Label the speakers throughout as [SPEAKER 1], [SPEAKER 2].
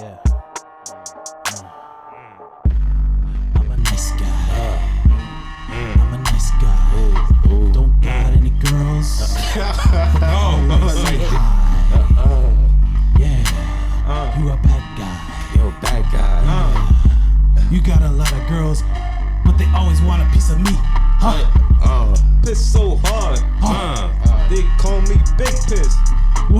[SPEAKER 1] Yeah. Mm. I'm a nice guy. I'm a nice guy. Don't got any girls. Always say hi. Yeah. You a bad guy.
[SPEAKER 2] Yo, bad Oh, guy.
[SPEAKER 1] You got a lot of girls, but they always want a piece of me. Huh?
[SPEAKER 2] Uh,
[SPEAKER 3] Piss so hard. Uh, they call me Big Piss.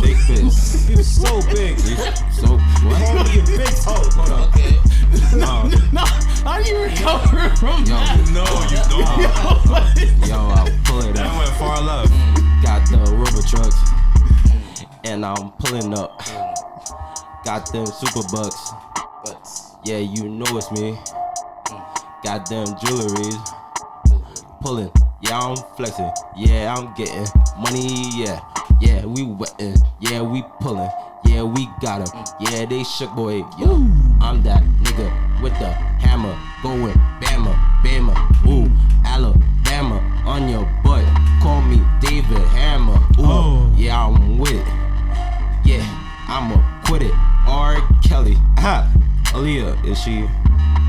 [SPEAKER 2] big fist.
[SPEAKER 3] You so big.
[SPEAKER 2] You- so
[SPEAKER 3] Call
[SPEAKER 2] what?
[SPEAKER 3] me a big hoe. Hold on.
[SPEAKER 2] Okay.
[SPEAKER 4] No, how do you recover from
[SPEAKER 2] Yo,
[SPEAKER 4] that?
[SPEAKER 5] No, you don't.
[SPEAKER 2] yo, I'll pull it
[SPEAKER 5] I
[SPEAKER 2] up.
[SPEAKER 5] went far left.
[SPEAKER 2] Got the rubber truck, and I'm pulling up. Got them super bucks. Yeah, you know it's me. Got them jewelries. Pulling, yeah, I'm flexing. Yeah, I'm getting money. Yeah, yeah, we wetting. Yeah, we pulling. Yeah, we got 'em. Yeah, they shook boy. Yo, I'm that nigga with the hammer. Going Bama, Bama. Ooh, Alabama on your butt. Call me David Hammer. Ooh,
[SPEAKER 1] Oh.
[SPEAKER 2] yeah, I'm with it. Yeah, I'ma quit it. R. Kelly. Ha! Aaliyah, is she?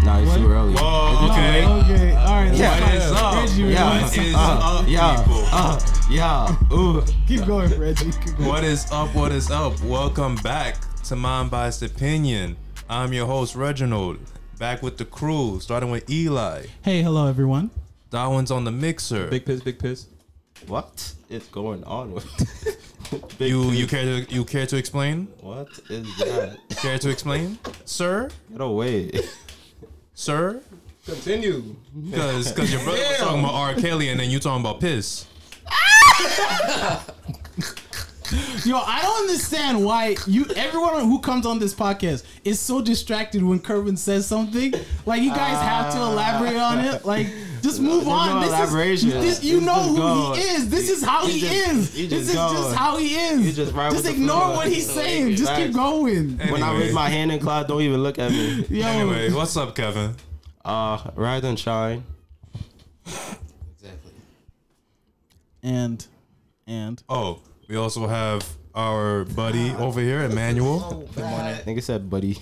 [SPEAKER 2] Nah, it's too
[SPEAKER 1] What?
[SPEAKER 2] early.
[SPEAKER 5] Whoa, okay.
[SPEAKER 1] Okay. All right. let's
[SPEAKER 2] Yeah.
[SPEAKER 1] find
[SPEAKER 5] What is
[SPEAKER 1] out.
[SPEAKER 5] up?
[SPEAKER 1] Reggie,
[SPEAKER 2] Yeah.
[SPEAKER 1] rewind.
[SPEAKER 5] What is
[SPEAKER 2] uh,
[SPEAKER 5] up,
[SPEAKER 2] yeah,
[SPEAKER 5] people?
[SPEAKER 2] Uh, yeah. Ooh.
[SPEAKER 1] Keep going, Reggie. Keep going.
[SPEAKER 5] What is up? What is up? Welcome back to Mind Biased Opinion. I'm your host, Reginald. Back with the crew, starting with Eli.
[SPEAKER 1] Hey, hello everyone.
[SPEAKER 5] Darwin's on the mixer.
[SPEAKER 3] Big piss, big piss.
[SPEAKER 2] What is going on with Big
[SPEAKER 5] you
[SPEAKER 2] Pooh?
[SPEAKER 5] you care to you care to explain?
[SPEAKER 2] What is that?
[SPEAKER 5] Care to explain, sir?
[SPEAKER 2] Get away.
[SPEAKER 5] Sir?
[SPEAKER 3] Continue.
[SPEAKER 5] Because because your brother was talking about R. Kelly and then you talking about piss.
[SPEAKER 4] Yo, I don't understand why you everyone who comes on this podcast is so distracted when Kerwin says something. Like you guys have to elaborate on it. Like just move
[SPEAKER 2] no
[SPEAKER 4] on. This
[SPEAKER 2] elaboration.
[SPEAKER 4] Is, this, you
[SPEAKER 2] This
[SPEAKER 4] know
[SPEAKER 2] just
[SPEAKER 4] who
[SPEAKER 2] goes.
[SPEAKER 4] he is. This is how
[SPEAKER 2] He
[SPEAKER 4] he,
[SPEAKER 2] just-
[SPEAKER 4] is.
[SPEAKER 2] he
[SPEAKER 4] this
[SPEAKER 2] just
[SPEAKER 4] is
[SPEAKER 2] goes.
[SPEAKER 4] just how he is.
[SPEAKER 2] He just ride with
[SPEAKER 4] just
[SPEAKER 2] the
[SPEAKER 4] ignore
[SPEAKER 2] flow.
[SPEAKER 4] what he's saying. Just keep
[SPEAKER 2] Facts.
[SPEAKER 4] going.
[SPEAKER 2] when I raise my hand in class, don't even look at me.
[SPEAKER 4] Yo,
[SPEAKER 5] Anyway, what's up, Kevin?
[SPEAKER 2] Uh, rise and shine.
[SPEAKER 6] Exactly.
[SPEAKER 1] And and
[SPEAKER 5] Oh, we also have our buddy
[SPEAKER 1] Ah.
[SPEAKER 5] over here, Emmanuel.
[SPEAKER 1] Oh,
[SPEAKER 2] I think it said buddy.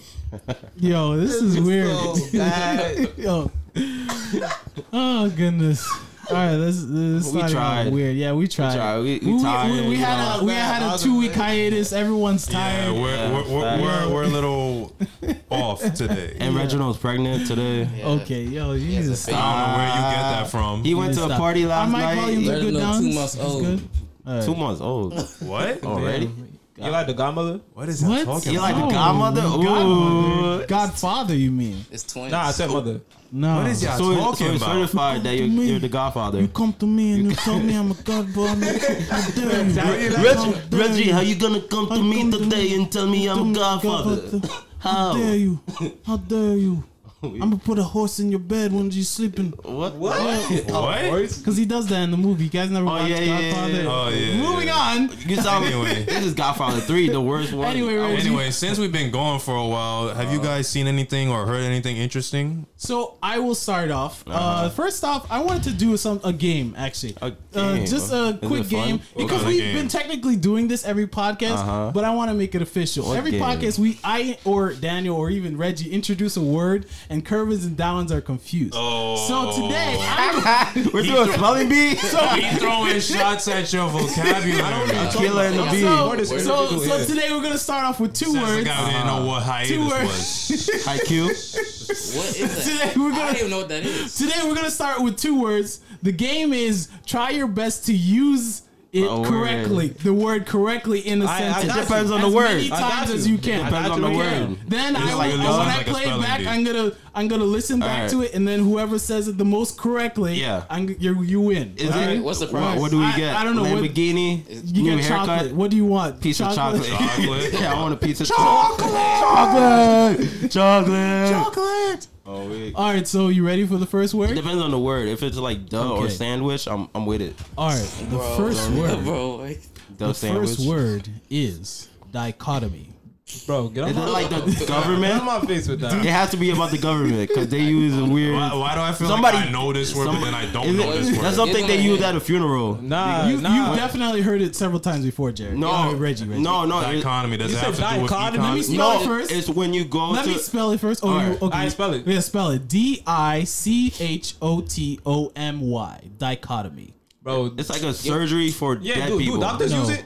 [SPEAKER 1] yo, this is weird.
[SPEAKER 6] bad.
[SPEAKER 1] Yo. Oh goodness. All right, this this
[SPEAKER 2] We
[SPEAKER 1] started
[SPEAKER 2] tried.
[SPEAKER 1] out weird. Yeah, we tried.
[SPEAKER 2] tried. We- we tired,
[SPEAKER 1] we, we
[SPEAKER 2] you
[SPEAKER 1] had a
[SPEAKER 6] know.
[SPEAKER 1] we had a two week hiatus. Everyone's
[SPEAKER 5] Yeah,
[SPEAKER 1] tired.
[SPEAKER 5] we're, we're, we're, we're, we're a little off today.
[SPEAKER 2] And Reginald's pregnant today.
[SPEAKER 1] okay, yo, Jesus.
[SPEAKER 6] baby.
[SPEAKER 5] I don't know where you get
[SPEAKER 1] Ah.
[SPEAKER 5] that from.
[SPEAKER 2] He went
[SPEAKER 1] Yeah,
[SPEAKER 2] to a
[SPEAKER 1] stop.
[SPEAKER 2] party
[SPEAKER 1] Our
[SPEAKER 2] last
[SPEAKER 1] mic volumes
[SPEAKER 2] night.
[SPEAKER 1] are
[SPEAKER 6] Let him
[SPEAKER 1] good
[SPEAKER 6] know
[SPEAKER 1] down.
[SPEAKER 6] two months
[SPEAKER 2] Oh.
[SPEAKER 1] It's
[SPEAKER 6] old.
[SPEAKER 1] good.
[SPEAKER 2] Two months old
[SPEAKER 5] what?
[SPEAKER 2] already.
[SPEAKER 3] Eli the godmother?
[SPEAKER 5] What is
[SPEAKER 1] What?
[SPEAKER 5] that talking
[SPEAKER 2] You
[SPEAKER 5] about?
[SPEAKER 2] like the
[SPEAKER 1] Oh,
[SPEAKER 2] godmother? Ooh.
[SPEAKER 1] Godmother. Godfather, you mean?
[SPEAKER 6] It's twins.
[SPEAKER 3] Nah, I said mother.
[SPEAKER 1] No.
[SPEAKER 5] What is y'all
[SPEAKER 2] So, it's- so
[SPEAKER 5] talking
[SPEAKER 2] it's
[SPEAKER 5] about?
[SPEAKER 2] certified that you're,
[SPEAKER 1] mean?
[SPEAKER 2] you're the godfather.
[SPEAKER 1] You come to me and you tell me I'm a godfather. How dare you?
[SPEAKER 2] Reggie, Reggie, how you gonna come to
[SPEAKER 1] How you
[SPEAKER 2] me
[SPEAKER 1] come to
[SPEAKER 2] today
[SPEAKER 1] me?
[SPEAKER 2] and tell me I'm
[SPEAKER 1] Dumb
[SPEAKER 2] godfather?
[SPEAKER 1] How
[SPEAKER 2] How?
[SPEAKER 1] dare you? How dare you?
[SPEAKER 2] Oh,
[SPEAKER 1] I'm gonna put a horse in your bed when you're sleeping.
[SPEAKER 2] What?
[SPEAKER 5] What?
[SPEAKER 1] Cause he does that in the movie. You guys never watched
[SPEAKER 2] Oh. yeah, yeah, yeah,
[SPEAKER 1] Godfather.
[SPEAKER 2] yeah.
[SPEAKER 5] Oh yeah.
[SPEAKER 1] Moving on.
[SPEAKER 2] You sound
[SPEAKER 5] Anyway.
[SPEAKER 2] this is Godfather Three, the worst one.
[SPEAKER 1] Anyway, Reggie.
[SPEAKER 5] Anyway, since we've been gone for a while, have you
[SPEAKER 1] Uh.
[SPEAKER 5] guys seen anything or heard anything interesting?
[SPEAKER 1] So I will start off. uh first off, I wanted to do some a game actually,
[SPEAKER 2] Uh-huh. A
[SPEAKER 1] Uh,
[SPEAKER 2] game?
[SPEAKER 1] just
[SPEAKER 2] Is
[SPEAKER 1] a
[SPEAKER 2] it
[SPEAKER 1] quick
[SPEAKER 2] fun?
[SPEAKER 1] game
[SPEAKER 2] What
[SPEAKER 1] because
[SPEAKER 5] kind of
[SPEAKER 1] we've
[SPEAKER 5] game?
[SPEAKER 1] been technically doing this every podcast,
[SPEAKER 2] Uh-huh.
[SPEAKER 1] but I want to make it official. every
[SPEAKER 2] game?
[SPEAKER 1] podcast, we I or Daniel or even Reggie introduce a word, and Curvins and Downs are confused.
[SPEAKER 2] Oh.
[SPEAKER 1] So today, I'm,
[SPEAKER 2] we're doing spelling bee.
[SPEAKER 5] Oh. He throwing shots at your vocabulary.
[SPEAKER 2] Killer and the bee.
[SPEAKER 1] so,
[SPEAKER 3] Word is
[SPEAKER 1] so,
[SPEAKER 3] critical,
[SPEAKER 1] so
[SPEAKER 3] yeah.
[SPEAKER 1] today we're gonna start off with two
[SPEAKER 5] That's the
[SPEAKER 1] words.
[SPEAKER 5] guy who didn't know what hiatus
[SPEAKER 1] Two
[SPEAKER 5] was.
[SPEAKER 1] words.
[SPEAKER 2] IQ.
[SPEAKER 6] What is that?
[SPEAKER 1] today we're
[SPEAKER 6] I don't
[SPEAKER 1] gonna
[SPEAKER 6] even know what that is.
[SPEAKER 1] Today we're gonna start with two words. The game is try your best to use it
[SPEAKER 2] A word.
[SPEAKER 1] correctly, the word correctly in a
[SPEAKER 3] I
[SPEAKER 1] sentence.
[SPEAKER 3] got
[SPEAKER 2] It depends on the
[SPEAKER 1] as
[SPEAKER 2] word.
[SPEAKER 1] many
[SPEAKER 3] got
[SPEAKER 1] times
[SPEAKER 3] you.
[SPEAKER 1] as you
[SPEAKER 3] I
[SPEAKER 1] can.
[SPEAKER 3] got
[SPEAKER 2] Depends on
[SPEAKER 3] you
[SPEAKER 2] the
[SPEAKER 3] again.
[SPEAKER 2] word.
[SPEAKER 1] Then I,
[SPEAKER 5] It's
[SPEAKER 1] will-
[SPEAKER 5] like-
[SPEAKER 1] I-
[SPEAKER 5] it's
[SPEAKER 1] when
[SPEAKER 5] like
[SPEAKER 1] I
[SPEAKER 5] a
[SPEAKER 1] play it
[SPEAKER 5] spelling
[SPEAKER 1] back,
[SPEAKER 5] bee.
[SPEAKER 1] I'm gonna I'm gonna listen back
[SPEAKER 2] Alright.
[SPEAKER 1] to it, and then whoever says it the most correctly,
[SPEAKER 2] Yeah.
[SPEAKER 1] I'm, you you win.
[SPEAKER 2] Is
[SPEAKER 1] Alright?
[SPEAKER 2] it?
[SPEAKER 6] What's the prize?
[SPEAKER 2] What, what do we
[SPEAKER 1] I-
[SPEAKER 2] get?
[SPEAKER 1] I don't know, what-
[SPEAKER 2] Lamborghini.
[SPEAKER 1] you
[SPEAKER 2] new
[SPEAKER 1] get
[SPEAKER 2] haircut.
[SPEAKER 1] chocolate. What do you want?
[SPEAKER 2] Piece of chocolate.
[SPEAKER 5] Chocolate.
[SPEAKER 2] yeah, I want a piece of chocolate. Chocolate. Chocolate.
[SPEAKER 1] Chocolate.
[SPEAKER 2] Oh, wait.
[SPEAKER 1] All right, so you ready for the first word?
[SPEAKER 2] Depends on the word. If it's like duh or
[SPEAKER 1] Okay.
[SPEAKER 2] sandwich, I'm I'm with it.
[SPEAKER 1] All right, the first word.
[SPEAKER 6] Bro, like,
[SPEAKER 2] Duh
[SPEAKER 1] The
[SPEAKER 2] sandwich.
[SPEAKER 1] first word is dichotomy.
[SPEAKER 3] Bro, get
[SPEAKER 2] Is
[SPEAKER 3] on
[SPEAKER 2] that
[SPEAKER 3] my,
[SPEAKER 2] like the government?
[SPEAKER 3] my face with that.
[SPEAKER 2] It has to be about the government because they use a weird.
[SPEAKER 5] Why, why do I feel
[SPEAKER 2] Somebody-
[SPEAKER 5] like I know this word, but then I don't
[SPEAKER 2] Is
[SPEAKER 5] know
[SPEAKER 2] it-
[SPEAKER 5] this word?
[SPEAKER 2] That's something they
[SPEAKER 6] Isn't it-
[SPEAKER 2] use at a funeral.
[SPEAKER 3] Nah,
[SPEAKER 1] You,
[SPEAKER 3] nah.
[SPEAKER 1] You've definitely heard it several times before, Jared.
[SPEAKER 2] No,
[SPEAKER 1] Yeah, Reggie, Reggie.
[SPEAKER 2] no, no, it-
[SPEAKER 5] dichotomy. Does
[SPEAKER 3] You
[SPEAKER 5] it
[SPEAKER 3] said
[SPEAKER 5] have to do with
[SPEAKER 3] dichotomy?
[SPEAKER 5] econ-
[SPEAKER 1] Let me spell
[SPEAKER 2] no.
[SPEAKER 1] it first.
[SPEAKER 2] It's when you go
[SPEAKER 1] Let
[SPEAKER 2] to.
[SPEAKER 1] me spell it first. Oh, you,
[SPEAKER 2] Alright.
[SPEAKER 1] okay.
[SPEAKER 3] I spell it.
[SPEAKER 1] Yeah, spell it. D I C H O T O M Y. Dichotomy.
[SPEAKER 3] Bro,
[SPEAKER 2] it's like a surgery for
[SPEAKER 3] yeah,
[SPEAKER 2] dead
[SPEAKER 3] dude,
[SPEAKER 2] people.
[SPEAKER 3] dude, doctors
[SPEAKER 1] No.
[SPEAKER 3] use it.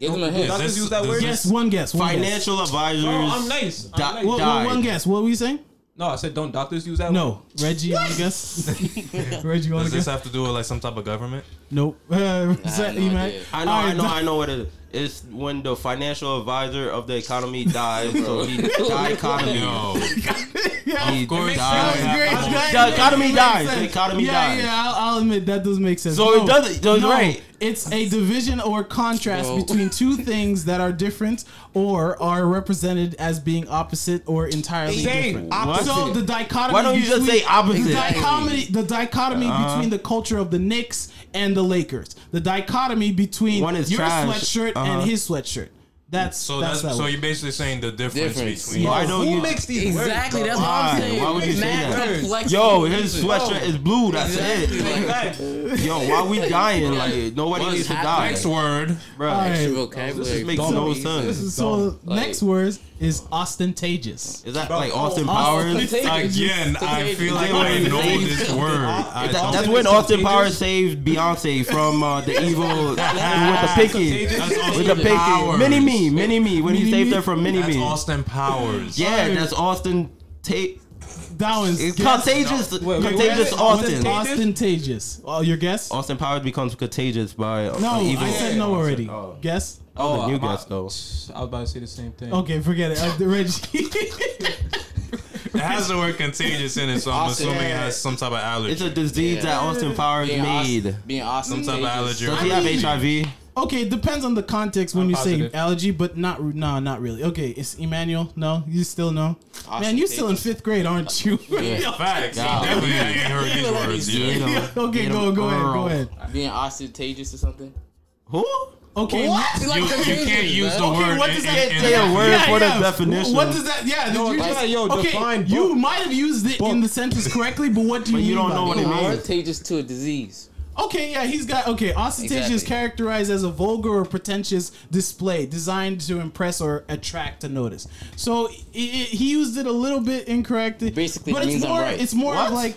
[SPEAKER 6] Give him a hint.
[SPEAKER 3] Doctors
[SPEAKER 5] this-
[SPEAKER 3] use that
[SPEAKER 5] does
[SPEAKER 3] word.
[SPEAKER 1] Yes, one guess. One Guess.
[SPEAKER 2] Financial advisors.
[SPEAKER 3] Bro, Oh, I'm nice. I'm
[SPEAKER 2] Di-
[SPEAKER 3] nice.
[SPEAKER 1] Well, well,
[SPEAKER 2] died.
[SPEAKER 1] one guess. What were you saying?
[SPEAKER 3] No, I said don't doctors use that word.
[SPEAKER 1] No, Reggie. One guess. Reggie, one
[SPEAKER 5] Does this
[SPEAKER 1] guess.
[SPEAKER 5] have to do with like some type of government?
[SPEAKER 1] Nope. Uh, is that
[SPEAKER 6] no
[SPEAKER 1] you,
[SPEAKER 6] idea.
[SPEAKER 1] man?
[SPEAKER 2] I know,
[SPEAKER 1] All
[SPEAKER 2] I
[SPEAKER 1] right,
[SPEAKER 2] know, I know what it is. It's when the financial advisor of the economy dies, so he die economy.
[SPEAKER 5] No.
[SPEAKER 2] He
[SPEAKER 5] Of course.
[SPEAKER 2] dies.
[SPEAKER 5] not.
[SPEAKER 1] great.
[SPEAKER 5] Oh,
[SPEAKER 1] That-
[SPEAKER 2] The economy
[SPEAKER 1] makes
[SPEAKER 2] dies.
[SPEAKER 1] sense.
[SPEAKER 2] The economy
[SPEAKER 1] yeah,
[SPEAKER 2] dies.
[SPEAKER 1] Yeah, I'll, I'll admit that does make sense.
[SPEAKER 2] So it doesn't- so it's right.
[SPEAKER 1] It's a division or contrast
[SPEAKER 6] Well-
[SPEAKER 1] between two things that are different or are represented as being opposite or entirely different. So the dichotomy.
[SPEAKER 2] Why don't you just
[SPEAKER 1] between-
[SPEAKER 2] say opposite?
[SPEAKER 1] The dichotomy, the dichotomy
[SPEAKER 2] Uh-huh.
[SPEAKER 1] between the culture of the Knicks and the Lakers. The dichotomy between
[SPEAKER 2] One is
[SPEAKER 1] your
[SPEAKER 2] trash.
[SPEAKER 1] sweatshirt and
[SPEAKER 2] Uh-huh.
[SPEAKER 1] his sweatshirt. That's
[SPEAKER 5] So
[SPEAKER 1] that's,
[SPEAKER 5] that's,
[SPEAKER 1] that
[SPEAKER 5] so
[SPEAKER 1] one.
[SPEAKER 5] you're basically saying the difference,
[SPEAKER 6] Difference.
[SPEAKER 5] between.
[SPEAKER 2] Why don't you?
[SPEAKER 6] Exactly. That's what
[SPEAKER 2] Why?
[SPEAKER 6] I'm saying.
[SPEAKER 2] Why would you say
[SPEAKER 6] Mad
[SPEAKER 2] that?
[SPEAKER 6] complex
[SPEAKER 2] Yo, his
[SPEAKER 6] reason.
[SPEAKER 2] sweatshirt is blue. That's
[SPEAKER 6] Exactly.
[SPEAKER 2] it.
[SPEAKER 6] Like,
[SPEAKER 2] Yo, why we dying? Like nobody
[SPEAKER 6] What's
[SPEAKER 2] needs to
[SPEAKER 6] happening?
[SPEAKER 2] die,
[SPEAKER 5] Next word.
[SPEAKER 1] All
[SPEAKER 2] bro.
[SPEAKER 1] right.
[SPEAKER 6] extra vocabulary.
[SPEAKER 2] This makes
[SPEAKER 6] for
[SPEAKER 2] no
[SPEAKER 6] reason.
[SPEAKER 2] sense.
[SPEAKER 1] So
[SPEAKER 6] Like-
[SPEAKER 1] next word is ostentatious.
[SPEAKER 2] Is that like
[SPEAKER 1] Austin
[SPEAKER 2] Austin Powers?
[SPEAKER 6] Take it.
[SPEAKER 5] Again, I feel like I know this word. I
[SPEAKER 2] That-
[SPEAKER 5] don't-
[SPEAKER 2] that's when Austin Powers saved Beyonce from uh, the evil with the picky,
[SPEAKER 5] That's
[SPEAKER 2] with the
[SPEAKER 5] Austin
[SPEAKER 2] picky,
[SPEAKER 5] Powers.
[SPEAKER 2] mini me, mini me. When he
[SPEAKER 1] Mini-Me?
[SPEAKER 2] saved her from mini
[SPEAKER 5] That's
[SPEAKER 2] me,
[SPEAKER 5] Austin Powers.
[SPEAKER 2] yeah, that's Austin. Ta-
[SPEAKER 1] That one's
[SPEAKER 2] It's
[SPEAKER 1] guess-
[SPEAKER 2] contagious.
[SPEAKER 3] wait,
[SPEAKER 2] contagious
[SPEAKER 3] wait,
[SPEAKER 2] Austin.
[SPEAKER 3] wait.
[SPEAKER 1] Ostentatious. Oh, your guess?
[SPEAKER 2] Austin Powers becomes contagious by uh,
[SPEAKER 1] no,
[SPEAKER 2] evil.
[SPEAKER 1] I said no already.
[SPEAKER 2] Oh.
[SPEAKER 1] Guess?
[SPEAKER 2] oh, the new
[SPEAKER 3] my-
[SPEAKER 2] guest though.
[SPEAKER 3] I was about to say the same thing.
[SPEAKER 1] Okay, forget it. Uh, Reggie.
[SPEAKER 5] It has the word contagious in it, so I'm
[SPEAKER 6] Austin.
[SPEAKER 5] assuming it has some type of
[SPEAKER 2] It's
[SPEAKER 5] allergy.
[SPEAKER 2] a disease that Austin Powers
[SPEAKER 6] Being
[SPEAKER 2] made.
[SPEAKER 6] awesome. Being awesome.
[SPEAKER 5] Some type of allergy.
[SPEAKER 2] Does he have HIV?
[SPEAKER 1] okay, it depends on the context when you say
[SPEAKER 3] positive.
[SPEAKER 1] allergy, but not no, nah, not really. Okay, it's Emmanuel. No, you still no. Man, you still in fifth grade, aren't you?
[SPEAKER 5] Facts. Definitely I ain't heard these words
[SPEAKER 2] You
[SPEAKER 5] yet.
[SPEAKER 2] know,
[SPEAKER 1] okay,
[SPEAKER 2] get
[SPEAKER 1] go
[SPEAKER 2] him
[SPEAKER 1] go ahead,
[SPEAKER 2] girl.
[SPEAKER 1] go ahead.
[SPEAKER 6] Being ostentatious or something.
[SPEAKER 2] Who?
[SPEAKER 1] Okay,
[SPEAKER 6] You,
[SPEAKER 5] You, you can't use the word.
[SPEAKER 1] what does
[SPEAKER 5] in-
[SPEAKER 1] that
[SPEAKER 5] in- in-
[SPEAKER 2] Say a word
[SPEAKER 1] Yeah,
[SPEAKER 2] for
[SPEAKER 1] yeah.
[SPEAKER 2] the definition.
[SPEAKER 1] What does that? Yeah, did you
[SPEAKER 3] it's
[SPEAKER 1] just-
[SPEAKER 3] like, yo,
[SPEAKER 1] okay,
[SPEAKER 3] define
[SPEAKER 1] you
[SPEAKER 3] book.
[SPEAKER 1] might have used it in the sentence correctly, but what do you?
[SPEAKER 2] But
[SPEAKER 1] mean
[SPEAKER 2] you don't
[SPEAKER 1] by
[SPEAKER 2] know
[SPEAKER 1] that?
[SPEAKER 2] what it
[SPEAKER 6] Being
[SPEAKER 2] means.
[SPEAKER 6] ostentatious to a disease.
[SPEAKER 1] Okay, yeah, he's got okay. Ostentation is
[SPEAKER 6] Exactly.
[SPEAKER 1] characterized as a vulgar or pretentious display designed to impress or attract to notice. So i i he used it a little bit incorrectly.
[SPEAKER 6] Basically,
[SPEAKER 1] but
[SPEAKER 6] it
[SPEAKER 1] it's
[SPEAKER 6] means I'm
[SPEAKER 1] more.
[SPEAKER 6] right.
[SPEAKER 1] It's more of
[SPEAKER 2] What?
[SPEAKER 1] like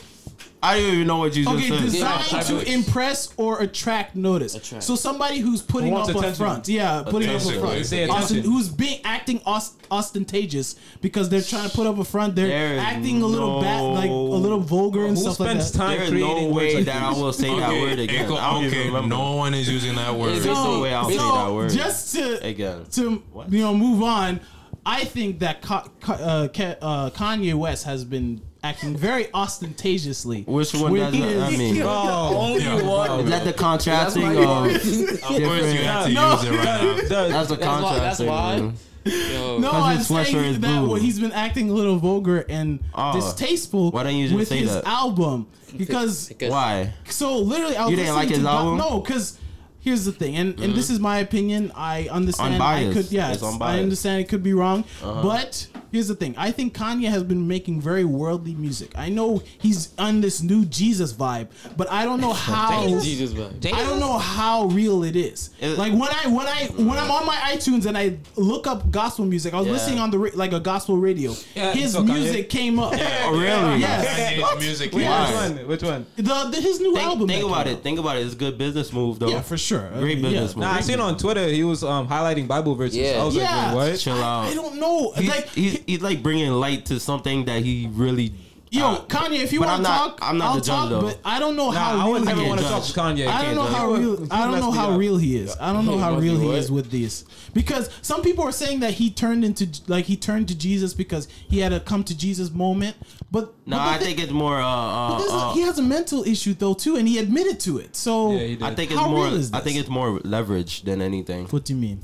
[SPEAKER 2] I don't even know what you just
[SPEAKER 1] okay,
[SPEAKER 2] said.
[SPEAKER 1] designed
[SPEAKER 6] Yeah,
[SPEAKER 1] to
[SPEAKER 6] attract.
[SPEAKER 1] impress or attract notice.
[SPEAKER 6] Attract.
[SPEAKER 1] So somebody who's putting
[SPEAKER 3] wants
[SPEAKER 1] up a
[SPEAKER 3] attention.
[SPEAKER 1] front, yeah, putting up a
[SPEAKER 5] Attention.
[SPEAKER 1] front.
[SPEAKER 3] Say
[SPEAKER 1] Austin,
[SPEAKER 3] attention.
[SPEAKER 1] who's being acting ost- ostentatious because they're trying to put up a front. They're
[SPEAKER 2] There is
[SPEAKER 1] acting a little bad,
[SPEAKER 2] no-
[SPEAKER 1] like a little vulgar and
[SPEAKER 3] Who
[SPEAKER 1] stuff like
[SPEAKER 3] spends
[SPEAKER 1] that.
[SPEAKER 3] time
[SPEAKER 2] There is
[SPEAKER 3] creating
[SPEAKER 2] no
[SPEAKER 3] words
[SPEAKER 2] way
[SPEAKER 3] like
[SPEAKER 2] that I
[SPEAKER 3] this?
[SPEAKER 2] will say that word again.
[SPEAKER 5] Echo-
[SPEAKER 2] I don't even
[SPEAKER 5] okay,
[SPEAKER 2] remember.
[SPEAKER 5] no one is using that word.
[SPEAKER 6] It's-
[SPEAKER 2] no way I'll say that word.
[SPEAKER 1] Just to
[SPEAKER 2] Again.
[SPEAKER 1] to
[SPEAKER 2] What?
[SPEAKER 1] you know move on. I think that Ka- Ka- uh, Ka- uh, Kanye West has been acting very ostentatiously.
[SPEAKER 2] Which one
[SPEAKER 1] with
[SPEAKER 2] does that- that
[SPEAKER 1] his-
[SPEAKER 2] mean?
[SPEAKER 3] Oh,
[SPEAKER 5] Yeah. Of
[SPEAKER 2] Is that the contrasting of
[SPEAKER 5] course, you have
[SPEAKER 2] different?
[SPEAKER 5] to
[SPEAKER 1] No.
[SPEAKER 5] use it right now.
[SPEAKER 2] That's the
[SPEAKER 3] the-
[SPEAKER 6] That's why. That's
[SPEAKER 2] contrasting.
[SPEAKER 6] why.
[SPEAKER 2] man.
[SPEAKER 6] Yo.
[SPEAKER 1] No,
[SPEAKER 2] 'Cause
[SPEAKER 1] I'm
[SPEAKER 2] his sweatshirt is
[SPEAKER 1] saying that
[SPEAKER 2] blue.
[SPEAKER 1] well, he's been acting a little vulgar and
[SPEAKER 2] Oh,
[SPEAKER 1] distasteful
[SPEAKER 2] why don't you just
[SPEAKER 1] with
[SPEAKER 2] say
[SPEAKER 1] his
[SPEAKER 2] that?
[SPEAKER 1] album because
[SPEAKER 6] Because-
[SPEAKER 2] Why?
[SPEAKER 1] so literally I was
[SPEAKER 2] You didn't
[SPEAKER 1] listening
[SPEAKER 2] like
[SPEAKER 1] to
[SPEAKER 2] his
[SPEAKER 1] Ga-
[SPEAKER 2] album? Mm-hmm.
[SPEAKER 1] no because here's the thing and, and this is my opinion I understand I
[SPEAKER 2] Unbiased.
[SPEAKER 1] could yeah
[SPEAKER 2] It's
[SPEAKER 1] I
[SPEAKER 2] unbiased. Uh-huh.
[SPEAKER 1] understand it could be wrong but here's the thing I think Kanye has been making very worldly music I know he's on this new Jesus vibe but I don't know how
[SPEAKER 6] Jesus, but
[SPEAKER 1] I don't know how real it is.
[SPEAKER 2] It-
[SPEAKER 1] like when I when I when I'm on my iTunes and I look up gospel music, I was
[SPEAKER 2] Yeah.
[SPEAKER 1] listening on the ra- like a gospel radio.
[SPEAKER 3] Yeah,
[SPEAKER 1] his
[SPEAKER 3] it's okay,
[SPEAKER 1] music came up.
[SPEAKER 2] Oh, really?
[SPEAKER 1] Yes.
[SPEAKER 5] Kanye's music.
[SPEAKER 3] Wait,
[SPEAKER 2] Why?
[SPEAKER 3] Which one? Which one?
[SPEAKER 1] The, the his new
[SPEAKER 2] Think,
[SPEAKER 1] album.
[SPEAKER 2] think
[SPEAKER 1] that
[SPEAKER 2] about
[SPEAKER 1] came
[SPEAKER 2] it. Think about it. It's a good business move, though.
[SPEAKER 1] out. Yeah, for sure. I
[SPEAKER 2] Great
[SPEAKER 1] mean, yeah.
[SPEAKER 2] business move.
[SPEAKER 3] Nah, I seen on Twitter he was um, highlighting Bible verses.
[SPEAKER 6] Yeah.
[SPEAKER 3] I was
[SPEAKER 1] Yeah.
[SPEAKER 3] like, wait, what?
[SPEAKER 2] Chill out.
[SPEAKER 1] I don't know.
[SPEAKER 2] he's,
[SPEAKER 1] like
[SPEAKER 2] he's, he's like bringing light to something that he really.
[SPEAKER 1] yo,
[SPEAKER 2] uh,
[SPEAKER 1] Kanye, if you
[SPEAKER 2] but
[SPEAKER 1] want
[SPEAKER 2] I'm
[SPEAKER 1] to
[SPEAKER 2] not-
[SPEAKER 1] talk,
[SPEAKER 2] I'm not
[SPEAKER 1] I'll
[SPEAKER 2] the judge,
[SPEAKER 1] talk,
[SPEAKER 2] though.
[SPEAKER 1] but I don't know how
[SPEAKER 3] Nah, I
[SPEAKER 1] real
[SPEAKER 3] wouldn't
[SPEAKER 1] he
[SPEAKER 3] ever
[SPEAKER 1] is.
[SPEAKER 3] want to talk
[SPEAKER 2] judge.
[SPEAKER 3] to Kanye.
[SPEAKER 1] I don't know
[SPEAKER 3] judge.
[SPEAKER 1] how real. I don't know how real he is. I don't know how
[SPEAKER 6] messed
[SPEAKER 1] real
[SPEAKER 6] me
[SPEAKER 1] he
[SPEAKER 6] up.
[SPEAKER 1] is with this because some people are saying that he turned into like he turned to Jesus because he had a come to Jesus moment. But
[SPEAKER 2] No,
[SPEAKER 1] but the
[SPEAKER 2] I
[SPEAKER 1] thing-
[SPEAKER 2] think it's more. Uh, uh,
[SPEAKER 1] This is-
[SPEAKER 2] uh,
[SPEAKER 1] he has a mental issue though too, and he admitted to it. So
[SPEAKER 3] Yeah, he did.
[SPEAKER 2] I think it's
[SPEAKER 1] How
[SPEAKER 2] more.
[SPEAKER 1] real is
[SPEAKER 2] I
[SPEAKER 1] this?
[SPEAKER 2] think it's more leverage than anything.
[SPEAKER 1] what do you mean?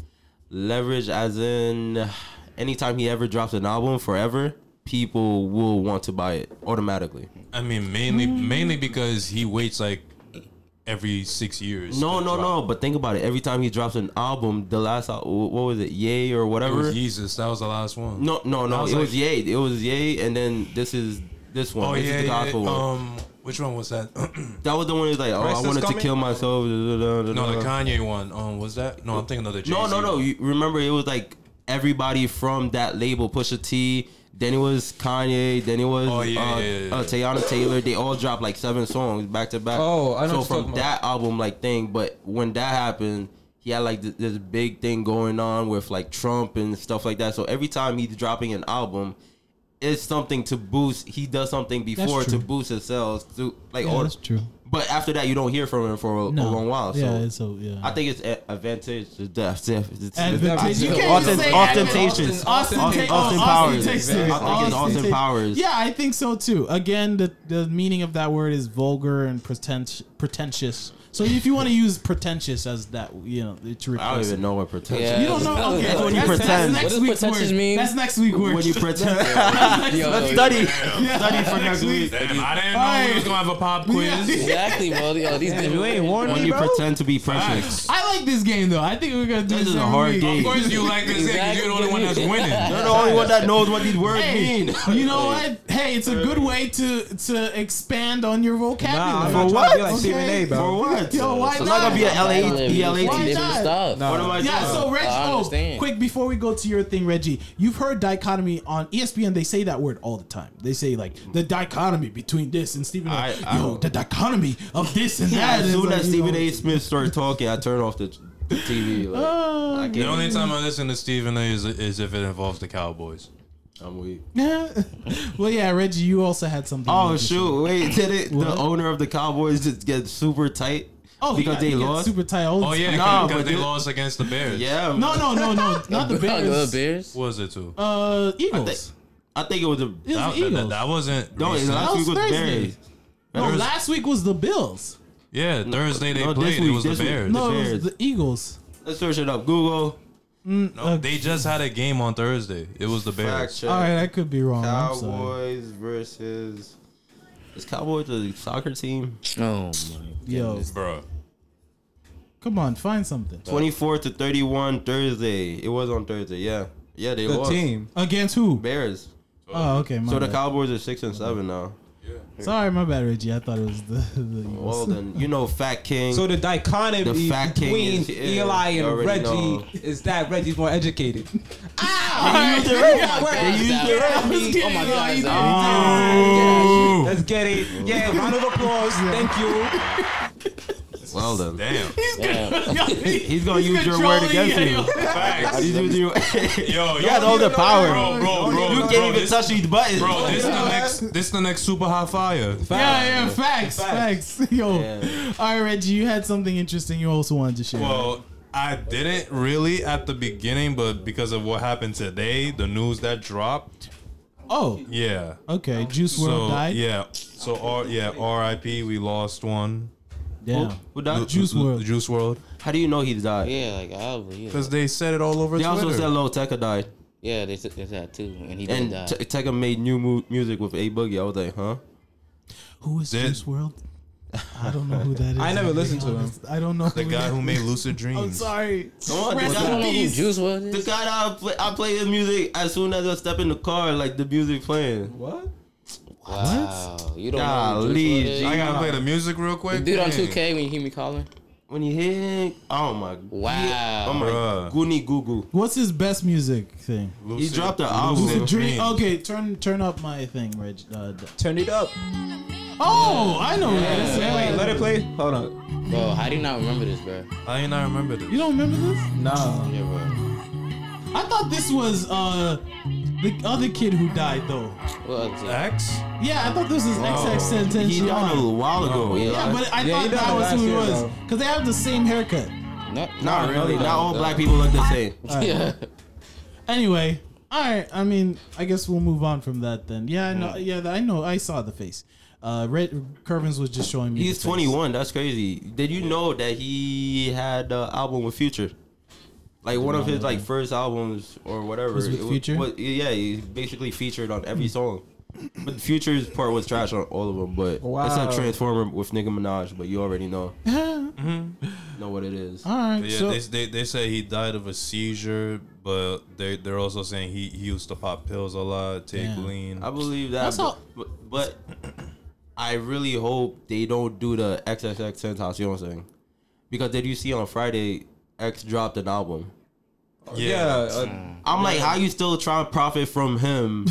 [SPEAKER 2] leverage as in anytime he ever drops an album forever people will want to buy it automatically
[SPEAKER 5] I mean, mainly mainly because he waits like every six years.
[SPEAKER 2] No,
[SPEAKER 5] to
[SPEAKER 2] no,
[SPEAKER 5] drop.
[SPEAKER 2] no. But think about it. Every time he drops an album, the last al- what was it, Yay or
[SPEAKER 5] It
[SPEAKER 2] whatever?
[SPEAKER 5] was Jesus. That was the last one.
[SPEAKER 2] No, no,
[SPEAKER 5] I
[SPEAKER 2] no.
[SPEAKER 5] was
[SPEAKER 2] It
[SPEAKER 5] like-
[SPEAKER 2] was Yay. It was Yay, and then this is this one.
[SPEAKER 5] Oh
[SPEAKER 2] this
[SPEAKER 5] yeah,
[SPEAKER 2] is the
[SPEAKER 5] yeah.
[SPEAKER 2] gospel one.
[SPEAKER 5] Um, which one was that?
[SPEAKER 2] that was the one. He's like, oh,
[SPEAKER 5] Christ
[SPEAKER 2] I
[SPEAKER 5] is
[SPEAKER 2] wanted to
[SPEAKER 5] coming?
[SPEAKER 2] kill myself. No,
[SPEAKER 5] no, the Kanye one. Um, was that? No, I'm thinking of the. Jay-Z
[SPEAKER 2] No, no, no.
[SPEAKER 5] one.
[SPEAKER 2] You remember it was like everybody from that label, Pusha T. Then it was Kanye. Then it was
[SPEAKER 5] Oh, yeah,
[SPEAKER 2] uh,
[SPEAKER 5] yeah, yeah,
[SPEAKER 2] uh, Teyana Taylor. They all dropped like seven songs back to back.
[SPEAKER 3] Oh, I
[SPEAKER 2] So
[SPEAKER 3] know what you're
[SPEAKER 2] from
[SPEAKER 3] talking
[SPEAKER 2] that album, like thing, but when that happened, he had like th- this big thing going on with like Trump and stuff like that. So every time he's dropping an album, it's something to boost. He does something before to
[SPEAKER 1] true.
[SPEAKER 2] boost his sales. To like
[SPEAKER 1] Yeah,
[SPEAKER 2] all.
[SPEAKER 1] that's true.
[SPEAKER 2] But after that, you don't hear from him for a, a
[SPEAKER 1] No.
[SPEAKER 2] long while. So.
[SPEAKER 1] Yeah, it's so yeah.
[SPEAKER 2] I think it's a- advantage to death.
[SPEAKER 1] Advantage- you can't
[SPEAKER 2] Austin,
[SPEAKER 1] even say
[SPEAKER 2] ostentations.
[SPEAKER 1] Austin, Austin,
[SPEAKER 2] Austin,
[SPEAKER 1] Ta-
[SPEAKER 2] Austin
[SPEAKER 1] oh,
[SPEAKER 2] Powers.
[SPEAKER 1] Austin,
[SPEAKER 2] I
[SPEAKER 1] Texas.
[SPEAKER 2] think it's Austin
[SPEAKER 1] Texas.
[SPEAKER 2] Powers.
[SPEAKER 1] Yeah, I think so too. Again, the, the meaning of that word is vulgar and pretent- pretentious. So if you want to use pretentious as that, you know, to
[SPEAKER 2] I
[SPEAKER 1] replace
[SPEAKER 2] don't
[SPEAKER 1] it.
[SPEAKER 2] even know what pretentious.
[SPEAKER 6] Yeah.
[SPEAKER 1] You don't know. Okay,
[SPEAKER 6] That's
[SPEAKER 2] when you
[SPEAKER 1] That's
[SPEAKER 2] pretend.
[SPEAKER 6] What does
[SPEAKER 1] next week's
[SPEAKER 6] pretentious
[SPEAKER 1] word.
[SPEAKER 6] mean?
[SPEAKER 1] That's next week word.
[SPEAKER 2] When you pretend.
[SPEAKER 6] Yo,
[SPEAKER 2] Let's study.
[SPEAKER 1] Yeah.
[SPEAKER 2] Study for next week.
[SPEAKER 5] Damn, I didn't know
[SPEAKER 1] Alright.
[SPEAKER 5] we was gonna have a pop
[SPEAKER 1] Yeah.
[SPEAKER 5] quiz.
[SPEAKER 6] Exactly, bro. Yo, these
[SPEAKER 3] You ain't
[SPEAKER 6] different.
[SPEAKER 3] warning
[SPEAKER 2] When
[SPEAKER 3] me,
[SPEAKER 2] you
[SPEAKER 3] bro.
[SPEAKER 2] pretend to be perfect.
[SPEAKER 1] I like this game though. I think we're gonna do
[SPEAKER 2] This
[SPEAKER 1] this
[SPEAKER 2] is a
[SPEAKER 1] every
[SPEAKER 2] hard
[SPEAKER 1] week.
[SPEAKER 2] game.
[SPEAKER 5] Of course you like this exactly. you're the only one that's winning.
[SPEAKER 2] You're the only one that knows what these words
[SPEAKER 1] Hey,
[SPEAKER 2] mean.
[SPEAKER 1] you know what? Hey, it's a good way to to expand on your
[SPEAKER 3] Nah, I'm
[SPEAKER 1] vocabulary.
[SPEAKER 3] not
[SPEAKER 2] For
[SPEAKER 3] trying to be like
[SPEAKER 1] what?
[SPEAKER 3] Stephen A,
[SPEAKER 1] Okay.
[SPEAKER 2] For
[SPEAKER 3] bro.
[SPEAKER 2] what?
[SPEAKER 1] Yo, why
[SPEAKER 2] It's not gonna be
[SPEAKER 1] not?
[SPEAKER 2] an LA,
[SPEAKER 6] Like,
[SPEAKER 2] ELA
[SPEAKER 6] it's
[SPEAKER 2] team.
[SPEAKER 1] Why
[SPEAKER 6] different
[SPEAKER 1] not?
[SPEAKER 6] stuff.
[SPEAKER 3] Nah.
[SPEAKER 2] What am I
[SPEAKER 1] Yeah,
[SPEAKER 2] doing?
[SPEAKER 1] so Reggie,
[SPEAKER 6] I
[SPEAKER 1] oh,
[SPEAKER 6] understand.
[SPEAKER 1] quick before we go to your thing, Reggie, you've heard dichotomy on E ESPN. They say that word all the time. They say like the dichotomy between this and Stephen.
[SPEAKER 2] I-
[SPEAKER 1] A.
[SPEAKER 2] I-
[SPEAKER 1] Yo, the dichotomy of this and that.
[SPEAKER 2] As
[SPEAKER 1] is
[SPEAKER 2] soon
[SPEAKER 1] like,
[SPEAKER 2] as
[SPEAKER 1] you
[SPEAKER 2] Stephen
[SPEAKER 1] know.
[SPEAKER 2] A. Smith started talking, I turned off the the TV. Like,
[SPEAKER 1] Oh,
[SPEAKER 2] I can't.
[SPEAKER 5] The only time I listen to Stephen A. is, is if it involves the Cowboys.
[SPEAKER 2] I'm weak.
[SPEAKER 1] well, yeah, Reggie, you also had something.
[SPEAKER 2] Oh
[SPEAKER 1] like this.
[SPEAKER 2] shoot! Wait, did it? The
[SPEAKER 1] What?
[SPEAKER 2] owner of the Cowboys just get super tight
[SPEAKER 1] Oh,
[SPEAKER 2] because
[SPEAKER 1] yeah,
[SPEAKER 2] they
[SPEAKER 1] he gets
[SPEAKER 2] lost.
[SPEAKER 1] Super tight. all
[SPEAKER 5] Oh
[SPEAKER 1] the
[SPEAKER 5] yeah,
[SPEAKER 1] time.
[SPEAKER 2] Nah,
[SPEAKER 5] because
[SPEAKER 2] but
[SPEAKER 5] they
[SPEAKER 2] dude-
[SPEAKER 5] lost agast the Bears.
[SPEAKER 2] yeah,
[SPEAKER 1] No, no, no, no, not the
[SPEAKER 6] The
[SPEAKER 1] Bears.
[SPEAKER 6] Bears.
[SPEAKER 5] What was it too?
[SPEAKER 1] Uh, Eagles.
[SPEAKER 2] think- I think it was a.
[SPEAKER 1] It
[SPEAKER 5] That,
[SPEAKER 1] was the
[SPEAKER 5] that, that,
[SPEAKER 1] Eagles.
[SPEAKER 5] that wasn't.
[SPEAKER 2] No,
[SPEAKER 5] recent.
[SPEAKER 2] last
[SPEAKER 1] That
[SPEAKER 2] week
[SPEAKER 1] was
[SPEAKER 2] was
[SPEAKER 1] Thursday.
[SPEAKER 2] Bears.
[SPEAKER 1] No,
[SPEAKER 5] Bears-
[SPEAKER 1] last week was the Bills.
[SPEAKER 5] yeah, Thursday they
[SPEAKER 2] no, this
[SPEAKER 5] played.
[SPEAKER 2] week,
[SPEAKER 5] it was the
[SPEAKER 2] this week.
[SPEAKER 5] Bears.
[SPEAKER 1] No, it
[SPEAKER 2] Bears.
[SPEAKER 1] was the Eagles.
[SPEAKER 2] Let's search it up. Google.
[SPEAKER 5] No, they just had a game on Thursday. It was the Bears.
[SPEAKER 1] All right, I could be wrong. I'm sorry.
[SPEAKER 2] Cowboys versus. Is Cowboys a soccer team?
[SPEAKER 6] Oh
[SPEAKER 1] Yo,
[SPEAKER 5] Bro,
[SPEAKER 1] come on, find something.
[SPEAKER 2] Twenty-four to thirty-one Thursday. It was on Thursday. Yeah, yeah, they
[SPEAKER 3] The
[SPEAKER 2] lost.
[SPEAKER 3] team.
[SPEAKER 1] Against who?
[SPEAKER 2] Bears.
[SPEAKER 1] Oh, okay. My
[SPEAKER 2] So the
[SPEAKER 1] bad.
[SPEAKER 2] Cowboys are six and seven now.
[SPEAKER 1] Sorry, my bad, Reggie. I thought it was the, the
[SPEAKER 2] Well
[SPEAKER 1] Eagles.
[SPEAKER 2] then, you know, Fat King.
[SPEAKER 3] So the dichotomy
[SPEAKER 2] The fat king
[SPEAKER 3] between
[SPEAKER 2] is- yeah,
[SPEAKER 3] Eli
[SPEAKER 2] you
[SPEAKER 3] and
[SPEAKER 2] already
[SPEAKER 3] Reggie
[SPEAKER 2] know.
[SPEAKER 3] is that Reggie's more educated.
[SPEAKER 2] They used it right. They used it right.
[SPEAKER 6] Oh my god, Zach.
[SPEAKER 3] Let's get it. Yeah, round of applause. Thank you.
[SPEAKER 2] Well then.
[SPEAKER 5] damn.
[SPEAKER 6] Yeah.
[SPEAKER 2] He's gonna use your word against you.
[SPEAKER 5] Facts.
[SPEAKER 2] He's using your.
[SPEAKER 5] Yo,
[SPEAKER 2] You got all the power.
[SPEAKER 5] Bro, bro, bro.
[SPEAKER 2] you
[SPEAKER 5] bro,
[SPEAKER 2] can't even
[SPEAKER 5] this,
[SPEAKER 2] touch these buttons.
[SPEAKER 5] Bro, this the next. This the next super hot fire.
[SPEAKER 1] Yeah, yeah, facts, facts. Yo,
[SPEAKER 2] Yeah.
[SPEAKER 1] all right, Reggie, you had something interesting you also wanted to share.
[SPEAKER 5] Well, I didn't really at the beginning, but because of what happened today, the news that dropped.
[SPEAKER 1] oh,
[SPEAKER 5] Yeah.
[SPEAKER 1] okay, Juice
[SPEAKER 5] So
[SPEAKER 1] World died.
[SPEAKER 5] yeah. So R yeah. R.I.P. We lost one.
[SPEAKER 1] Damn.
[SPEAKER 2] Who died?
[SPEAKER 1] Uh, Juice WRLD.
[SPEAKER 5] Juice World.
[SPEAKER 2] How do you know he died?
[SPEAKER 6] Yeah, like I believe. it.
[SPEAKER 5] Because they said it all over
[SPEAKER 2] They also
[SPEAKER 5] Twitter.
[SPEAKER 2] said Lil Tecca died,
[SPEAKER 6] Yeah, they took that too, and he did
[SPEAKER 2] and
[SPEAKER 6] die.
[SPEAKER 2] Te- Tecca made new mu- music with A Boogie. I was like, huh?
[SPEAKER 1] Who is
[SPEAKER 5] Did-
[SPEAKER 1] Juice World? I don't know who that is.
[SPEAKER 3] I never
[SPEAKER 1] I'll be
[SPEAKER 3] listened to him.
[SPEAKER 1] honest. I don't know
[SPEAKER 5] the guy who made Lucid Dreams.
[SPEAKER 1] I'm sorry.
[SPEAKER 2] Come on,
[SPEAKER 1] Rest
[SPEAKER 2] dude.
[SPEAKER 6] I
[SPEAKER 1] in
[SPEAKER 6] don't know who
[SPEAKER 1] peace.
[SPEAKER 6] Juice was.
[SPEAKER 2] The guy that I play, I play his music as soon as I step in the car, like the music playing.
[SPEAKER 3] What?
[SPEAKER 6] Wow, you don't
[SPEAKER 2] Golly,
[SPEAKER 6] know who Juice
[SPEAKER 2] G.
[SPEAKER 6] WRLD
[SPEAKER 5] I
[SPEAKER 6] is?
[SPEAKER 5] gotta play the music real quick.
[SPEAKER 6] The dude on
[SPEAKER 5] Dang.
[SPEAKER 6] 2K when you hear me calling.
[SPEAKER 2] When you hit, oh my,
[SPEAKER 6] Wow.
[SPEAKER 2] oh my,
[SPEAKER 5] Bruh.
[SPEAKER 2] Goonie Goo Goo.
[SPEAKER 1] What's his best music thing?
[SPEAKER 2] He
[SPEAKER 5] Lucid-
[SPEAKER 2] dropped an
[SPEAKER 1] Lucid Dream.
[SPEAKER 2] album.
[SPEAKER 5] Dreams.
[SPEAKER 1] Okay, turn turn up my thing, Reg. Uh, d-
[SPEAKER 3] Turn it up.
[SPEAKER 1] oh, I know. this. Yeah.
[SPEAKER 3] Wait, let it play. Hold on.
[SPEAKER 6] Bro, how do you not remember this, bro?
[SPEAKER 5] I ain't not remember this.
[SPEAKER 1] You don't remember this?
[SPEAKER 3] Nah.
[SPEAKER 6] Yeah, bro.
[SPEAKER 1] I thought this was uh the other kid who died though.
[SPEAKER 6] What other team?
[SPEAKER 5] X?
[SPEAKER 1] Yeah, I thought this was XX
[SPEAKER 2] He died a
[SPEAKER 1] Sentention.
[SPEAKER 2] little while ago.
[SPEAKER 6] yeah.
[SPEAKER 2] Eli.
[SPEAKER 1] Yeah, but I
[SPEAKER 3] Yeah, he
[SPEAKER 1] thought that
[SPEAKER 3] died
[SPEAKER 1] was
[SPEAKER 3] last
[SPEAKER 1] who it
[SPEAKER 3] year,
[SPEAKER 1] was
[SPEAKER 3] though.
[SPEAKER 1] because they have the same haircut.
[SPEAKER 6] No,
[SPEAKER 2] Not
[SPEAKER 6] no,
[SPEAKER 2] really.
[SPEAKER 6] no,
[SPEAKER 2] Not all
[SPEAKER 6] no.
[SPEAKER 2] black people look the same.
[SPEAKER 6] Yeah.
[SPEAKER 1] Anyway, all right. I mean, I guess we'll move on from that then. Yeah, I know. Yeah, I know. I saw the face. Uh, Red Curvins was just showing me. the
[SPEAKER 2] He's
[SPEAKER 1] face.
[SPEAKER 2] 21. That's crazy. Did you know that he had an album with Future? Like one of his like first albums or whatever.
[SPEAKER 1] Was with
[SPEAKER 2] wa-
[SPEAKER 1] Future?
[SPEAKER 2] wa- yeah, he basically featured on every song. But Future's part was trash on all of them, but it's
[SPEAKER 3] Wow.
[SPEAKER 2] not Transformer with Nicki Minaj, but you already know know what it is.
[SPEAKER 1] All right,
[SPEAKER 5] But yeah,
[SPEAKER 1] so
[SPEAKER 5] they, they they say he died of a seizure, but they they're also saying he, he used to pop pills a lot, take
[SPEAKER 1] Yeah.
[SPEAKER 5] lean.
[SPEAKER 2] I believe that,
[SPEAKER 1] That's all-
[SPEAKER 2] but, but I really hope they don't do the XXX Tentacion thing, because did you see on Friday X dropped an album?
[SPEAKER 3] Yeah.
[SPEAKER 1] Mm.
[SPEAKER 3] uh,
[SPEAKER 2] I'm like, how you still trying to profit from him?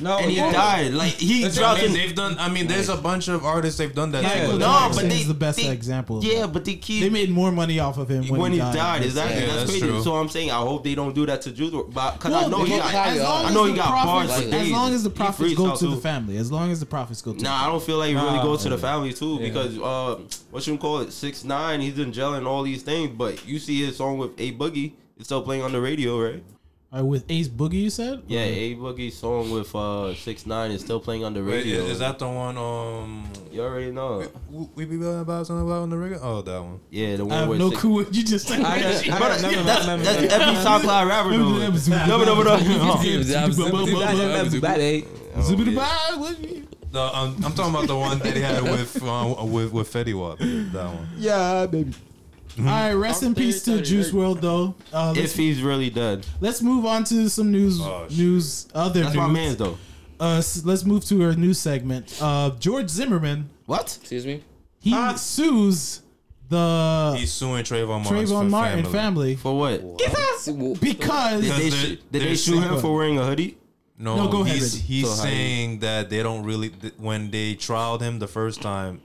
[SPEAKER 3] no,
[SPEAKER 2] and he
[SPEAKER 3] yeah.
[SPEAKER 2] died. Like he
[SPEAKER 3] That's
[SPEAKER 2] dropped.
[SPEAKER 3] what
[SPEAKER 2] an-
[SPEAKER 5] They- they've done. I mean, there's a bunch of artists they've done that.
[SPEAKER 3] Yeah.
[SPEAKER 5] to.
[SPEAKER 3] No,
[SPEAKER 2] no, but
[SPEAKER 1] Jackson
[SPEAKER 2] they
[SPEAKER 1] is the best
[SPEAKER 2] they-
[SPEAKER 1] example of
[SPEAKER 2] Yeah,
[SPEAKER 1] that.
[SPEAKER 2] but they keep
[SPEAKER 1] they made more money off of him when, he died.
[SPEAKER 2] Exactly.
[SPEAKER 5] Yeah,
[SPEAKER 2] that's,
[SPEAKER 5] that's
[SPEAKER 2] crazy.
[SPEAKER 5] true.
[SPEAKER 2] So I'm saying I hope they don't do that to Juice because I
[SPEAKER 1] Well,
[SPEAKER 2] know he
[SPEAKER 1] look,
[SPEAKER 2] got.
[SPEAKER 6] I-
[SPEAKER 1] as long
[SPEAKER 2] I
[SPEAKER 1] as
[SPEAKER 2] know
[SPEAKER 1] the
[SPEAKER 2] he got
[SPEAKER 1] profits,
[SPEAKER 2] bars. Like,
[SPEAKER 1] as
[SPEAKER 2] they-
[SPEAKER 1] long as the
[SPEAKER 2] he
[SPEAKER 1] profits
[SPEAKER 2] freaks
[SPEAKER 1] go
[SPEAKER 2] out,
[SPEAKER 1] to the
[SPEAKER 2] too.
[SPEAKER 1] family, as long as the profits go to
[SPEAKER 2] Nah, I don't feel like it really
[SPEAKER 3] Nah,
[SPEAKER 2] goes to the
[SPEAKER 3] yeah.
[SPEAKER 2] family too
[SPEAKER 3] Yeah.
[SPEAKER 2] because uh, what you call it, six nine. He's in jail and all these things, but you see his song with a boogie. It's still playing on the radio, right? Mm-hmm.
[SPEAKER 1] All right, uh, with Ace Boogie, you said?
[SPEAKER 2] Yeah, a boogie song with uh six nine is still playing on the
[SPEAKER 5] Wait,
[SPEAKER 2] radio.
[SPEAKER 5] is, is that the one? Um,
[SPEAKER 2] you already know?
[SPEAKER 5] we- we be going about something about on the radio. Oh, that one.
[SPEAKER 2] Yeah, the one
[SPEAKER 1] I have
[SPEAKER 2] with
[SPEAKER 1] no
[SPEAKER 2] six-
[SPEAKER 1] clue what you just said.
[SPEAKER 3] I got, I got
[SPEAKER 2] Brother,
[SPEAKER 3] another
[SPEAKER 2] that's,
[SPEAKER 3] memory.
[SPEAKER 2] that's every SoundCloud rapper
[SPEAKER 1] Let me- let me zoom
[SPEAKER 2] though. No, no, no, no.
[SPEAKER 3] Everybody.
[SPEAKER 1] Oh,
[SPEAKER 5] Oh, No, I'm, I'm talking about the one that he had with uh, with with Fetty Wap. That one.
[SPEAKER 3] Yeah, baby.
[SPEAKER 1] All right, rest in peace to Juice World, though. Uh, let's,
[SPEAKER 2] If he's really dead,
[SPEAKER 1] let's move on to some news.
[SPEAKER 5] Oh, shit.
[SPEAKER 1] news, other
[SPEAKER 2] that's
[SPEAKER 1] news.
[SPEAKER 2] my man's though.
[SPEAKER 1] Uh, s- let's move to our news segment. Uh, George Zimmerman
[SPEAKER 2] What?
[SPEAKER 6] Excuse me.
[SPEAKER 1] he sues the
[SPEAKER 5] He's suing Trayvon Martin.
[SPEAKER 1] Trayvon
[SPEAKER 5] for
[SPEAKER 1] Martin family,
[SPEAKER 2] For what?
[SPEAKER 1] because
[SPEAKER 2] Did they,
[SPEAKER 5] Because
[SPEAKER 2] sh-
[SPEAKER 5] they-
[SPEAKER 2] did
[SPEAKER 5] they're
[SPEAKER 2] they shoot him
[SPEAKER 1] single.
[SPEAKER 2] for wearing a hoodie?
[SPEAKER 5] No,
[SPEAKER 1] No, go ahead,
[SPEAKER 5] he's,
[SPEAKER 1] Reggie.
[SPEAKER 5] he's
[SPEAKER 2] So how do you-
[SPEAKER 5] saying that they don't really th- when they trialed him the first time,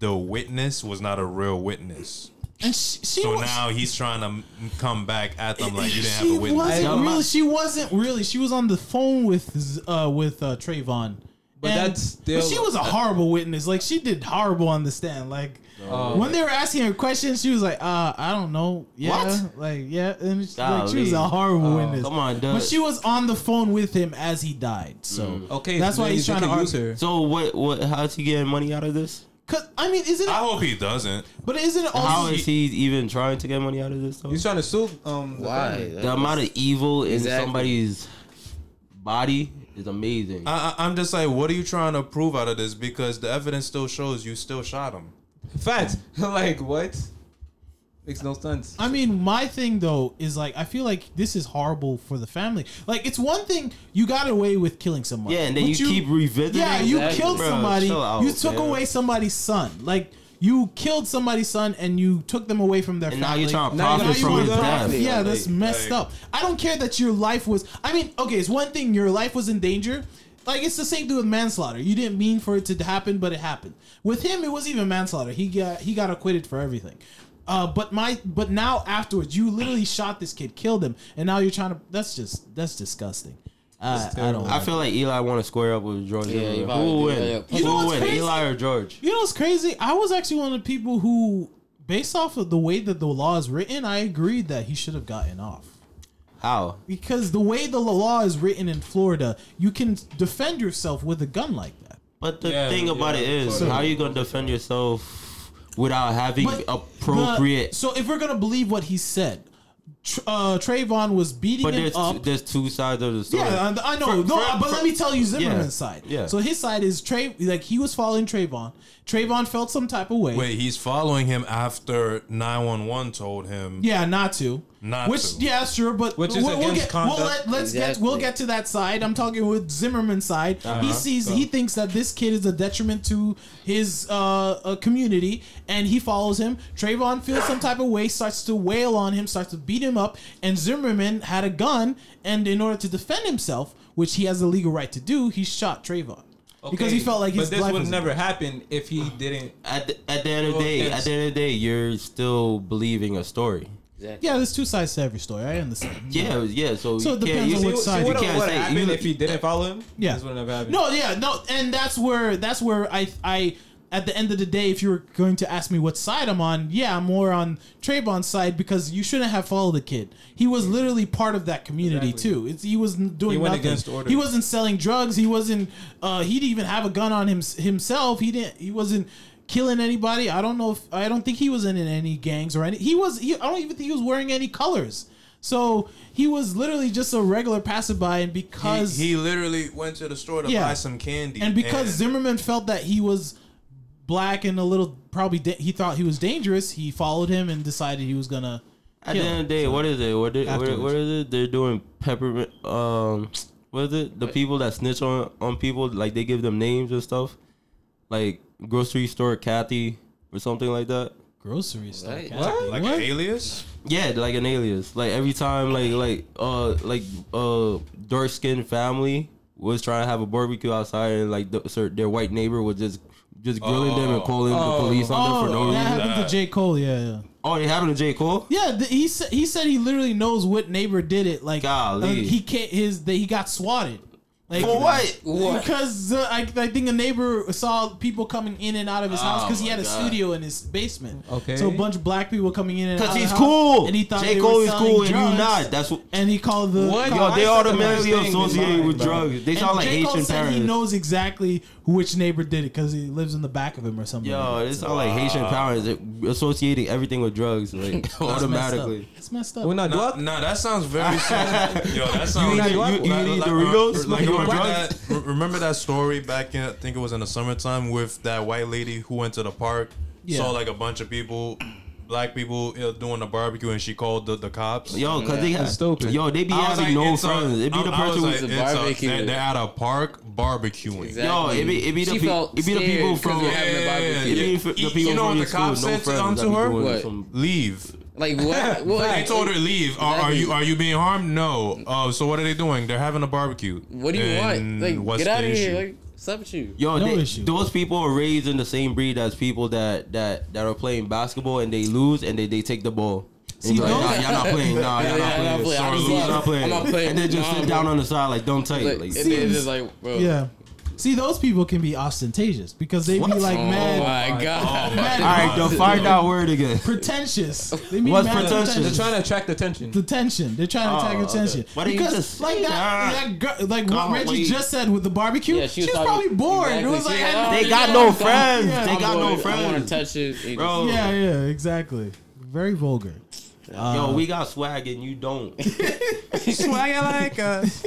[SPEAKER 5] the witness was not a real witness.
[SPEAKER 1] and she, she
[SPEAKER 5] So
[SPEAKER 1] was,
[SPEAKER 5] now he's trying to m- come back at them like you didn't have
[SPEAKER 1] she
[SPEAKER 5] a witness.
[SPEAKER 1] wasn't
[SPEAKER 2] I'm
[SPEAKER 1] really.
[SPEAKER 2] not-
[SPEAKER 1] She wasn't really. She was on the phone with Z- uh, with uh, Trayvon.
[SPEAKER 3] But that's still-
[SPEAKER 1] But she was a horrible witness. Like she did horrible on the stand. Like
[SPEAKER 2] Oh.
[SPEAKER 1] when they were asking her questions, she was like, uh, "I don't know." Yeah,
[SPEAKER 2] What?
[SPEAKER 1] like yeah, and she, like, she
[SPEAKER 2] Golly. Oh,
[SPEAKER 1] was a horrible witness.
[SPEAKER 2] Come on,
[SPEAKER 1] But
[SPEAKER 2] Doug.
[SPEAKER 1] she was on the phone with him as he died. So
[SPEAKER 2] Mm.
[SPEAKER 3] Okay,
[SPEAKER 1] that's why
[SPEAKER 3] then
[SPEAKER 1] he's
[SPEAKER 3] you
[SPEAKER 1] trying to
[SPEAKER 3] can use
[SPEAKER 1] argue.
[SPEAKER 3] her.
[SPEAKER 2] so what? What? How's he getting money out of this?
[SPEAKER 1] Cause I mean, isn't it?
[SPEAKER 5] I hope he doesn't.
[SPEAKER 1] but isn't it
[SPEAKER 2] How
[SPEAKER 1] also?
[SPEAKER 2] is he even trying to get money out of this? Though?
[SPEAKER 3] He's trying to sue um. the
[SPEAKER 6] Why?
[SPEAKER 3] family.
[SPEAKER 2] The amount of evil in
[SPEAKER 6] Exactly.
[SPEAKER 2] somebody's body is
[SPEAKER 1] Uh,
[SPEAKER 2] amazing.
[SPEAKER 5] I, I, I'm just like, what are you trying to prove out of this? Because the evidence still shows you still shot him.
[SPEAKER 3] Facts. like what? Makes no sense.
[SPEAKER 1] I mean, my thing though is like I feel like this is horrible for the family. Like it's one thing you got away with killing someone.
[SPEAKER 2] yeah, and then
[SPEAKER 1] but
[SPEAKER 2] you, keep revisiting.
[SPEAKER 1] Yeah, you
[SPEAKER 6] Exactly.
[SPEAKER 1] killed
[SPEAKER 2] Bro,
[SPEAKER 1] somebody.
[SPEAKER 2] chill out,
[SPEAKER 1] you took
[SPEAKER 2] man.
[SPEAKER 1] away somebody's son. Like you killed somebody's son and you took them away from their
[SPEAKER 2] And now
[SPEAKER 1] family.
[SPEAKER 2] you're trying to
[SPEAKER 3] Now you
[SPEAKER 2] profit
[SPEAKER 3] know you
[SPEAKER 2] from his
[SPEAKER 3] wanna
[SPEAKER 2] death.
[SPEAKER 3] profit.
[SPEAKER 1] Yeah, that's messed
[SPEAKER 5] like-
[SPEAKER 1] up. I don't care that your life was. I mean, okay, it's one thing your life was in danger. Like it's the same thing with manslaughter. You didn't mean for it to happen, but it happened. With him, it wasn't even manslaughter. He got he got acquitted for everything. Uh, but my but now afterwards, you literally shot this kid, killed him, and now you're trying to. That's just that's disgusting. I, I don't.
[SPEAKER 2] I feel like Eli want to square up with George.
[SPEAKER 6] Yeah,
[SPEAKER 2] Zimmerman.
[SPEAKER 6] he
[SPEAKER 2] Who
[SPEAKER 6] probably
[SPEAKER 2] will
[SPEAKER 6] do.
[SPEAKER 2] win?
[SPEAKER 6] Yeah, yeah.
[SPEAKER 2] Who
[SPEAKER 1] You know
[SPEAKER 2] will
[SPEAKER 1] what's
[SPEAKER 2] win,
[SPEAKER 1] crazy?
[SPEAKER 2] Eli or George?
[SPEAKER 1] You know what's crazy? I was actually one of the people who, based off of the way that the law is written, I agreed that he should have gotten off.
[SPEAKER 2] How?
[SPEAKER 1] Because the way the law is written in Florida, you can defend yourself with a gun like that.
[SPEAKER 2] But the
[SPEAKER 3] Yeah,
[SPEAKER 2] thing about
[SPEAKER 3] yeah,
[SPEAKER 2] it is,
[SPEAKER 3] so-
[SPEAKER 2] how you gonna defend yourself without having
[SPEAKER 1] But
[SPEAKER 2] appropriate?
[SPEAKER 1] the- so if we're gonna believe what he said, Tr- uh, Trayvon was beating
[SPEAKER 2] but
[SPEAKER 1] him
[SPEAKER 2] there's
[SPEAKER 1] up.
[SPEAKER 2] two, there's two sides of the story.
[SPEAKER 1] Yeah, I, I know.
[SPEAKER 2] For-
[SPEAKER 1] no,
[SPEAKER 2] for-
[SPEAKER 1] but let me tell you Zimmerman's
[SPEAKER 2] yeah,
[SPEAKER 1] side.
[SPEAKER 2] yeah.
[SPEAKER 1] So his side is Trey. Like he was following Trayvon. Trayvon felt some type of way.
[SPEAKER 5] Wait, he's following him after 911 told him.
[SPEAKER 1] Yeah, not to.
[SPEAKER 5] Not
[SPEAKER 1] Which,
[SPEAKER 5] to.
[SPEAKER 1] yeah, sure, but
[SPEAKER 3] Which is
[SPEAKER 1] we'll, we'll
[SPEAKER 3] against
[SPEAKER 1] get, we'll
[SPEAKER 3] conduct.
[SPEAKER 1] let, us get we'll
[SPEAKER 6] Exactly.
[SPEAKER 1] get to that side. I'm talking with Zimmerman's side.
[SPEAKER 3] Uh-huh.
[SPEAKER 1] he sees he thinks that this kid is a detriment to his uh, uh, community, and he follows him. Trayvon feels some type of way, starts to wail on him, starts to beat him up, and Zimmerman had a gun, and in order to defend himself, which he has the legal right to do, he shot Trayvon because he
[SPEAKER 3] Okay,
[SPEAKER 1] felt like his
[SPEAKER 3] But this
[SPEAKER 1] life
[SPEAKER 3] would
[SPEAKER 1] was
[SPEAKER 3] never happen if he didn't.
[SPEAKER 2] At the, at the end of the
[SPEAKER 3] Well,
[SPEAKER 2] day,
[SPEAKER 3] it's-
[SPEAKER 2] at the end of the day, you're still believing a story.
[SPEAKER 6] Exactly.
[SPEAKER 1] Yeah, there's two sides to every story. I understand.
[SPEAKER 2] Yeah, yeah. So,
[SPEAKER 1] So it
[SPEAKER 2] you can't-
[SPEAKER 1] depends on
[SPEAKER 2] you-
[SPEAKER 1] what
[SPEAKER 2] you
[SPEAKER 1] side
[SPEAKER 2] can't
[SPEAKER 3] what would
[SPEAKER 2] say-
[SPEAKER 3] happen
[SPEAKER 2] you-
[SPEAKER 3] if he didn't follow him?
[SPEAKER 1] Yeah.
[SPEAKER 3] This would never happen.
[SPEAKER 1] No, yeah, no, and that's where that's where I I at the end of the day, if you were going to ask me what side I'm on, yeah, I'm more on Trayvon's side because you shouldn't have followed the kid. He was literally part of that community
[SPEAKER 3] Exactly.
[SPEAKER 1] too. It's, he was doing
[SPEAKER 3] He went
[SPEAKER 1] nothing.
[SPEAKER 3] against order.
[SPEAKER 1] He wasn't selling drugs. He wasn't. Uh, he didn't even have a gun on him himself. He didn't. He wasn't killing anybody. I don't know if I don't think he was in any gangs or any. He was. He, I don't even think he was wearing any colors. So he was literally just a regular passerby, and
[SPEAKER 5] He,
[SPEAKER 1] because
[SPEAKER 5] he literally went to the store to
[SPEAKER 1] Yeah.
[SPEAKER 5] buy some candy.
[SPEAKER 1] and because Zimmerman felt that he was black and a little probably da- he thought he was dangerous, he followed him and decided he was gonna.
[SPEAKER 2] At
[SPEAKER 1] kill
[SPEAKER 2] the end
[SPEAKER 1] him.
[SPEAKER 2] of the day, what is it? What is, what,
[SPEAKER 1] Afterwards.
[SPEAKER 2] what is it? They're doing peppermint. Um, what is it? The people that snitch on on people, like they give them names and stuff, like grocery store Kathy or something like that.
[SPEAKER 1] Grocery store.
[SPEAKER 6] What?
[SPEAKER 1] Kathy.
[SPEAKER 5] like an alias,
[SPEAKER 2] Yeah, like an alias. Like every time, like like uh like uh dark skinned family was trying to have a barbecue outside, and like the, sir, their white neighbor was just just grilling them and calling the police on them for no
[SPEAKER 1] Oh, that
[SPEAKER 2] reason.
[SPEAKER 1] happened to J. Cole. Yeah, yeah.
[SPEAKER 2] Oh, it happened to J Cole.
[SPEAKER 1] Yeah, th- he said he said he literally knows what neighbor did it. Like,
[SPEAKER 2] Golly.
[SPEAKER 1] uh, he can't his that he got swatted. Like,
[SPEAKER 2] For what?
[SPEAKER 1] Because uh, I, I think a neighbor saw people coming in and out of his house
[SPEAKER 2] Oh
[SPEAKER 1] because he had a studio in his basement.
[SPEAKER 3] Okay.
[SPEAKER 1] so a bunch of black people coming in and out
[SPEAKER 2] Because
[SPEAKER 1] of
[SPEAKER 2] he's
[SPEAKER 1] the house,
[SPEAKER 2] cool.
[SPEAKER 1] and he thought
[SPEAKER 2] J
[SPEAKER 1] they
[SPEAKER 2] Cole
[SPEAKER 1] were
[SPEAKER 2] is
[SPEAKER 1] selling
[SPEAKER 2] cool, and you
[SPEAKER 1] drugs,
[SPEAKER 2] not. That's what.
[SPEAKER 1] And he called the
[SPEAKER 6] What?
[SPEAKER 1] cops.
[SPEAKER 2] Yo, they automatically
[SPEAKER 3] thing is
[SPEAKER 2] associated
[SPEAKER 3] lying,
[SPEAKER 2] with
[SPEAKER 3] bro.
[SPEAKER 2] drugs. They
[SPEAKER 1] And
[SPEAKER 2] sound like
[SPEAKER 1] J. Cole
[SPEAKER 2] Haitian
[SPEAKER 1] said
[SPEAKER 2] parents.
[SPEAKER 1] He knows exactly which neighbor did it because he lives in the back of him or something.
[SPEAKER 2] Yo, it sound like Haitian parents it- associating everything with drugs, like
[SPEAKER 1] It's messed up.
[SPEAKER 2] automatically.
[SPEAKER 1] it's messed up.
[SPEAKER 3] We're not
[SPEAKER 5] Nah,
[SPEAKER 3] drug.
[SPEAKER 5] nah, that sounds very. similar. Yo, that sounds.
[SPEAKER 3] need-
[SPEAKER 5] like-
[SPEAKER 3] you-
[SPEAKER 5] like-
[SPEAKER 2] you
[SPEAKER 5] like-
[SPEAKER 2] need
[SPEAKER 5] like-
[SPEAKER 2] Doritos?
[SPEAKER 5] Like,
[SPEAKER 2] You
[SPEAKER 5] remember,
[SPEAKER 2] want
[SPEAKER 5] that, re- remember that story back in? I think it was in the summertime with that white lady who went to the park,
[SPEAKER 1] Yeah.
[SPEAKER 5] saw like a bunch of people, black people you know, doing a barbecue, and she called the, the cops.
[SPEAKER 2] Yo, cause they have,
[SPEAKER 3] That's stupid.
[SPEAKER 2] Yo, they be
[SPEAKER 5] I was
[SPEAKER 2] having
[SPEAKER 5] like,
[SPEAKER 2] no
[SPEAKER 5] it's a-
[SPEAKER 2] friends. It be
[SPEAKER 5] I-
[SPEAKER 2] the
[SPEAKER 5] I was
[SPEAKER 2] person
[SPEAKER 5] like,
[SPEAKER 2] who's
[SPEAKER 5] it's
[SPEAKER 6] a barbecue.
[SPEAKER 5] they- they're at a park barbecuing.
[SPEAKER 2] Yo, it be it be the
[SPEAKER 6] She
[SPEAKER 2] people
[SPEAKER 6] felt
[SPEAKER 2] it be the
[SPEAKER 6] scared
[SPEAKER 2] people
[SPEAKER 6] 'cause
[SPEAKER 2] from
[SPEAKER 6] we're having
[SPEAKER 5] Yeah,
[SPEAKER 6] a
[SPEAKER 5] yeah, yeah,
[SPEAKER 2] it
[SPEAKER 6] barbecue.
[SPEAKER 2] be f- the
[SPEAKER 5] You- you
[SPEAKER 2] people
[SPEAKER 5] know
[SPEAKER 2] from
[SPEAKER 5] what
[SPEAKER 2] your
[SPEAKER 5] the
[SPEAKER 2] school,
[SPEAKER 5] cops
[SPEAKER 2] no
[SPEAKER 5] said to-
[SPEAKER 2] friends that
[SPEAKER 5] onto
[SPEAKER 2] be
[SPEAKER 5] her?
[SPEAKER 2] doing
[SPEAKER 6] What?
[SPEAKER 2] some-
[SPEAKER 5] Leave.
[SPEAKER 6] Like what? what?
[SPEAKER 5] They told her to leave. Are- Are you are you being harmed? No. Oh, so what are they doing? They're having a barbecue.
[SPEAKER 6] What do you
[SPEAKER 5] And
[SPEAKER 6] want? Like
[SPEAKER 5] what's
[SPEAKER 6] get out
[SPEAKER 5] the
[SPEAKER 6] of here.
[SPEAKER 5] issue?
[SPEAKER 6] Like what's up with you?
[SPEAKER 2] Yo,
[SPEAKER 1] No
[SPEAKER 2] they-
[SPEAKER 1] issue.
[SPEAKER 2] those people are raised in the same breed as people that that that are playing basketball and they lose and they, they take the ball. And
[SPEAKER 1] See,
[SPEAKER 2] you're like,
[SPEAKER 1] those-
[SPEAKER 2] nah, y'all not playing. Nah, y'all
[SPEAKER 6] Yeah,
[SPEAKER 2] not
[SPEAKER 6] I'm
[SPEAKER 2] playing.
[SPEAKER 6] playing.
[SPEAKER 2] Sorry,
[SPEAKER 6] I'm
[SPEAKER 2] lose, y'all
[SPEAKER 6] not
[SPEAKER 2] not playing.
[SPEAKER 6] I'm not playing.
[SPEAKER 2] And then just
[SPEAKER 6] Nah,
[SPEAKER 2] sit
[SPEAKER 6] bro.
[SPEAKER 2] down on the side like dumb tight.
[SPEAKER 6] Like,
[SPEAKER 2] Like,
[SPEAKER 6] and then
[SPEAKER 1] seems-
[SPEAKER 6] just like bro.
[SPEAKER 1] Yeah. See, those people can be ostentatious because they
[SPEAKER 2] What?
[SPEAKER 1] be like
[SPEAKER 6] Oh
[SPEAKER 1] mad,
[SPEAKER 6] my god.
[SPEAKER 1] mad
[SPEAKER 2] all right, though, find out word again.
[SPEAKER 1] pretentious. They mean
[SPEAKER 2] What's
[SPEAKER 1] mad
[SPEAKER 2] pretentious?
[SPEAKER 3] They're
[SPEAKER 1] pretentious.
[SPEAKER 3] trying to attract attention.
[SPEAKER 1] The tension. They're trying to
[SPEAKER 2] Oh,
[SPEAKER 1] attack
[SPEAKER 2] okay.
[SPEAKER 1] attention.
[SPEAKER 2] Why didn't you
[SPEAKER 1] because
[SPEAKER 2] just
[SPEAKER 1] like
[SPEAKER 2] say
[SPEAKER 1] that, that girl, like what
[SPEAKER 2] God,
[SPEAKER 1] Reggie
[SPEAKER 2] wait.
[SPEAKER 1] just said with the barbecue,
[SPEAKER 6] Yeah,
[SPEAKER 1] she,
[SPEAKER 6] she
[SPEAKER 1] was,
[SPEAKER 6] was
[SPEAKER 1] probably
[SPEAKER 6] probably-
[SPEAKER 1] bored. It
[SPEAKER 6] exactly.
[SPEAKER 1] was like
[SPEAKER 6] She-
[SPEAKER 1] I had
[SPEAKER 2] They
[SPEAKER 1] no
[SPEAKER 2] got
[SPEAKER 1] idea.
[SPEAKER 2] no friends.
[SPEAKER 1] Yeah.
[SPEAKER 2] They got no
[SPEAKER 6] I want
[SPEAKER 2] friends,
[SPEAKER 6] to touch it.
[SPEAKER 2] bro.
[SPEAKER 1] Yeah, yeah, exactly. Very vulgar.
[SPEAKER 2] Yo, we got swag and you don't.
[SPEAKER 3] Swagger like us.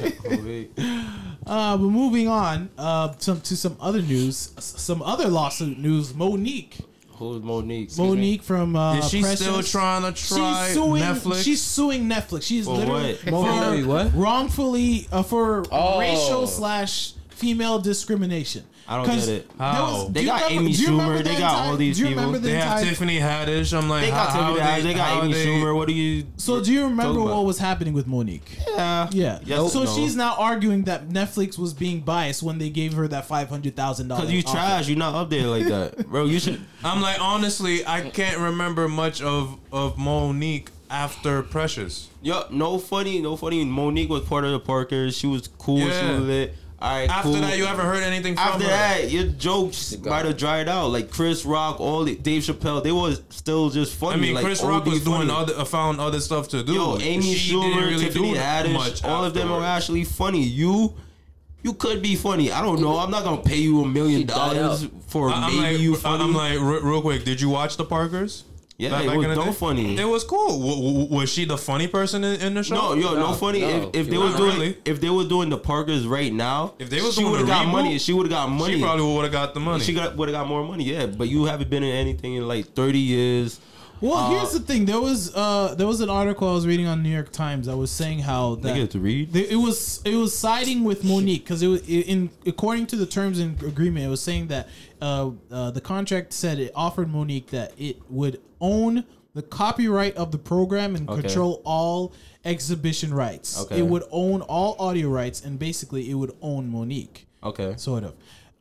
[SPEAKER 1] Uh, but moving on uh, some, to some other news, s- some other lawsuit news. Monique,
[SPEAKER 2] Who's Monique?
[SPEAKER 1] Monique from uh,
[SPEAKER 5] Is she still
[SPEAKER 1] Precious.
[SPEAKER 5] trying to try
[SPEAKER 1] she's suing
[SPEAKER 5] Netflix?
[SPEAKER 1] She's suing Netflix. She's
[SPEAKER 2] For
[SPEAKER 1] literally
[SPEAKER 2] what?
[SPEAKER 1] for
[SPEAKER 3] Wait, what?
[SPEAKER 1] wrongfully uh, for
[SPEAKER 6] Oh.
[SPEAKER 1] racial slash female discrimination.
[SPEAKER 2] I don't
[SPEAKER 1] 'Cause
[SPEAKER 2] get it.
[SPEAKER 1] there
[SPEAKER 5] How?
[SPEAKER 1] do
[SPEAKER 2] They
[SPEAKER 1] you
[SPEAKER 2] got Amy
[SPEAKER 1] do you remember
[SPEAKER 2] Schumer,
[SPEAKER 1] the
[SPEAKER 2] they got
[SPEAKER 1] entire-
[SPEAKER 2] all these
[SPEAKER 1] Do you remember
[SPEAKER 2] people.
[SPEAKER 1] the
[SPEAKER 5] they have
[SPEAKER 1] entire-
[SPEAKER 5] Tiffany Haddish. I'm like,
[SPEAKER 2] They got
[SPEAKER 5] how,
[SPEAKER 2] Tiffany
[SPEAKER 5] how
[SPEAKER 2] Haddish, They
[SPEAKER 5] how
[SPEAKER 2] got Amy
[SPEAKER 5] they-
[SPEAKER 2] Schumer. What do you?
[SPEAKER 1] So do you remember
[SPEAKER 2] Talk about
[SPEAKER 1] what
[SPEAKER 2] it.
[SPEAKER 1] was happening with Monique?
[SPEAKER 2] Yeah.
[SPEAKER 1] Yeah.
[SPEAKER 2] Yeah,
[SPEAKER 1] so
[SPEAKER 2] no.
[SPEAKER 1] she's now arguing that Netflix was being biased when they gave her that five hundred thousand dollars.
[SPEAKER 2] Cause you trash. You not up there like that, bro. You should.
[SPEAKER 5] I'm like, honestly, I can't remember much of of Monique after Precious.
[SPEAKER 2] Yo, no funny, no funny. Monique was part of the Parkers. She was cool. She
[SPEAKER 5] Yeah.
[SPEAKER 2] was lit. All right,
[SPEAKER 5] After
[SPEAKER 2] cool.
[SPEAKER 5] that, you haven't heard anything from
[SPEAKER 2] After
[SPEAKER 5] her.
[SPEAKER 2] that, your jokes
[SPEAKER 6] God.
[SPEAKER 2] might have dried out. Like Chris Rock, all the, Dave Chappelle, they was still just funny.
[SPEAKER 5] I mean,
[SPEAKER 2] like,
[SPEAKER 5] Chris
[SPEAKER 2] all
[SPEAKER 5] Rock
[SPEAKER 2] be
[SPEAKER 5] was doing
[SPEAKER 2] funny.
[SPEAKER 5] other, uh, found other stuff to do.
[SPEAKER 2] Yo, Amy
[SPEAKER 5] She didn't
[SPEAKER 2] Schumer, Tiffany Haddish, all of them are
[SPEAKER 5] afterwards.
[SPEAKER 2] actually funny. You, you could be funny. I don't know. I'm not gonna pay you a million
[SPEAKER 6] She thought
[SPEAKER 2] dollars
[SPEAKER 6] out.
[SPEAKER 2] for
[SPEAKER 5] I- I'm
[SPEAKER 2] maybe
[SPEAKER 5] like,
[SPEAKER 2] you
[SPEAKER 5] I-
[SPEAKER 2] funny.
[SPEAKER 5] I'm like, re- real quick, did you watch the Parkers?
[SPEAKER 2] yeah,
[SPEAKER 5] Back-
[SPEAKER 2] it
[SPEAKER 5] back
[SPEAKER 2] was
[SPEAKER 5] in the
[SPEAKER 2] dumb
[SPEAKER 5] day?
[SPEAKER 2] funny.
[SPEAKER 5] It was cool. W- w- was she the funny person in, in the show?
[SPEAKER 2] No, yo, no,
[SPEAKER 6] No,
[SPEAKER 2] funny.
[SPEAKER 6] no,
[SPEAKER 2] if if
[SPEAKER 6] she
[SPEAKER 2] they were
[SPEAKER 5] wasn't
[SPEAKER 2] doing
[SPEAKER 5] really.
[SPEAKER 2] if they were doing the Parkers right now,
[SPEAKER 5] If they was
[SPEAKER 2] she
[SPEAKER 5] doing
[SPEAKER 2] would
[SPEAKER 5] a
[SPEAKER 2] have got
[SPEAKER 5] reboot,
[SPEAKER 2] money. She would have got money.
[SPEAKER 5] She probably would have got the money.
[SPEAKER 2] She got would have got more money. Yeah, but you haven't been in anything in like thirty years.
[SPEAKER 1] Well,
[SPEAKER 2] Uh,
[SPEAKER 1] here's the thing. There was uh there was an article I was reading on New York Times that was saying how that
[SPEAKER 2] Nigga, to read?
[SPEAKER 1] They- it was it was siding with Monique because it was in according to the terms and agreement it was saying that uh, uh the contract said it offered Monique that it would own the copyright of the program and
[SPEAKER 2] Okay.
[SPEAKER 1] control all exhibition rights.
[SPEAKER 2] Okay.
[SPEAKER 1] It would own all audio rights and basically it would own Monique,
[SPEAKER 2] Okay,
[SPEAKER 1] sort of.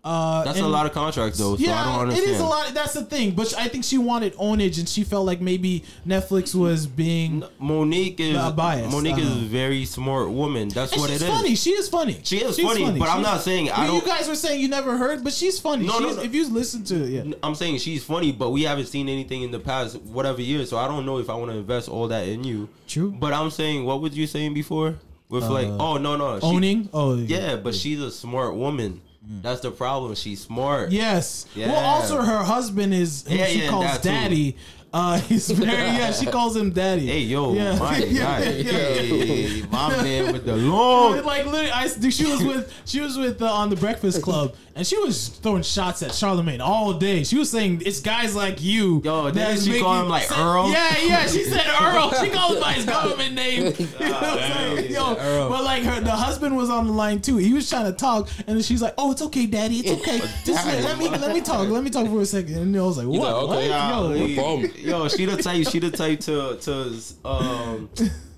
[SPEAKER 1] Uh,
[SPEAKER 2] that's a
[SPEAKER 1] and-
[SPEAKER 2] lot of contracts though. So I don't understand.
[SPEAKER 1] it is a lot. That's the thing. But I think she wanted ownage, and she felt like maybe Netflix was being.
[SPEAKER 2] Monique is
[SPEAKER 1] Not biased,
[SPEAKER 2] Monique
[SPEAKER 1] I
[SPEAKER 2] is
[SPEAKER 1] know.
[SPEAKER 2] a very smart woman. That's
[SPEAKER 1] And
[SPEAKER 2] what it
[SPEAKER 1] she's
[SPEAKER 2] is.
[SPEAKER 1] funny. She is funny.
[SPEAKER 2] She is funny, but I'm not saying I
[SPEAKER 1] mean,
[SPEAKER 2] don't-
[SPEAKER 1] You guys were saying you never heard, but she's funny.
[SPEAKER 2] No, no,
[SPEAKER 1] she's,
[SPEAKER 2] no.
[SPEAKER 1] If you listen to it, yeah.
[SPEAKER 2] I'm saying she's funny, but we haven't seen anything in the past whatever year, so I don't know if I want to invest all that in you.
[SPEAKER 1] True. Uh,
[SPEAKER 2] But I'm saying, what was you saying before? With like, oh no no, she-
[SPEAKER 1] Owning. Oh
[SPEAKER 2] Yeah, but she's a smart woman.
[SPEAKER 1] Mm.
[SPEAKER 2] That's the problem. She's smart.
[SPEAKER 1] Yes.
[SPEAKER 2] Yeah.
[SPEAKER 1] Well, also her husband is who
[SPEAKER 2] Yeah,
[SPEAKER 1] she
[SPEAKER 2] yeah,
[SPEAKER 1] calls
[SPEAKER 2] that too.
[SPEAKER 1] daddy. Uh, he's very yeah. She calls him daddy.
[SPEAKER 2] Hey, yo,
[SPEAKER 1] Yeah.
[SPEAKER 2] my God. Hey, my man with the
[SPEAKER 1] Dude,
[SPEAKER 2] long.
[SPEAKER 1] Like literally, I, dude, she was with she was with uh, on the Breakfast Club, and she was throwing shots at Charlemagne all day. She was saying it's guys like you.
[SPEAKER 2] Yo,
[SPEAKER 1] that
[SPEAKER 2] didn't
[SPEAKER 1] is
[SPEAKER 2] she call
[SPEAKER 1] making-
[SPEAKER 2] him, like,
[SPEAKER 1] said-
[SPEAKER 2] Earl?
[SPEAKER 1] Yeah, yeah, she said Earl. She called him by his government name. You know what I'm saying? Yo, but like her, the husband was on the line too. He was trying to talk, and then she's like, "Oh, it's okay, Daddy. It's okay. Just let, let me let me talk. Let me talk for a second. And I was like, "What?
[SPEAKER 6] like, okay,
[SPEAKER 1] what?
[SPEAKER 6] yeah,
[SPEAKER 1] Yo,
[SPEAKER 6] we- problem?
[SPEAKER 2] Yo, she the type. She the type to to um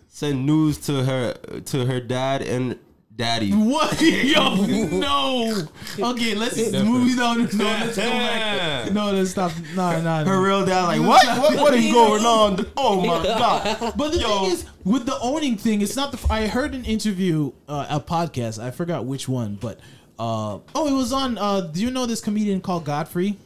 [SPEAKER 2] send news to her to her dad and daddy.
[SPEAKER 1] What? Yo, no. Okay, let's move on. No, let's go back. No, let's stop. No, no,
[SPEAKER 2] Her
[SPEAKER 1] no.
[SPEAKER 2] real dad, like what? What, what is going on? Oh my god!
[SPEAKER 1] But the
[SPEAKER 2] Yo.
[SPEAKER 1] thing is, with the owning thing, it's not the. I heard an interview, uh, a podcast. I forgot which one, but uh, oh, it was on. Uh, do you know this comedian called Godfrey?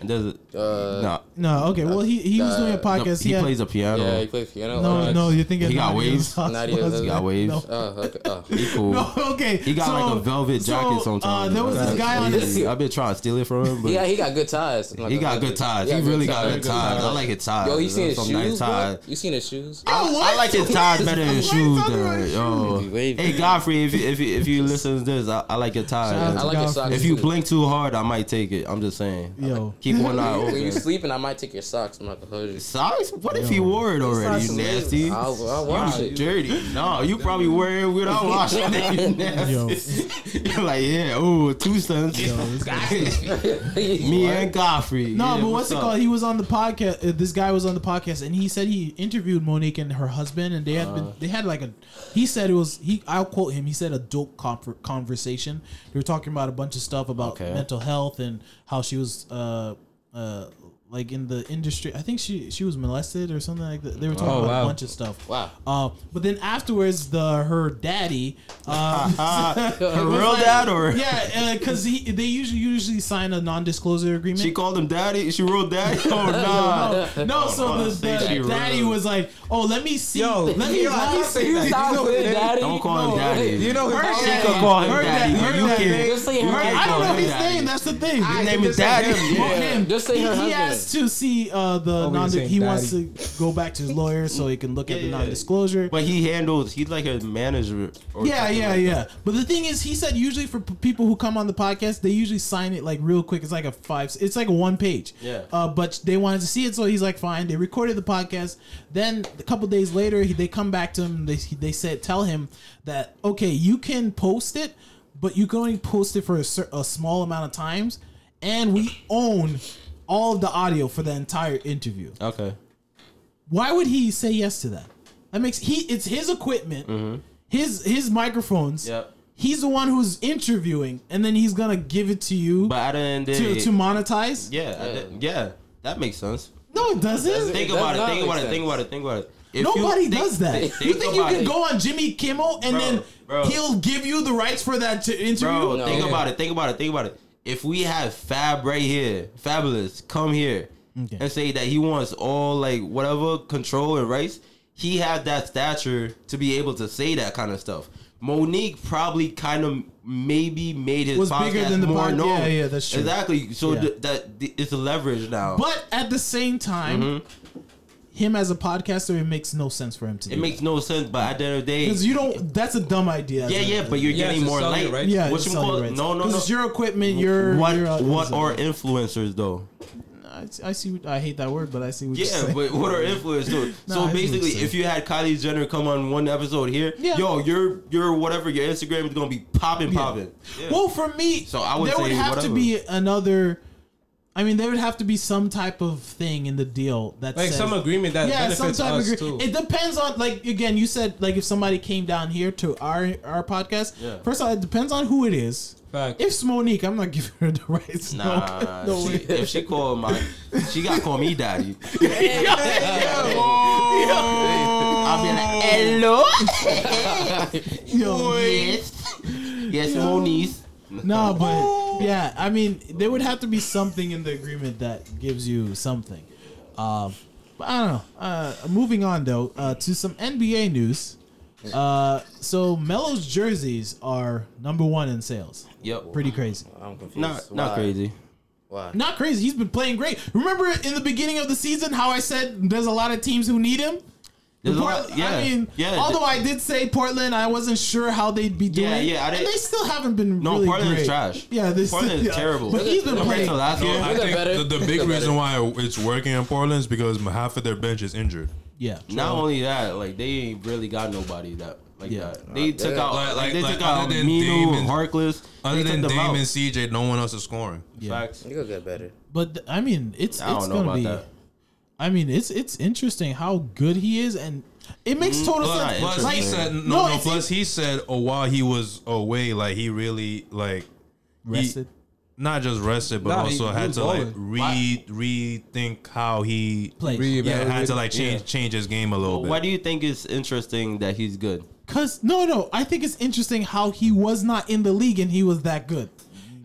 [SPEAKER 2] And Does it?
[SPEAKER 6] Uh,
[SPEAKER 2] no,
[SPEAKER 1] No. Okay. Well, he he was doing a
[SPEAKER 2] Uh, no,
[SPEAKER 1] podcast.
[SPEAKER 2] he
[SPEAKER 1] yeah.
[SPEAKER 2] plays a piano.
[SPEAKER 6] yeah, he plays piano.
[SPEAKER 1] no,
[SPEAKER 6] uh,
[SPEAKER 1] no, you're thinking
[SPEAKER 2] He got
[SPEAKER 1] Nadia
[SPEAKER 2] waves?
[SPEAKER 1] Husband.
[SPEAKER 6] Nadia Husband.
[SPEAKER 2] He got waves.
[SPEAKER 6] Oh, okay. Oh.
[SPEAKER 2] He cool.
[SPEAKER 1] No, okay.
[SPEAKER 2] He got like a velvet jacket
[SPEAKER 1] so,
[SPEAKER 2] sometimes.
[SPEAKER 1] Uh, there was this
[SPEAKER 2] That's
[SPEAKER 1] guy on
[SPEAKER 2] crazy.
[SPEAKER 1] this.
[SPEAKER 2] I've been trying to steal it from him, but
[SPEAKER 6] Yeah, he got good ties. I'm not
[SPEAKER 2] he
[SPEAKER 6] gonna
[SPEAKER 2] got
[SPEAKER 6] lie to
[SPEAKER 2] good
[SPEAKER 6] you.
[SPEAKER 2] ties.
[SPEAKER 6] got
[SPEAKER 2] He
[SPEAKER 6] good
[SPEAKER 2] really got
[SPEAKER 6] ties.
[SPEAKER 2] good ties. I like his ties.
[SPEAKER 6] Yo, he seen his
[SPEAKER 2] Some
[SPEAKER 6] shoes.
[SPEAKER 2] nice
[SPEAKER 6] bro?
[SPEAKER 2] ties.
[SPEAKER 6] You seen his shoes?
[SPEAKER 2] I, I like his ties better than his
[SPEAKER 1] Why you
[SPEAKER 2] shoes,
[SPEAKER 1] talking about
[SPEAKER 2] though.
[SPEAKER 1] his
[SPEAKER 2] Yo.
[SPEAKER 6] shoes? Wait,
[SPEAKER 2] Hey
[SPEAKER 6] wait.
[SPEAKER 2] Godfrey, if you, if you, if you listen to this, I, I like your
[SPEAKER 1] out
[SPEAKER 2] ties.
[SPEAKER 6] I
[SPEAKER 1] to
[SPEAKER 2] man.
[SPEAKER 6] like
[SPEAKER 1] Godfrey.
[SPEAKER 6] his socks.
[SPEAKER 2] If you
[SPEAKER 6] too.
[SPEAKER 2] blink too hard, I might take it. I'm just saying.
[SPEAKER 1] Yo.
[SPEAKER 2] Keep one eye
[SPEAKER 6] when you
[SPEAKER 2] open.
[SPEAKER 6] sleeping, I might take your socks. I'm not gonna hold you.
[SPEAKER 2] Socks? What if he wore it already? You
[SPEAKER 6] Socks,
[SPEAKER 2] nasty.
[SPEAKER 6] I'll, I'll
[SPEAKER 2] Wow,
[SPEAKER 6] wash
[SPEAKER 2] you
[SPEAKER 6] it.
[SPEAKER 2] dirty. No, you probably wear it without washing it. You nasty. You're like, yeah, ooh, two sons. Me and Godfrey.
[SPEAKER 1] No,
[SPEAKER 2] Yeah,
[SPEAKER 1] but what's it
[SPEAKER 2] up?
[SPEAKER 1] called? He was on the podcast. Uh, this guy was on the podcast, and he said he interviewed Monique and her husband, and they had been, they had like a. He said it was he. I'll quote him. He said a dope confer- conversation. They were talking about a bunch of stuff about
[SPEAKER 2] Okay.
[SPEAKER 1] mental health and how she was uh uh like in the industry. I think she she was molested or something like that. They were talking about a
[SPEAKER 5] wow.
[SPEAKER 1] bunch of stuff.
[SPEAKER 6] Wow.
[SPEAKER 1] Uh, but then afterwards, the her daddy. Um,
[SPEAKER 2] Her Uh, real dad or?
[SPEAKER 1] yeah, because he they usually usually sign a non-disclosure agreement.
[SPEAKER 2] She called him daddy. She wrote daddy. Oh nah.
[SPEAKER 1] No, so the,
[SPEAKER 2] say
[SPEAKER 1] the
[SPEAKER 2] she
[SPEAKER 1] daddy
[SPEAKER 2] rude.
[SPEAKER 1] was like, "Oh, let me see,
[SPEAKER 3] Yo,
[SPEAKER 1] let me
[SPEAKER 3] you know how
[SPEAKER 1] lie."
[SPEAKER 3] he say that.
[SPEAKER 6] Stop
[SPEAKER 3] You know
[SPEAKER 6] it,
[SPEAKER 3] what
[SPEAKER 6] daddy.
[SPEAKER 2] Don't call him
[SPEAKER 6] No.
[SPEAKER 2] daddy.
[SPEAKER 3] You know his
[SPEAKER 1] Her
[SPEAKER 2] she
[SPEAKER 1] daddy.
[SPEAKER 2] could call him
[SPEAKER 1] Her daddy.
[SPEAKER 2] daddy. but
[SPEAKER 1] Her
[SPEAKER 2] you
[SPEAKER 1] daddy.
[SPEAKER 2] can.
[SPEAKER 6] Just say her
[SPEAKER 2] you
[SPEAKER 6] husband.
[SPEAKER 1] I
[SPEAKER 2] can't
[SPEAKER 1] don't
[SPEAKER 2] call
[SPEAKER 1] know
[SPEAKER 2] him
[SPEAKER 1] his
[SPEAKER 2] daddy.
[SPEAKER 1] name. That's the thing.
[SPEAKER 2] His name is
[SPEAKER 3] just say
[SPEAKER 2] daddy.
[SPEAKER 3] him,
[SPEAKER 1] Well, him.
[SPEAKER 6] Just say
[SPEAKER 1] he,
[SPEAKER 6] her
[SPEAKER 1] he
[SPEAKER 6] husband.
[SPEAKER 1] has to see uh, the
[SPEAKER 3] were you
[SPEAKER 1] non.
[SPEAKER 3] saying
[SPEAKER 1] He wants to go back to his lawyer so he can look at the
[SPEAKER 2] Yeah.
[SPEAKER 1] non-disclosure.
[SPEAKER 2] But he handles. He's like a manager. Or
[SPEAKER 1] yeah,
[SPEAKER 2] something
[SPEAKER 1] yeah,
[SPEAKER 2] like
[SPEAKER 1] yeah. But the thing is, he said usually for p- people who come on the podcast, they usually sign it like real quick. It's like a five. It's like a one page.
[SPEAKER 2] Yeah.
[SPEAKER 1] Uh, but they wanted to see it, so he's like, fine. They recorded the podcast. Then a couple days later, he, they come back to him. They they said, tell him that okay, you can post it, but you can only post it for a, cer- a small amount of times, and we own all of the audio for the entire interview.
[SPEAKER 2] that. Okay.
[SPEAKER 1] Why would he say yes to that? That makes he it's his equipment, his his microphones.
[SPEAKER 2] Mm-hmm. Yep.
[SPEAKER 1] He's the one who's interviewing, and then he's gonna give it to you
[SPEAKER 2] But I didn't.
[SPEAKER 1] to, to monetize.
[SPEAKER 2] yeah, I did- yeah, that makes sense.
[SPEAKER 1] No, it doesn't.
[SPEAKER 2] Think
[SPEAKER 6] does
[SPEAKER 2] about it.
[SPEAKER 6] not
[SPEAKER 2] Think
[SPEAKER 6] make
[SPEAKER 2] about it.
[SPEAKER 6] sense.
[SPEAKER 2] Think about it. Think about it. If
[SPEAKER 1] Nobody
[SPEAKER 2] you think-
[SPEAKER 1] does that.
[SPEAKER 2] think-
[SPEAKER 1] you think you
[SPEAKER 2] about
[SPEAKER 1] can
[SPEAKER 2] it.
[SPEAKER 1] go on Jimmy Kimmel and
[SPEAKER 2] Bro,
[SPEAKER 1] then
[SPEAKER 2] bro.
[SPEAKER 1] he'll give you the rights for that to interview?
[SPEAKER 2] Bro,
[SPEAKER 6] No.
[SPEAKER 2] think
[SPEAKER 6] Yeah.
[SPEAKER 2] about it. Think about it. Think about it. If we have Fab right here, Fabulous, come here
[SPEAKER 1] Okay.
[SPEAKER 2] and say that he wants all like whatever control and rights, he had that stature to be able to say that kind of stuff. Monique probably kind of maybe made his
[SPEAKER 1] Was
[SPEAKER 2] podcast
[SPEAKER 1] bigger than the
[SPEAKER 2] more
[SPEAKER 1] pod-
[SPEAKER 2] known.
[SPEAKER 1] yeah, yeah, that's true.
[SPEAKER 2] Exactly. So
[SPEAKER 1] Yeah.
[SPEAKER 2] th- that th- it's a leverage now.
[SPEAKER 1] But at the same time, him as a podcaster, it makes no sense for him to
[SPEAKER 2] Mm-hmm. it
[SPEAKER 1] do
[SPEAKER 2] makes no sense. But at the end of the day,
[SPEAKER 1] because you don't. That's a dumb idea.
[SPEAKER 2] yeah, yeah. But you're
[SPEAKER 3] Yeah,
[SPEAKER 2] getting
[SPEAKER 3] it's a
[SPEAKER 2] more
[SPEAKER 3] selling
[SPEAKER 2] light.
[SPEAKER 3] right?
[SPEAKER 1] yeah.
[SPEAKER 2] What you call?
[SPEAKER 1] rights.
[SPEAKER 2] No, no,
[SPEAKER 1] 'Cause
[SPEAKER 2] no.
[SPEAKER 1] It's your equipment. Your
[SPEAKER 2] what
[SPEAKER 1] your, uh,
[SPEAKER 2] what
[SPEAKER 1] user.
[SPEAKER 2] are influencers though?
[SPEAKER 1] I, I see. what- I hate that word, but I see what you're
[SPEAKER 2] Yeah,
[SPEAKER 1] saying.
[SPEAKER 2] but what are influencers doing?
[SPEAKER 1] No, I
[SPEAKER 2] so
[SPEAKER 1] see what
[SPEAKER 2] basically,
[SPEAKER 1] you're saying.
[SPEAKER 2] if you had Kylie Jenner come on one episode here,
[SPEAKER 1] Yeah.
[SPEAKER 2] yo, your your whatever your Instagram is gonna be popping, popping. Yeah.
[SPEAKER 1] Well, for me,
[SPEAKER 2] So I would
[SPEAKER 1] there would
[SPEAKER 2] say
[SPEAKER 1] have to
[SPEAKER 2] whatever.
[SPEAKER 1] be another. I mean, there would have to be some type of thing in the deal that
[SPEAKER 3] Like
[SPEAKER 1] says,
[SPEAKER 3] some agreement that
[SPEAKER 1] yeah, some
[SPEAKER 3] benefits
[SPEAKER 1] type of
[SPEAKER 3] us
[SPEAKER 1] agree-
[SPEAKER 3] too.
[SPEAKER 1] It depends on like again, you said like if somebody came down here to our our podcast.
[SPEAKER 2] Yeah.
[SPEAKER 1] First of all, it depends on who it is.
[SPEAKER 3] Fact.
[SPEAKER 1] If it's Monique, I'm not giving her the rights. No,
[SPEAKER 2] Nah,
[SPEAKER 1] no
[SPEAKER 2] she,
[SPEAKER 1] way.
[SPEAKER 2] if she called my, she gotta call me daddy. I'll be like, hello,
[SPEAKER 1] Yo,
[SPEAKER 2] yes, yes, Moniz.
[SPEAKER 1] No, but yeah, I mean, there would have to be something in the agreement that gives you something. Um, but I don't know. Uh, moving on though uh, to some NBA news. Uh, so Melo's jerseys are number one in sales.
[SPEAKER 2] Yep.
[SPEAKER 1] Pretty crazy.
[SPEAKER 6] I'm confused.
[SPEAKER 2] Not not
[SPEAKER 6] Why?
[SPEAKER 2] crazy.
[SPEAKER 6] Why?
[SPEAKER 1] Not crazy. He's been playing great. Remember in the beginning of the season how I said there's a lot of teams who need him.
[SPEAKER 2] There's a
[SPEAKER 1] Port-
[SPEAKER 2] lot- yeah,
[SPEAKER 1] I mean,
[SPEAKER 2] yeah.
[SPEAKER 1] although I did say Portland, I wasn't sure how they'd be doing.
[SPEAKER 2] Yeah, yeah, I
[SPEAKER 1] and
[SPEAKER 2] did-
[SPEAKER 1] they still haven't been.
[SPEAKER 2] No,
[SPEAKER 1] really
[SPEAKER 2] Portland is
[SPEAKER 1] great.
[SPEAKER 2] trash.
[SPEAKER 1] Yeah, this
[SPEAKER 2] Portland is terrible.
[SPEAKER 1] But he's been
[SPEAKER 2] Compared
[SPEAKER 1] playing.
[SPEAKER 2] to last year,
[SPEAKER 5] I
[SPEAKER 6] They're
[SPEAKER 5] think
[SPEAKER 6] better.
[SPEAKER 5] the, the big
[SPEAKER 6] They're
[SPEAKER 5] reason
[SPEAKER 6] better.
[SPEAKER 5] why it's working in Portland is because half of their bench is injured.
[SPEAKER 1] Yeah,
[SPEAKER 2] Not only that, like they ain't really got nobody that like
[SPEAKER 1] Yeah.
[SPEAKER 2] that. They took
[SPEAKER 6] yeah.
[SPEAKER 2] out
[SPEAKER 5] Like-
[SPEAKER 2] like,
[SPEAKER 5] like-
[SPEAKER 2] they
[SPEAKER 5] like,
[SPEAKER 2] took out
[SPEAKER 5] other than
[SPEAKER 2] Mino,
[SPEAKER 5] Damon-
[SPEAKER 2] Harkless.
[SPEAKER 5] Other
[SPEAKER 2] they took
[SPEAKER 5] than
[SPEAKER 2] them
[SPEAKER 5] Dame
[SPEAKER 2] out.
[SPEAKER 5] and CJ, no one else is scoring.
[SPEAKER 1] yeah.
[SPEAKER 6] You gonna get better.
[SPEAKER 1] But th- I mean, it's
[SPEAKER 2] I don't
[SPEAKER 1] it's
[SPEAKER 2] know
[SPEAKER 1] gonna
[SPEAKER 2] about
[SPEAKER 1] be.
[SPEAKER 2] that.
[SPEAKER 1] I mean, it's it's interesting how good he is, and it makes total
[SPEAKER 2] Well,
[SPEAKER 1] sense.
[SPEAKER 2] not
[SPEAKER 5] Plus
[SPEAKER 2] Like,
[SPEAKER 5] he said no,
[SPEAKER 1] no,
[SPEAKER 5] no.
[SPEAKER 1] it's-
[SPEAKER 5] plus he said, oh, while he was away, like he really like he-
[SPEAKER 1] Rested.
[SPEAKER 5] not just rested, but
[SPEAKER 3] Nah, he-
[SPEAKER 5] also
[SPEAKER 3] he
[SPEAKER 5] had
[SPEAKER 3] was
[SPEAKER 5] to like
[SPEAKER 3] balling.
[SPEAKER 5] re rethink how he
[SPEAKER 1] Play.
[SPEAKER 5] yeah had to like
[SPEAKER 3] Yeah.
[SPEAKER 5] change change his game a little
[SPEAKER 2] Why
[SPEAKER 5] bit.
[SPEAKER 2] do you think it's interesting that he's good?
[SPEAKER 1] Cause no, no, I think it's interesting how he was not in the league and he was that good.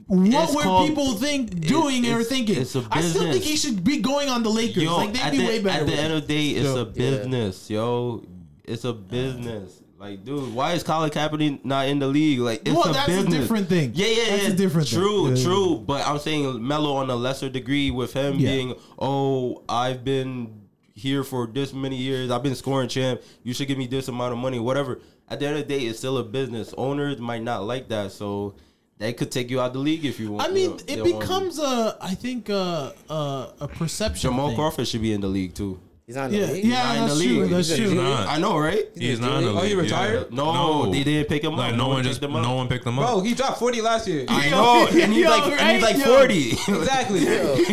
[SPEAKER 1] What
[SPEAKER 2] It's
[SPEAKER 1] were
[SPEAKER 2] called-
[SPEAKER 1] people think doing
[SPEAKER 2] it's-
[SPEAKER 1] or thinking?
[SPEAKER 2] it's a
[SPEAKER 1] I still think
[SPEAKER 2] business.
[SPEAKER 1] he should be going on the Lakers.
[SPEAKER 2] Yo,
[SPEAKER 1] like they'd
[SPEAKER 2] at,
[SPEAKER 1] be
[SPEAKER 2] the,
[SPEAKER 1] way better.
[SPEAKER 2] at the
[SPEAKER 1] with
[SPEAKER 2] end
[SPEAKER 1] him.
[SPEAKER 2] of the day, it's
[SPEAKER 1] Yeah.
[SPEAKER 2] a business, yo. It's a business. Like, dude, why is Colin Kaepernick not in the league? Like, it's
[SPEAKER 1] Well,
[SPEAKER 2] a
[SPEAKER 1] that's a
[SPEAKER 2] business.
[SPEAKER 1] different thing.
[SPEAKER 2] Yeah, yeah,
[SPEAKER 1] That's a
[SPEAKER 2] yeah.
[SPEAKER 1] different thing.
[SPEAKER 2] True,
[SPEAKER 1] Yeah.
[SPEAKER 2] true. But I'm saying Melo on a lesser degree with him
[SPEAKER 1] Yeah.
[SPEAKER 2] being, oh, I've been here for this many years. I've been scoring champ. You should give me this amount of money, whatever. At the end of the day, it's still a business. Owners might not like that, so they could take you out the league if you want.
[SPEAKER 1] I
[SPEAKER 2] you know,
[SPEAKER 1] mean,
[SPEAKER 2] they
[SPEAKER 1] it
[SPEAKER 2] don't want you.
[SPEAKER 1] becomes a, I think, a, a, a perception.
[SPEAKER 2] Jamal
[SPEAKER 1] thing.
[SPEAKER 2] Crawford should be in the league too.
[SPEAKER 6] He's not in the
[SPEAKER 1] Yeah,
[SPEAKER 6] league.
[SPEAKER 1] yeah,
[SPEAKER 2] in the
[SPEAKER 1] that's true.
[SPEAKER 2] league.
[SPEAKER 1] That's
[SPEAKER 6] He's
[SPEAKER 1] true.
[SPEAKER 6] in-
[SPEAKER 5] Nah,
[SPEAKER 2] I know, right?
[SPEAKER 5] he's not. in the
[SPEAKER 3] Oh, he
[SPEAKER 5] league,
[SPEAKER 3] retired?
[SPEAKER 5] Yeah.
[SPEAKER 2] No, they didn't pick him up.
[SPEAKER 5] Like
[SPEAKER 2] No
[SPEAKER 5] no
[SPEAKER 2] one
[SPEAKER 5] one just
[SPEAKER 2] picked him up.
[SPEAKER 5] no one picked them
[SPEAKER 3] Bro,
[SPEAKER 5] up.
[SPEAKER 3] he dropped 40 last year.
[SPEAKER 2] I know, and he's
[SPEAKER 1] Yo,
[SPEAKER 2] like, and he's
[SPEAKER 1] right?
[SPEAKER 2] like
[SPEAKER 1] Yo.
[SPEAKER 2] forty.
[SPEAKER 3] Exactly.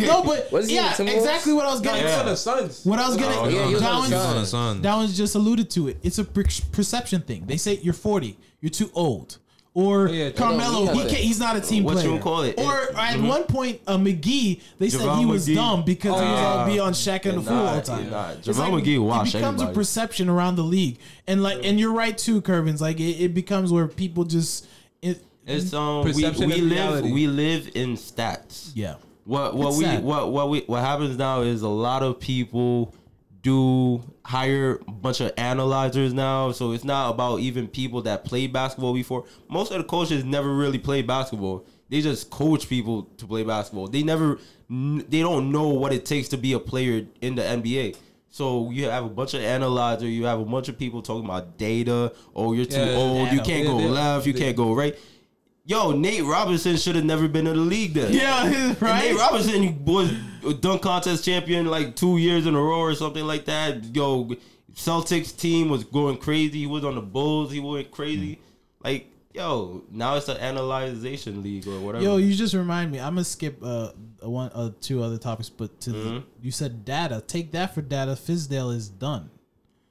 [SPEAKER 1] No, but
[SPEAKER 6] Was he in
[SPEAKER 1] yeah,
[SPEAKER 6] the Timberwolves?
[SPEAKER 1] exactly what I was getting.
[SPEAKER 3] Yeah.
[SPEAKER 1] to.
[SPEAKER 3] For the Suns.
[SPEAKER 1] What I was gonna.
[SPEAKER 5] Oh, yeah, he was
[SPEAKER 6] on the
[SPEAKER 1] Darwin's-
[SPEAKER 5] He's on the Suns.
[SPEAKER 1] Downs just alluded to it. It's a per- perception thing. They say you're 40, you're too old,
[SPEAKER 2] Oh,
[SPEAKER 1] or
[SPEAKER 3] yeah, they
[SPEAKER 1] Carmelo,
[SPEAKER 6] don't
[SPEAKER 1] he
[SPEAKER 6] need
[SPEAKER 1] can't,
[SPEAKER 6] that.
[SPEAKER 1] he's not a team
[SPEAKER 2] What you
[SPEAKER 1] player.
[SPEAKER 2] gonna call it?
[SPEAKER 1] Or
[SPEAKER 2] It-
[SPEAKER 1] at one point, uh, McGee, they said
[SPEAKER 2] JaVale
[SPEAKER 1] he was
[SPEAKER 2] McGee. Oh,
[SPEAKER 1] dumb because he was all be on Shaq and the
[SPEAKER 2] Nah,
[SPEAKER 1] fool all the time.
[SPEAKER 2] nah,
[SPEAKER 1] It's
[SPEAKER 2] JaVale McGee wash
[SPEAKER 1] It becomes a
[SPEAKER 2] anybody.
[SPEAKER 1] perception around the league, and like, and you're right too, Kervins. Like, it, it becomes where people just, it,
[SPEAKER 2] It's um, we,
[SPEAKER 3] Perception
[SPEAKER 2] we
[SPEAKER 3] and
[SPEAKER 2] live
[SPEAKER 3] reality.
[SPEAKER 2] we live in stats.
[SPEAKER 1] yeah,
[SPEAKER 2] What what
[SPEAKER 1] It's
[SPEAKER 2] we
[SPEAKER 1] sad.
[SPEAKER 2] what what we what happens now is a lot of people do hire a bunch of analyzers now. So it's not about even people that played basketball before. Most of the coaches never really played basketball. They just coach people to play basketball. They never n- they don't know what it takes to be a player in the NBA. So you have a bunch of analyzer, you have a bunch of people talking about data. Oh, you're too
[SPEAKER 3] Yeah,
[SPEAKER 2] old. You
[SPEAKER 3] data.
[SPEAKER 2] can't
[SPEAKER 3] Yeah,
[SPEAKER 2] go
[SPEAKER 3] they-
[SPEAKER 2] left. You
[SPEAKER 3] they-
[SPEAKER 2] can't go right. Yo, Nate Robinson should have never been in the league then.
[SPEAKER 1] yeah,
[SPEAKER 2] And Nate
[SPEAKER 1] right.
[SPEAKER 2] Robinson was a dunk contest champion like two years in a row or something like that. Yo, Celtics team was going crazy. He was on the Bulls. He went
[SPEAKER 1] Mm.
[SPEAKER 2] crazy. Like, yo, now it's an analyzation league or whatever.
[SPEAKER 1] Yo, you just remind me. I'm gonna skip uh uh, one uh two other topics, but to the,
[SPEAKER 2] Mm-hmm.
[SPEAKER 1] you said data. Take that for data. Fizdale is done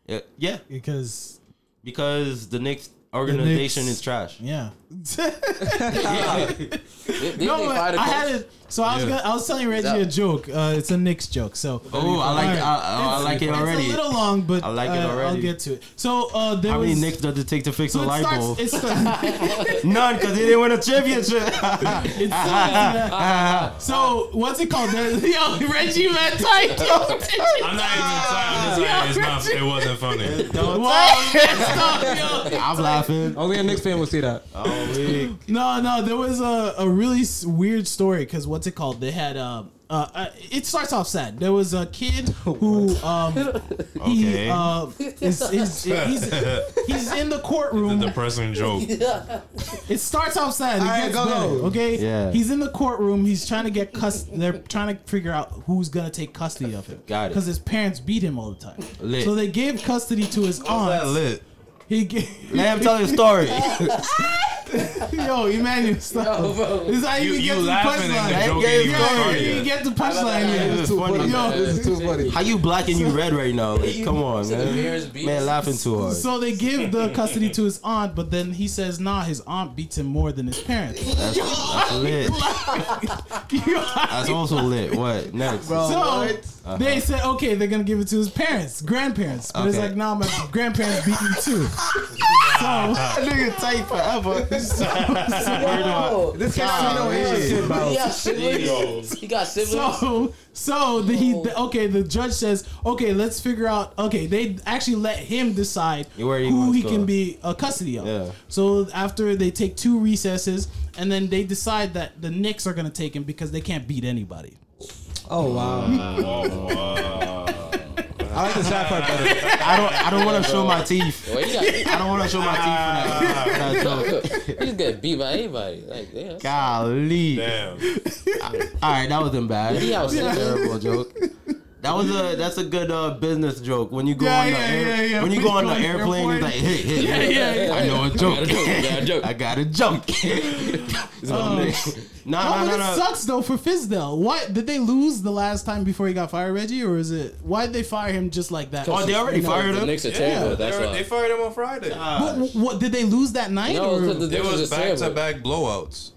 [SPEAKER 2] yeah, yeah,
[SPEAKER 1] because
[SPEAKER 2] because the Knicks organization
[SPEAKER 1] Knicks-
[SPEAKER 2] is trash.
[SPEAKER 1] yeah.
[SPEAKER 6] They- they
[SPEAKER 1] no,
[SPEAKER 6] think
[SPEAKER 1] but
[SPEAKER 6] fired a
[SPEAKER 1] I
[SPEAKER 6] coach.
[SPEAKER 1] had it. So I was
[SPEAKER 5] Yeah.
[SPEAKER 1] gonna, I was telling Reggie a
[SPEAKER 6] out.
[SPEAKER 1] joke. Uh, it's a Knicks joke. So
[SPEAKER 2] Oh, I like
[SPEAKER 1] Alright.
[SPEAKER 2] I, I, I like it already.
[SPEAKER 1] It's a little long, but
[SPEAKER 2] I like it
[SPEAKER 1] uh, I'll
[SPEAKER 2] already.
[SPEAKER 1] get to it. So uh, there
[SPEAKER 2] How
[SPEAKER 1] was.
[SPEAKER 2] many Knicks does it take to fix
[SPEAKER 1] so
[SPEAKER 2] a
[SPEAKER 1] it
[SPEAKER 2] light
[SPEAKER 1] starts.
[SPEAKER 2] bulb?
[SPEAKER 1] It starts.
[SPEAKER 2] None, because they didn't win a championship.
[SPEAKER 1] It's uh, so what's it called? There- Yo, Reggie, man, tight. Yo,
[SPEAKER 5] I'm not even tired. I'm just like, it's not, it wasn't funny.
[SPEAKER 1] what? Stop, yo.
[SPEAKER 2] I'm laughing.
[SPEAKER 3] Only a Knicks fan will see that.
[SPEAKER 2] Oh,
[SPEAKER 1] Oh, No, no, there was a, a really s- weird story because what's it called? They had um uh, uh it starts off sad. There was a kid who um he
[SPEAKER 5] Okay.
[SPEAKER 1] uh, is, is, he's he's in the courtroom.
[SPEAKER 5] Depressing joke.
[SPEAKER 1] It starts off sad. It
[SPEAKER 3] right,
[SPEAKER 1] gets
[SPEAKER 3] go,
[SPEAKER 1] better.
[SPEAKER 3] go.
[SPEAKER 1] Okay.
[SPEAKER 2] Yeah.
[SPEAKER 1] He's in the courtroom. He's trying to get cust. They're trying to figure out who's gonna take custody of him.
[SPEAKER 2] Got it.
[SPEAKER 1] Because his parents beat him all the time.
[SPEAKER 2] Lit.
[SPEAKER 1] So they gave custody to his
[SPEAKER 5] That
[SPEAKER 1] aunt.
[SPEAKER 5] lit.
[SPEAKER 1] He gave,
[SPEAKER 2] Let him tell his story.
[SPEAKER 1] yo Emmanuel stop.
[SPEAKER 6] Yo, bro.
[SPEAKER 1] This is how you,
[SPEAKER 5] You,
[SPEAKER 1] get
[SPEAKER 5] you
[SPEAKER 1] to the
[SPEAKER 5] laughing and
[SPEAKER 1] punchline.
[SPEAKER 2] That
[SPEAKER 5] joking.
[SPEAKER 2] gave
[SPEAKER 5] You
[SPEAKER 2] me-
[SPEAKER 1] Yeah,
[SPEAKER 5] retarded.
[SPEAKER 1] you get the punchline
[SPEAKER 2] This
[SPEAKER 1] here.
[SPEAKER 2] is funny.
[SPEAKER 1] Yo,
[SPEAKER 3] This is too funny.
[SPEAKER 2] How you black and you red right now? Like, come on,
[SPEAKER 6] So the mirrors
[SPEAKER 2] man.
[SPEAKER 6] beat
[SPEAKER 2] Man,
[SPEAKER 6] us.
[SPEAKER 2] laughing too hard.
[SPEAKER 1] So they give the custody to his aunt, but then he says, "Nah, his aunt beats him more than his parents."
[SPEAKER 2] That's, that's lit. That's also lit. Oh, What next?
[SPEAKER 1] So
[SPEAKER 2] Uh-huh.
[SPEAKER 1] they said, okay, they're gonna give it to his parents, grandparents. But it's
[SPEAKER 2] Okay.
[SPEAKER 1] like, nah, my grandparents beat me too.
[SPEAKER 2] That nigga tight forever.
[SPEAKER 6] Wow.
[SPEAKER 3] This kid don't know his shit, bro.
[SPEAKER 6] He got siblings. He got siblings.
[SPEAKER 1] So, so the, he, the, okay, the judge says, okay, let's figure out. Okay, they actually let him decide
[SPEAKER 2] Where he
[SPEAKER 1] who
[SPEAKER 2] wants
[SPEAKER 1] he
[SPEAKER 2] to
[SPEAKER 1] can
[SPEAKER 2] go.
[SPEAKER 1] be a custody of.
[SPEAKER 2] Yeah.
[SPEAKER 1] So after they take two recesses, and then they decide that the Knicks are gonna take him because they can't beat anybody.
[SPEAKER 3] Oh wow. I like this rap part better.
[SPEAKER 2] I don't. I don't want to show my teeth.
[SPEAKER 6] Well, you got,
[SPEAKER 2] I don't want to show my teeth for that, for that joke.
[SPEAKER 6] you just get beat by anybody. Like, yeah.
[SPEAKER 2] Golly.
[SPEAKER 5] Damn.
[SPEAKER 2] All right, that was embarrassing.
[SPEAKER 6] Yeah,
[SPEAKER 2] That was a
[SPEAKER 6] yeah.
[SPEAKER 2] terrible joke. That was a that's a good uh, business joke when you go
[SPEAKER 1] Yeah,
[SPEAKER 2] on the
[SPEAKER 1] yeah,
[SPEAKER 2] air,
[SPEAKER 1] yeah, yeah.
[SPEAKER 2] when you go on the
[SPEAKER 1] When you go on
[SPEAKER 2] airplane,
[SPEAKER 1] the
[SPEAKER 2] it's like hey hey hey.
[SPEAKER 1] yeah,
[SPEAKER 2] I know a joke. I got a joke.
[SPEAKER 1] Oh,
[SPEAKER 2] Nah, nah,
[SPEAKER 1] but
[SPEAKER 2] nah,
[SPEAKER 1] it
[SPEAKER 2] nah.
[SPEAKER 1] sucks though for Fizdale. Why did they lose the last time before he got fired, Reggie? Or is it why did they fire him just like that?
[SPEAKER 2] Oh, they already
[SPEAKER 6] No,
[SPEAKER 2] fired
[SPEAKER 6] the
[SPEAKER 2] him.
[SPEAKER 6] Knicks are terrible. that's
[SPEAKER 5] They,
[SPEAKER 6] why.
[SPEAKER 5] they fired him on Friday.
[SPEAKER 1] What, what- did they lose that night?
[SPEAKER 6] no,
[SPEAKER 1] or-
[SPEAKER 6] because the
[SPEAKER 5] It
[SPEAKER 6] Knicks are
[SPEAKER 5] was back to
[SPEAKER 6] terrible.
[SPEAKER 5] back blowouts.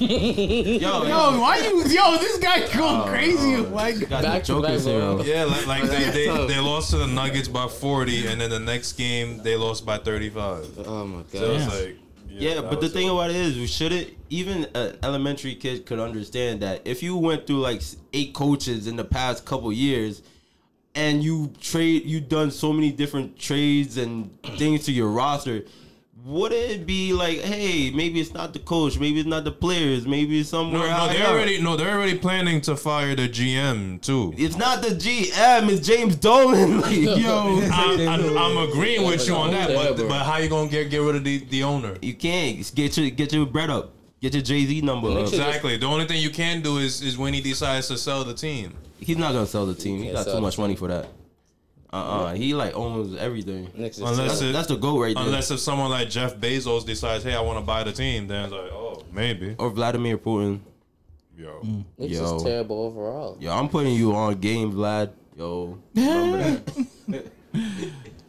[SPEAKER 2] Yo,
[SPEAKER 1] Yo, why you? Yo, this guy
[SPEAKER 2] Oh,
[SPEAKER 1] going crazy. like,
[SPEAKER 2] got
[SPEAKER 6] Back
[SPEAKER 2] back
[SPEAKER 6] to
[SPEAKER 2] the
[SPEAKER 6] back
[SPEAKER 2] jokers here. yo.
[SPEAKER 5] Yeah, like, like they, they, they lost to the Nuggets by 40, and then the next game they lost by 35.
[SPEAKER 6] Oh my god.
[SPEAKER 5] So it's
[SPEAKER 1] Yeah.
[SPEAKER 5] like,
[SPEAKER 2] Yeah,
[SPEAKER 5] that
[SPEAKER 2] but the
[SPEAKER 5] was
[SPEAKER 2] thing
[SPEAKER 5] it.
[SPEAKER 2] about it is, we shouldn't even an elementary kid could understand that if you went through like s- eight coaches in the past couple years, and you trade, you done so many different trades and things to your roster. Would it be like, hey, maybe it's not the coach, maybe it's not the players, maybe it's
[SPEAKER 5] No,
[SPEAKER 2] somewhere
[SPEAKER 5] no,
[SPEAKER 2] higher
[SPEAKER 5] they're
[SPEAKER 2] up.
[SPEAKER 5] already no, they're already planning to fire the GM too.
[SPEAKER 2] It's not the GM, it's James Dolan. Like, yo,
[SPEAKER 5] I'm, I'm, I'm agreeing with you on that, but
[SPEAKER 6] Whatever.
[SPEAKER 5] but how you gonna get get rid of the, the owner?
[SPEAKER 2] you can't get your get your bread up, get your Jay Z number up.
[SPEAKER 5] Exactly. The only thing you can do is is when he decides to sell the team.
[SPEAKER 2] He's not gonna sell the team. He
[SPEAKER 6] can't
[SPEAKER 2] got
[SPEAKER 6] sell
[SPEAKER 2] too much money for that. Uh uh He like owns everything.
[SPEAKER 6] Knicks is
[SPEAKER 5] Unless-
[SPEAKER 2] That's,
[SPEAKER 5] it.
[SPEAKER 2] that's the goal right there.
[SPEAKER 5] Unless if someone like Jeff Bezos decides, hey, I want to buy the team, then it's like, oh, maybe.
[SPEAKER 2] or Vladimir Putin.
[SPEAKER 5] Yo,
[SPEAKER 2] Mm.
[SPEAKER 6] Knicks
[SPEAKER 2] Yo.
[SPEAKER 6] is terrible overall.
[SPEAKER 2] Yo, I'm putting you on game, Vlad. Yo.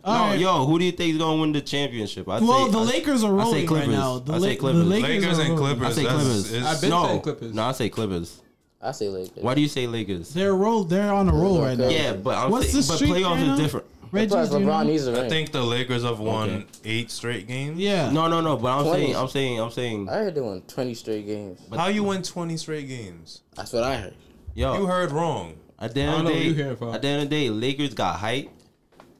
[SPEAKER 1] all right.
[SPEAKER 2] Yo, who do you think is gonna win the championship? I
[SPEAKER 1] well,
[SPEAKER 2] say,
[SPEAKER 1] the
[SPEAKER 2] I-
[SPEAKER 1] Lakers are
[SPEAKER 2] I say
[SPEAKER 1] rolling right
[SPEAKER 2] Clippers.
[SPEAKER 1] now. The,
[SPEAKER 2] I
[SPEAKER 1] La-
[SPEAKER 2] say
[SPEAKER 1] the
[SPEAKER 2] Clippers.
[SPEAKER 1] Lakers,
[SPEAKER 5] Lakers
[SPEAKER 1] are
[SPEAKER 5] and
[SPEAKER 1] rolling.
[SPEAKER 5] Clippers.
[SPEAKER 2] I say
[SPEAKER 5] that's-
[SPEAKER 2] Clippers.
[SPEAKER 5] it's-
[SPEAKER 3] I've been
[SPEAKER 2] No,
[SPEAKER 3] saying Clippers.
[SPEAKER 2] no, I say Clippers.
[SPEAKER 6] I say Lakers.
[SPEAKER 2] Why do you say Lakers?
[SPEAKER 1] They're roll. They're on a roll right now.
[SPEAKER 2] Yeah, but I'm
[SPEAKER 1] What's
[SPEAKER 2] saying,
[SPEAKER 1] the
[SPEAKER 2] but
[SPEAKER 1] streak
[SPEAKER 2] playoffs
[SPEAKER 1] right
[SPEAKER 2] is
[SPEAKER 1] now?
[SPEAKER 2] different.
[SPEAKER 1] Reggie,
[SPEAKER 6] Plus,
[SPEAKER 1] do you know?
[SPEAKER 6] LeBron needs a ring.
[SPEAKER 5] I think the Lakers have won
[SPEAKER 2] Okay.
[SPEAKER 5] eight straight games.
[SPEAKER 1] Yeah.
[SPEAKER 2] No, no, no. But I'm
[SPEAKER 6] Twenties.
[SPEAKER 2] saying, I'm saying, I'm saying.
[SPEAKER 6] I heard they won 20 straight games.
[SPEAKER 5] How you win twenty straight games?
[SPEAKER 6] That's what I heard.
[SPEAKER 2] Yo,
[SPEAKER 5] You heard wrong.
[SPEAKER 2] At the
[SPEAKER 3] I
[SPEAKER 2] end
[SPEAKER 3] don't
[SPEAKER 2] of
[SPEAKER 3] know what
[SPEAKER 2] the
[SPEAKER 3] you
[SPEAKER 2] day,
[SPEAKER 3] hearing from.
[SPEAKER 2] at the end of the day, Lakers got hype.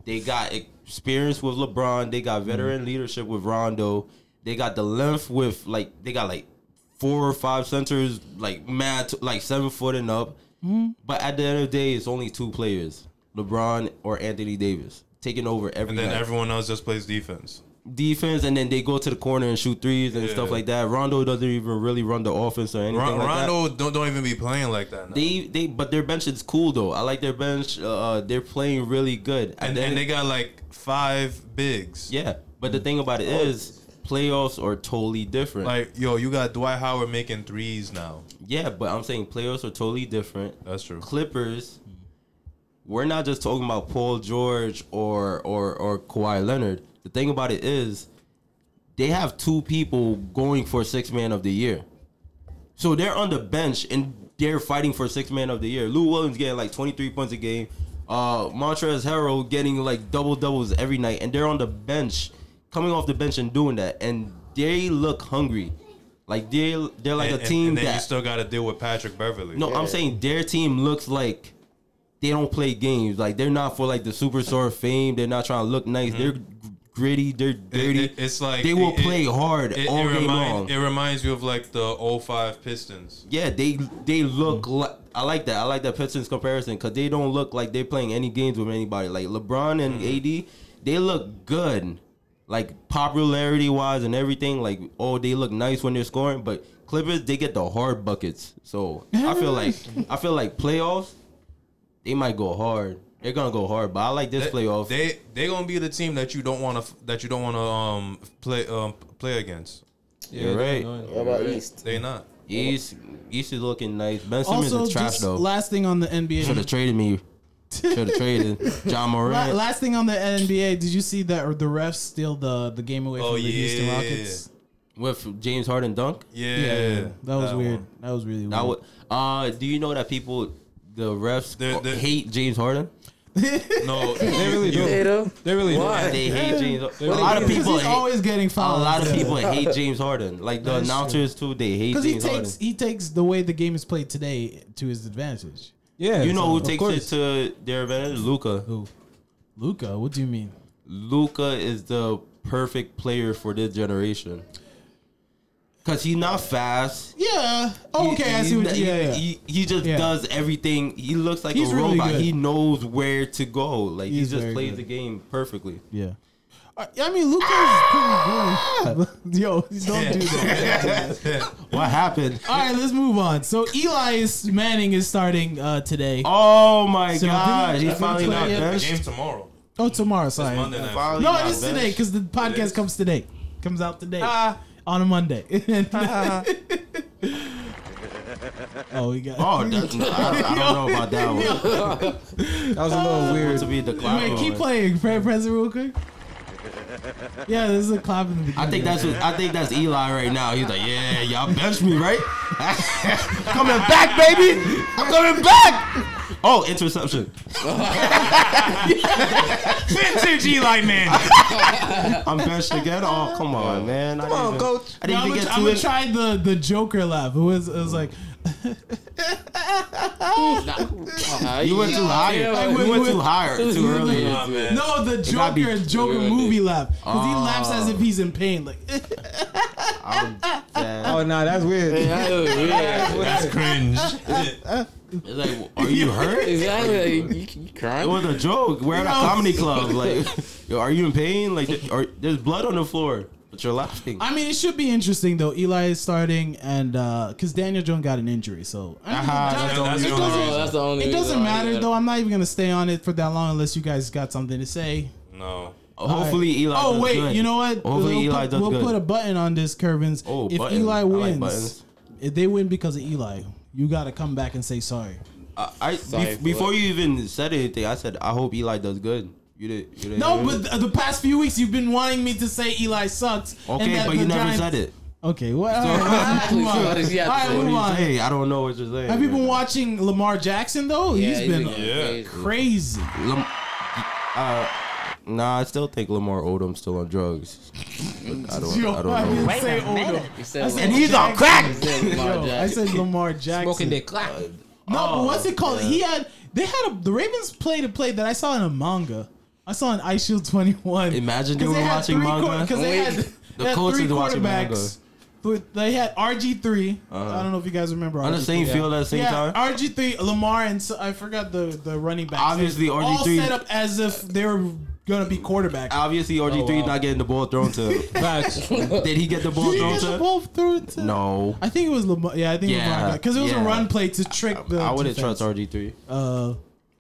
[SPEAKER 2] They got experience with LeBron. They
[SPEAKER 3] Mm-hmm.
[SPEAKER 2] got veteran leadership with Rondo. They got the length with like they got like four or five centers like mad t- like seven foot and up.
[SPEAKER 3] Mm-hmm.
[SPEAKER 2] But at the end of the day, it's only two players: LeBron or Anthony Davis taking over every
[SPEAKER 5] And then
[SPEAKER 2] night.
[SPEAKER 5] everyone else just plays defense.
[SPEAKER 2] defense, and then they go to the corner and shoot threes and stuff
[SPEAKER 5] Yeah.
[SPEAKER 2] like that. Rondo doesn't even really run the offense or anything.
[SPEAKER 5] Ron-
[SPEAKER 2] like that.
[SPEAKER 5] Rondo don't don't even be playing like that. Now.
[SPEAKER 2] They they but their bench is cool though. I like their bench. Uh, they're playing really good.
[SPEAKER 5] and,
[SPEAKER 2] then-
[SPEAKER 5] and they got like five bigs.
[SPEAKER 2] yeah. But the thing about it is playoffs are totally different.
[SPEAKER 5] Like yo, you got Dwight Howard making threes now.
[SPEAKER 2] yeah, but I'm saying playoffs are totally different.
[SPEAKER 5] That's true.
[SPEAKER 2] Clippers. We're not just talking about Paul George or or or Kawhi Leonard. The thing about it is, they have two people going for six man of the year, so they're on the bench and they're fighting for six man of the year. Lou Williams getting like twenty three points a game, uh, Montrezl Harrell getting like double doubles every night, and they're on the bench, coming off the bench and doing that, and they look hungry, like they they're like
[SPEAKER 5] and,
[SPEAKER 2] a
[SPEAKER 5] and-
[SPEAKER 2] team
[SPEAKER 5] and then
[SPEAKER 2] that
[SPEAKER 5] you still got to deal with Patrick Beverly.
[SPEAKER 2] no, I'm saying their team looks like they don't play games. Like they're not for like the superstar fame. They're not trying to look nice. They're gritty. They're dirty.
[SPEAKER 5] Mm-hmm. it- it's like-
[SPEAKER 2] they will
[SPEAKER 5] it- it-
[SPEAKER 2] play hard
[SPEAKER 5] It,
[SPEAKER 2] all
[SPEAKER 5] it,
[SPEAKER 2] day long.
[SPEAKER 5] remind, it reminds you of like the 05 Pistons.
[SPEAKER 2] yeah, they they look
[SPEAKER 1] Hmm.
[SPEAKER 2] like. I like that. I like that Pistons comparison because they don't look like they're playing any games with anybody. Like LeBron
[SPEAKER 1] Hmm.
[SPEAKER 2] and AD, they look good, like popularity wise and everything. Like oh, they look nice when they're scoring, but Clippers they get the hard buckets. So I feel like I feel like playoffs, they might go hard. They're gonna go hard, but I like this playoff.
[SPEAKER 5] They they gonna be the team that you don't want to that you don't want to um play um play against.
[SPEAKER 3] Yeah,
[SPEAKER 2] right.
[SPEAKER 6] What about East?
[SPEAKER 2] Mm.
[SPEAKER 5] They not.
[SPEAKER 2] East East is looking nice. Ben Simmons
[SPEAKER 1] Also,
[SPEAKER 2] is trash
[SPEAKER 1] just
[SPEAKER 2] though.
[SPEAKER 1] last thing on the
[SPEAKER 2] Should have
[SPEAKER 1] NBA.
[SPEAKER 2] traded me. Should have traded John
[SPEAKER 1] La-
[SPEAKER 2] Moran.
[SPEAKER 1] last thing on the NBA. Did you see that the refs steal the the game away from
[SPEAKER 5] Oh,
[SPEAKER 1] the Houston
[SPEAKER 5] yeah.
[SPEAKER 1] Rockets?
[SPEAKER 2] with James Harden dunk.
[SPEAKER 5] Yeah,
[SPEAKER 1] That was weird.
[SPEAKER 5] one.
[SPEAKER 1] That was really weird.
[SPEAKER 2] That would. Uh, do you know that people, the refs,
[SPEAKER 5] They're- they're-
[SPEAKER 2] hate James Harden?
[SPEAKER 5] No, they
[SPEAKER 3] They really do.
[SPEAKER 6] Potato?
[SPEAKER 3] They really do.
[SPEAKER 2] They hate James. A lot of
[SPEAKER 1] 'Cause
[SPEAKER 2] people
[SPEAKER 1] he's
[SPEAKER 2] hate.
[SPEAKER 1] always getting
[SPEAKER 2] A
[SPEAKER 1] fouled.
[SPEAKER 2] lot of people hate James Harden. Like the
[SPEAKER 1] That is true.
[SPEAKER 2] announcers too, they hate
[SPEAKER 1] because he
[SPEAKER 2] James Harden.
[SPEAKER 1] takes he takes the way the game is played today to his advantage.
[SPEAKER 3] Yeah.
[SPEAKER 2] You know who
[SPEAKER 3] of
[SPEAKER 2] takes
[SPEAKER 3] course.
[SPEAKER 2] it to their advantage? Luca.
[SPEAKER 1] Luca, what do you mean?
[SPEAKER 2] Luca is the perfect player for this generation. Cause he not fast.
[SPEAKER 1] Yeah.
[SPEAKER 2] He-
[SPEAKER 1] Oh, okay, I
[SPEAKER 2] he-
[SPEAKER 1] see what.
[SPEAKER 2] he-
[SPEAKER 1] Yeah, yeah.
[SPEAKER 2] He, he just
[SPEAKER 1] Yeah.
[SPEAKER 2] does everything. He looks like
[SPEAKER 1] He's
[SPEAKER 2] a
[SPEAKER 1] really
[SPEAKER 2] robot.
[SPEAKER 1] good.
[SPEAKER 2] He knows where to go. Like
[SPEAKER 1] He's
[SPEAKER 2] he just
[SPEAKER 1] very
[SPEAKER 2] plays
[SPEAKER 1] good.
[SPEAKER 2] the game perfectly.
[SPEAKER 1] Yeah. I I mean,
[SPEAKER 2] Ah!
[SPEAKER 1] Luca's pretty good. Yo, don't do that.
[SPEAKER 2] What happened?
[SPEAKER 1] All right, let's move on. So Eli is, Manning is starting uh, today. Oh,
[SPEAKER 2] Oh my
[SPEAKER 1] So,
[SPEAKER 2] god!
[SPEAKER 1] didn't-
[SPEAKER 2] He finally
[SPEAKER 1] didn't
[SPEAKER 2] not
[SPEAKER 1] play
[SPEAKER 5] The
[SPEAKER 2] benched.
[SPEAKER 5] game tomorrow.
[SPEAKER 1] Oh, tomorrow, sorry.
[SPEAKER 5] Monday night.
[SPEAKER 2] Finally
[SPEAKER 1] No,
[SPEAKER 2] not
[SPEAKER 1] it is today
[SPEAKER 2] benched.
[SPEAKER 1] because the podcast comes today. Comes out today
[SPEAKER 3] Ah.
[SPEAKER 1] on a Monday. oh, we got.
[SPEAKER 2] Oh, that's, I, I don't know about that one.
[SPEAKER 3] That was a little
[SPEAKER 2] Weird
[SPEAKER 3] weird.
[SPEAKER 2] to be the clown.
[SPEAKER 1] Wait, keep playing. Pre- Present real quick. Yeah, this is a clap in the beginning.
[SPEAKER 2] I think that's what, I think that's Eli right now. He's like, yeah, y'all bench me, right? coming back, baby. I'm coming back. Oh, interception.
[SPEAKER 7] Vintage Eli Manning.
[SPEAKER 2] I'm benched again. Oh, come on, man. Come
[SPEAKER 3] on, coach.
[SPEAKER 1] Yeah,
[SPEAKER 2] I didn't
[SPEAKER 1] I'm,
[SPEAKER 2] even
[SPEAKER 1] gonna,
[SPEAKER 2] get
[SPEAKER 1] I'm
[SPEAKER 2] to
[SPEAKER 1] gonna
[SPEAKER 2] it.
[SPEAKER 1] try the the Joker laugh. It was it was like
[SPEAKER 2] You went too high.
[SPEAKER 1] I
[SPEAKER 2] You
[SPEAKER 1] went-
[SPEAKER 2] went too
[SPEAKER 1] went-
[SPEAKER 2] high too early.
[SPEAKER 5] Nah, man.
[SPEAKER 1] no the
[SPEAKER 2] gotta be
[SPEAKER 1] Joker Joker
[SPEAKER 6] good.
[SPEAKER 1] movie laugh because he laughs as if he's in pain. Like
[SPEAKER 2] I'm dead.
[SPEAKER 3] Oh nah, that's weird.
[SPEAKER 6] Exactly.
[SPEAKER 7] That's cringe.
[SPEAKER 2] It's like, are you hurt?
[SPEAKER 6] You, you
[SPEAKER 2] It
[SPEAKER 6] crying?
[SPEAKER 2] was a joke. We're at a
[SPEAKER 1] No.
[SPEAKER 2] comedy club. Like, yo, are you in pain? Like, th- are, there's blood on the floor, but you're laughing.
[SPEAKER 1] I mean, it should be interesting though. Eli is starting, and because Daniel Jones got an injury, so I mean,
[SPEAKER 2] Aha,
[SPEAKER 1] John-
[SPEAKER 5] that's the only
[SPEAKER 1] it
[SPEAKER 5] reason.
[SPEAKER 1] doesn't-
[SPEAKER 6] Oh, that's the only
[SPEAKER 1] It
[SPEAKER 6] reason
[SPEAKER 1] doesn't
[SPEAKER 6] why
[SPEAKER 1] matter
[SPEAKER 6] you
[SPEAKER 1] though.
[SPEAKER 6] gotta-
[SPEAKER 1] I'm not even gonna stay on it for that long unless you guys got something to say.
[SPEAKER 5] No.
[SPEAKER 2] Hopefully, Eli.
[SPEAKER 1] Oh
[SPEAKER 2] does
[SPEAKER 1] wait,
[SPEAKER 2] good.
[SPEAKER 1] you know what?
[SPEAKER 2] Hopefully,
[SPEAKER 1] we'll
[SPEAKER 2] Eli
[SPEAKER 1] put,
[SPEAKER 2] does
[SPEAKER 1] we'll
[SPEAKER 2] good.
[SPEAKER 1] put a button on this, Curvins.
[SPEAKER 2] Oh,
[SPEAKER 1] if
[SPEAKER 2] button. I
[SPEAKER 1] Eli
[SPEAKER 2] like
[SPEAKER 1] wins,
[SPEAKER 2] buttons.
[SPEAKER 1] if they win because of Eli, you got to come back and say sorry.
[SPEAKER 2] I, I
[SPEAKER 6] Sorry
[SPEAKER 2] bef-
[SPEAKER 6] for
[SPEAKER 2] before
[SPEAKER 6] what?
[SPEAKER 2] you even said anything, I said I hope Eli does good. You did. You did
[SPEAKER 1] No, but th- the past few weeks you've been wanting me to say Eli sucks. and
[SPEAKER 2] okay,
[SPEAKER 1] that
[SPEAKER 2] but you
[SPEAKER 1] the
[SPEAKER 2] never
[SPEAKER 1] Giants-
[SPEAKER 2] said it.
[SPEAKER 1] Okay, well, all right, let's move on.
[SPEAKER 6] So what does he have to
[SPEAKER 1] All right,
[SPEAKER 6] say?
[SPEAKER 1] move
[SPEAKER 2] What
[SPEAKER 1] on.
[SPEAKER 2] do you say? I don't know what you're saying.
[SPEAKER 1] Have you been watching Lamar Jackson though?
[SPEAKER 6] Yeah,
[SPEAKER 1] he's been
[SPEAKER 5] Yeah.
[SPEAKER 6] crazy.
[SPEAKER 1] crazy.
[SPEAKER 2] Lam- uh, nah, I still think Lamar Odom's still on drugs. But I don't. I don't know.
[SPEAKER 1] didn't say Odom.
[SPEAKER 6] He said,
[SPEAKER 1] said
[SPEAKER 6] Lamar-
[SPEAKER 1] he's
[SPEAKER 6] Jackson.
[SPEAKER 2] on crack!
[SPEAKER 6] He said Lamar
[SPEAKER 1] Yo, Oh, I
[SPEAKER 6] Jackson.
[SPEAKER 1] said Lamar Jackson.
[SPEAKER 3] Smoking dick. Clack.
[SPEAKER 2] Uh,
[SPEAKER 1] No, but what's
[SPEAKER 2] oh,
[SPEAKER 1] it called? He had they had a the Ravens played a play that I saw in a manga. I saw in Ice Shield twenty one.
[SPEAKER 2] Imagine you were watching manga.
[SPEAKER 1] because they
[SPEAKER 6] Wait.
[SPEAKER 1] had
[SPEAKER 2] The
[SPEAKER 1] they had
[SPEAKER 2] coach
[SPEAKER 1] three
[SPEAKER 2] is watching manga. Uh-huh.
[SPEAKER 1] quarterbacks. But They had RG 3 I don't know if you guys remember.
[SPEAKER 2] On the
[SPEAKER 1] RG3.
[SPEAKER 2] same field at the same
[SPEAKER 1] Yeah,
[SPEAKER 2] time.
[SPEAKER 1] RG three, Lamar, and so, I forgot the the running back.
[SPEAKER 2] Obviously,
[SPEAKER 1] all
[SPEAKER 2] RG3
[SPEAKER 1] set up as if they were gonna be quarterback.
[SPEAKER 2] Obviously, RG three
[SPEAKER 3] wow.
[SPEAKER 2] not getting the ball thrown to him.
[SPEAKER 3] Facts.
[SPEAKER 2] Did he get the ball
[SPEAKER 1] Did he
[SPEAKER 2] thrown
[SPEAKER 1] get
[SPEAKER 2] to
[SPEAKER 1] the
[SPEAKER 2] him?
[SPEAKER 1] ball through it to-
[SPEAKER 2] No.
[SPEAKER 1] I think it was Lamar. Yeah, I think
[SPEAKER 2] Yeah,
[SPEAKER 1] it was because it was
[SPEAKER 2] yeah.
[SPEAKER 1] a run play to trick the.
[SPEAKER 2] I wouldn't
[SPEAKER 1] defense.
[SPEAKER 2] trust RG three.
[SPEAKER 1] Uh,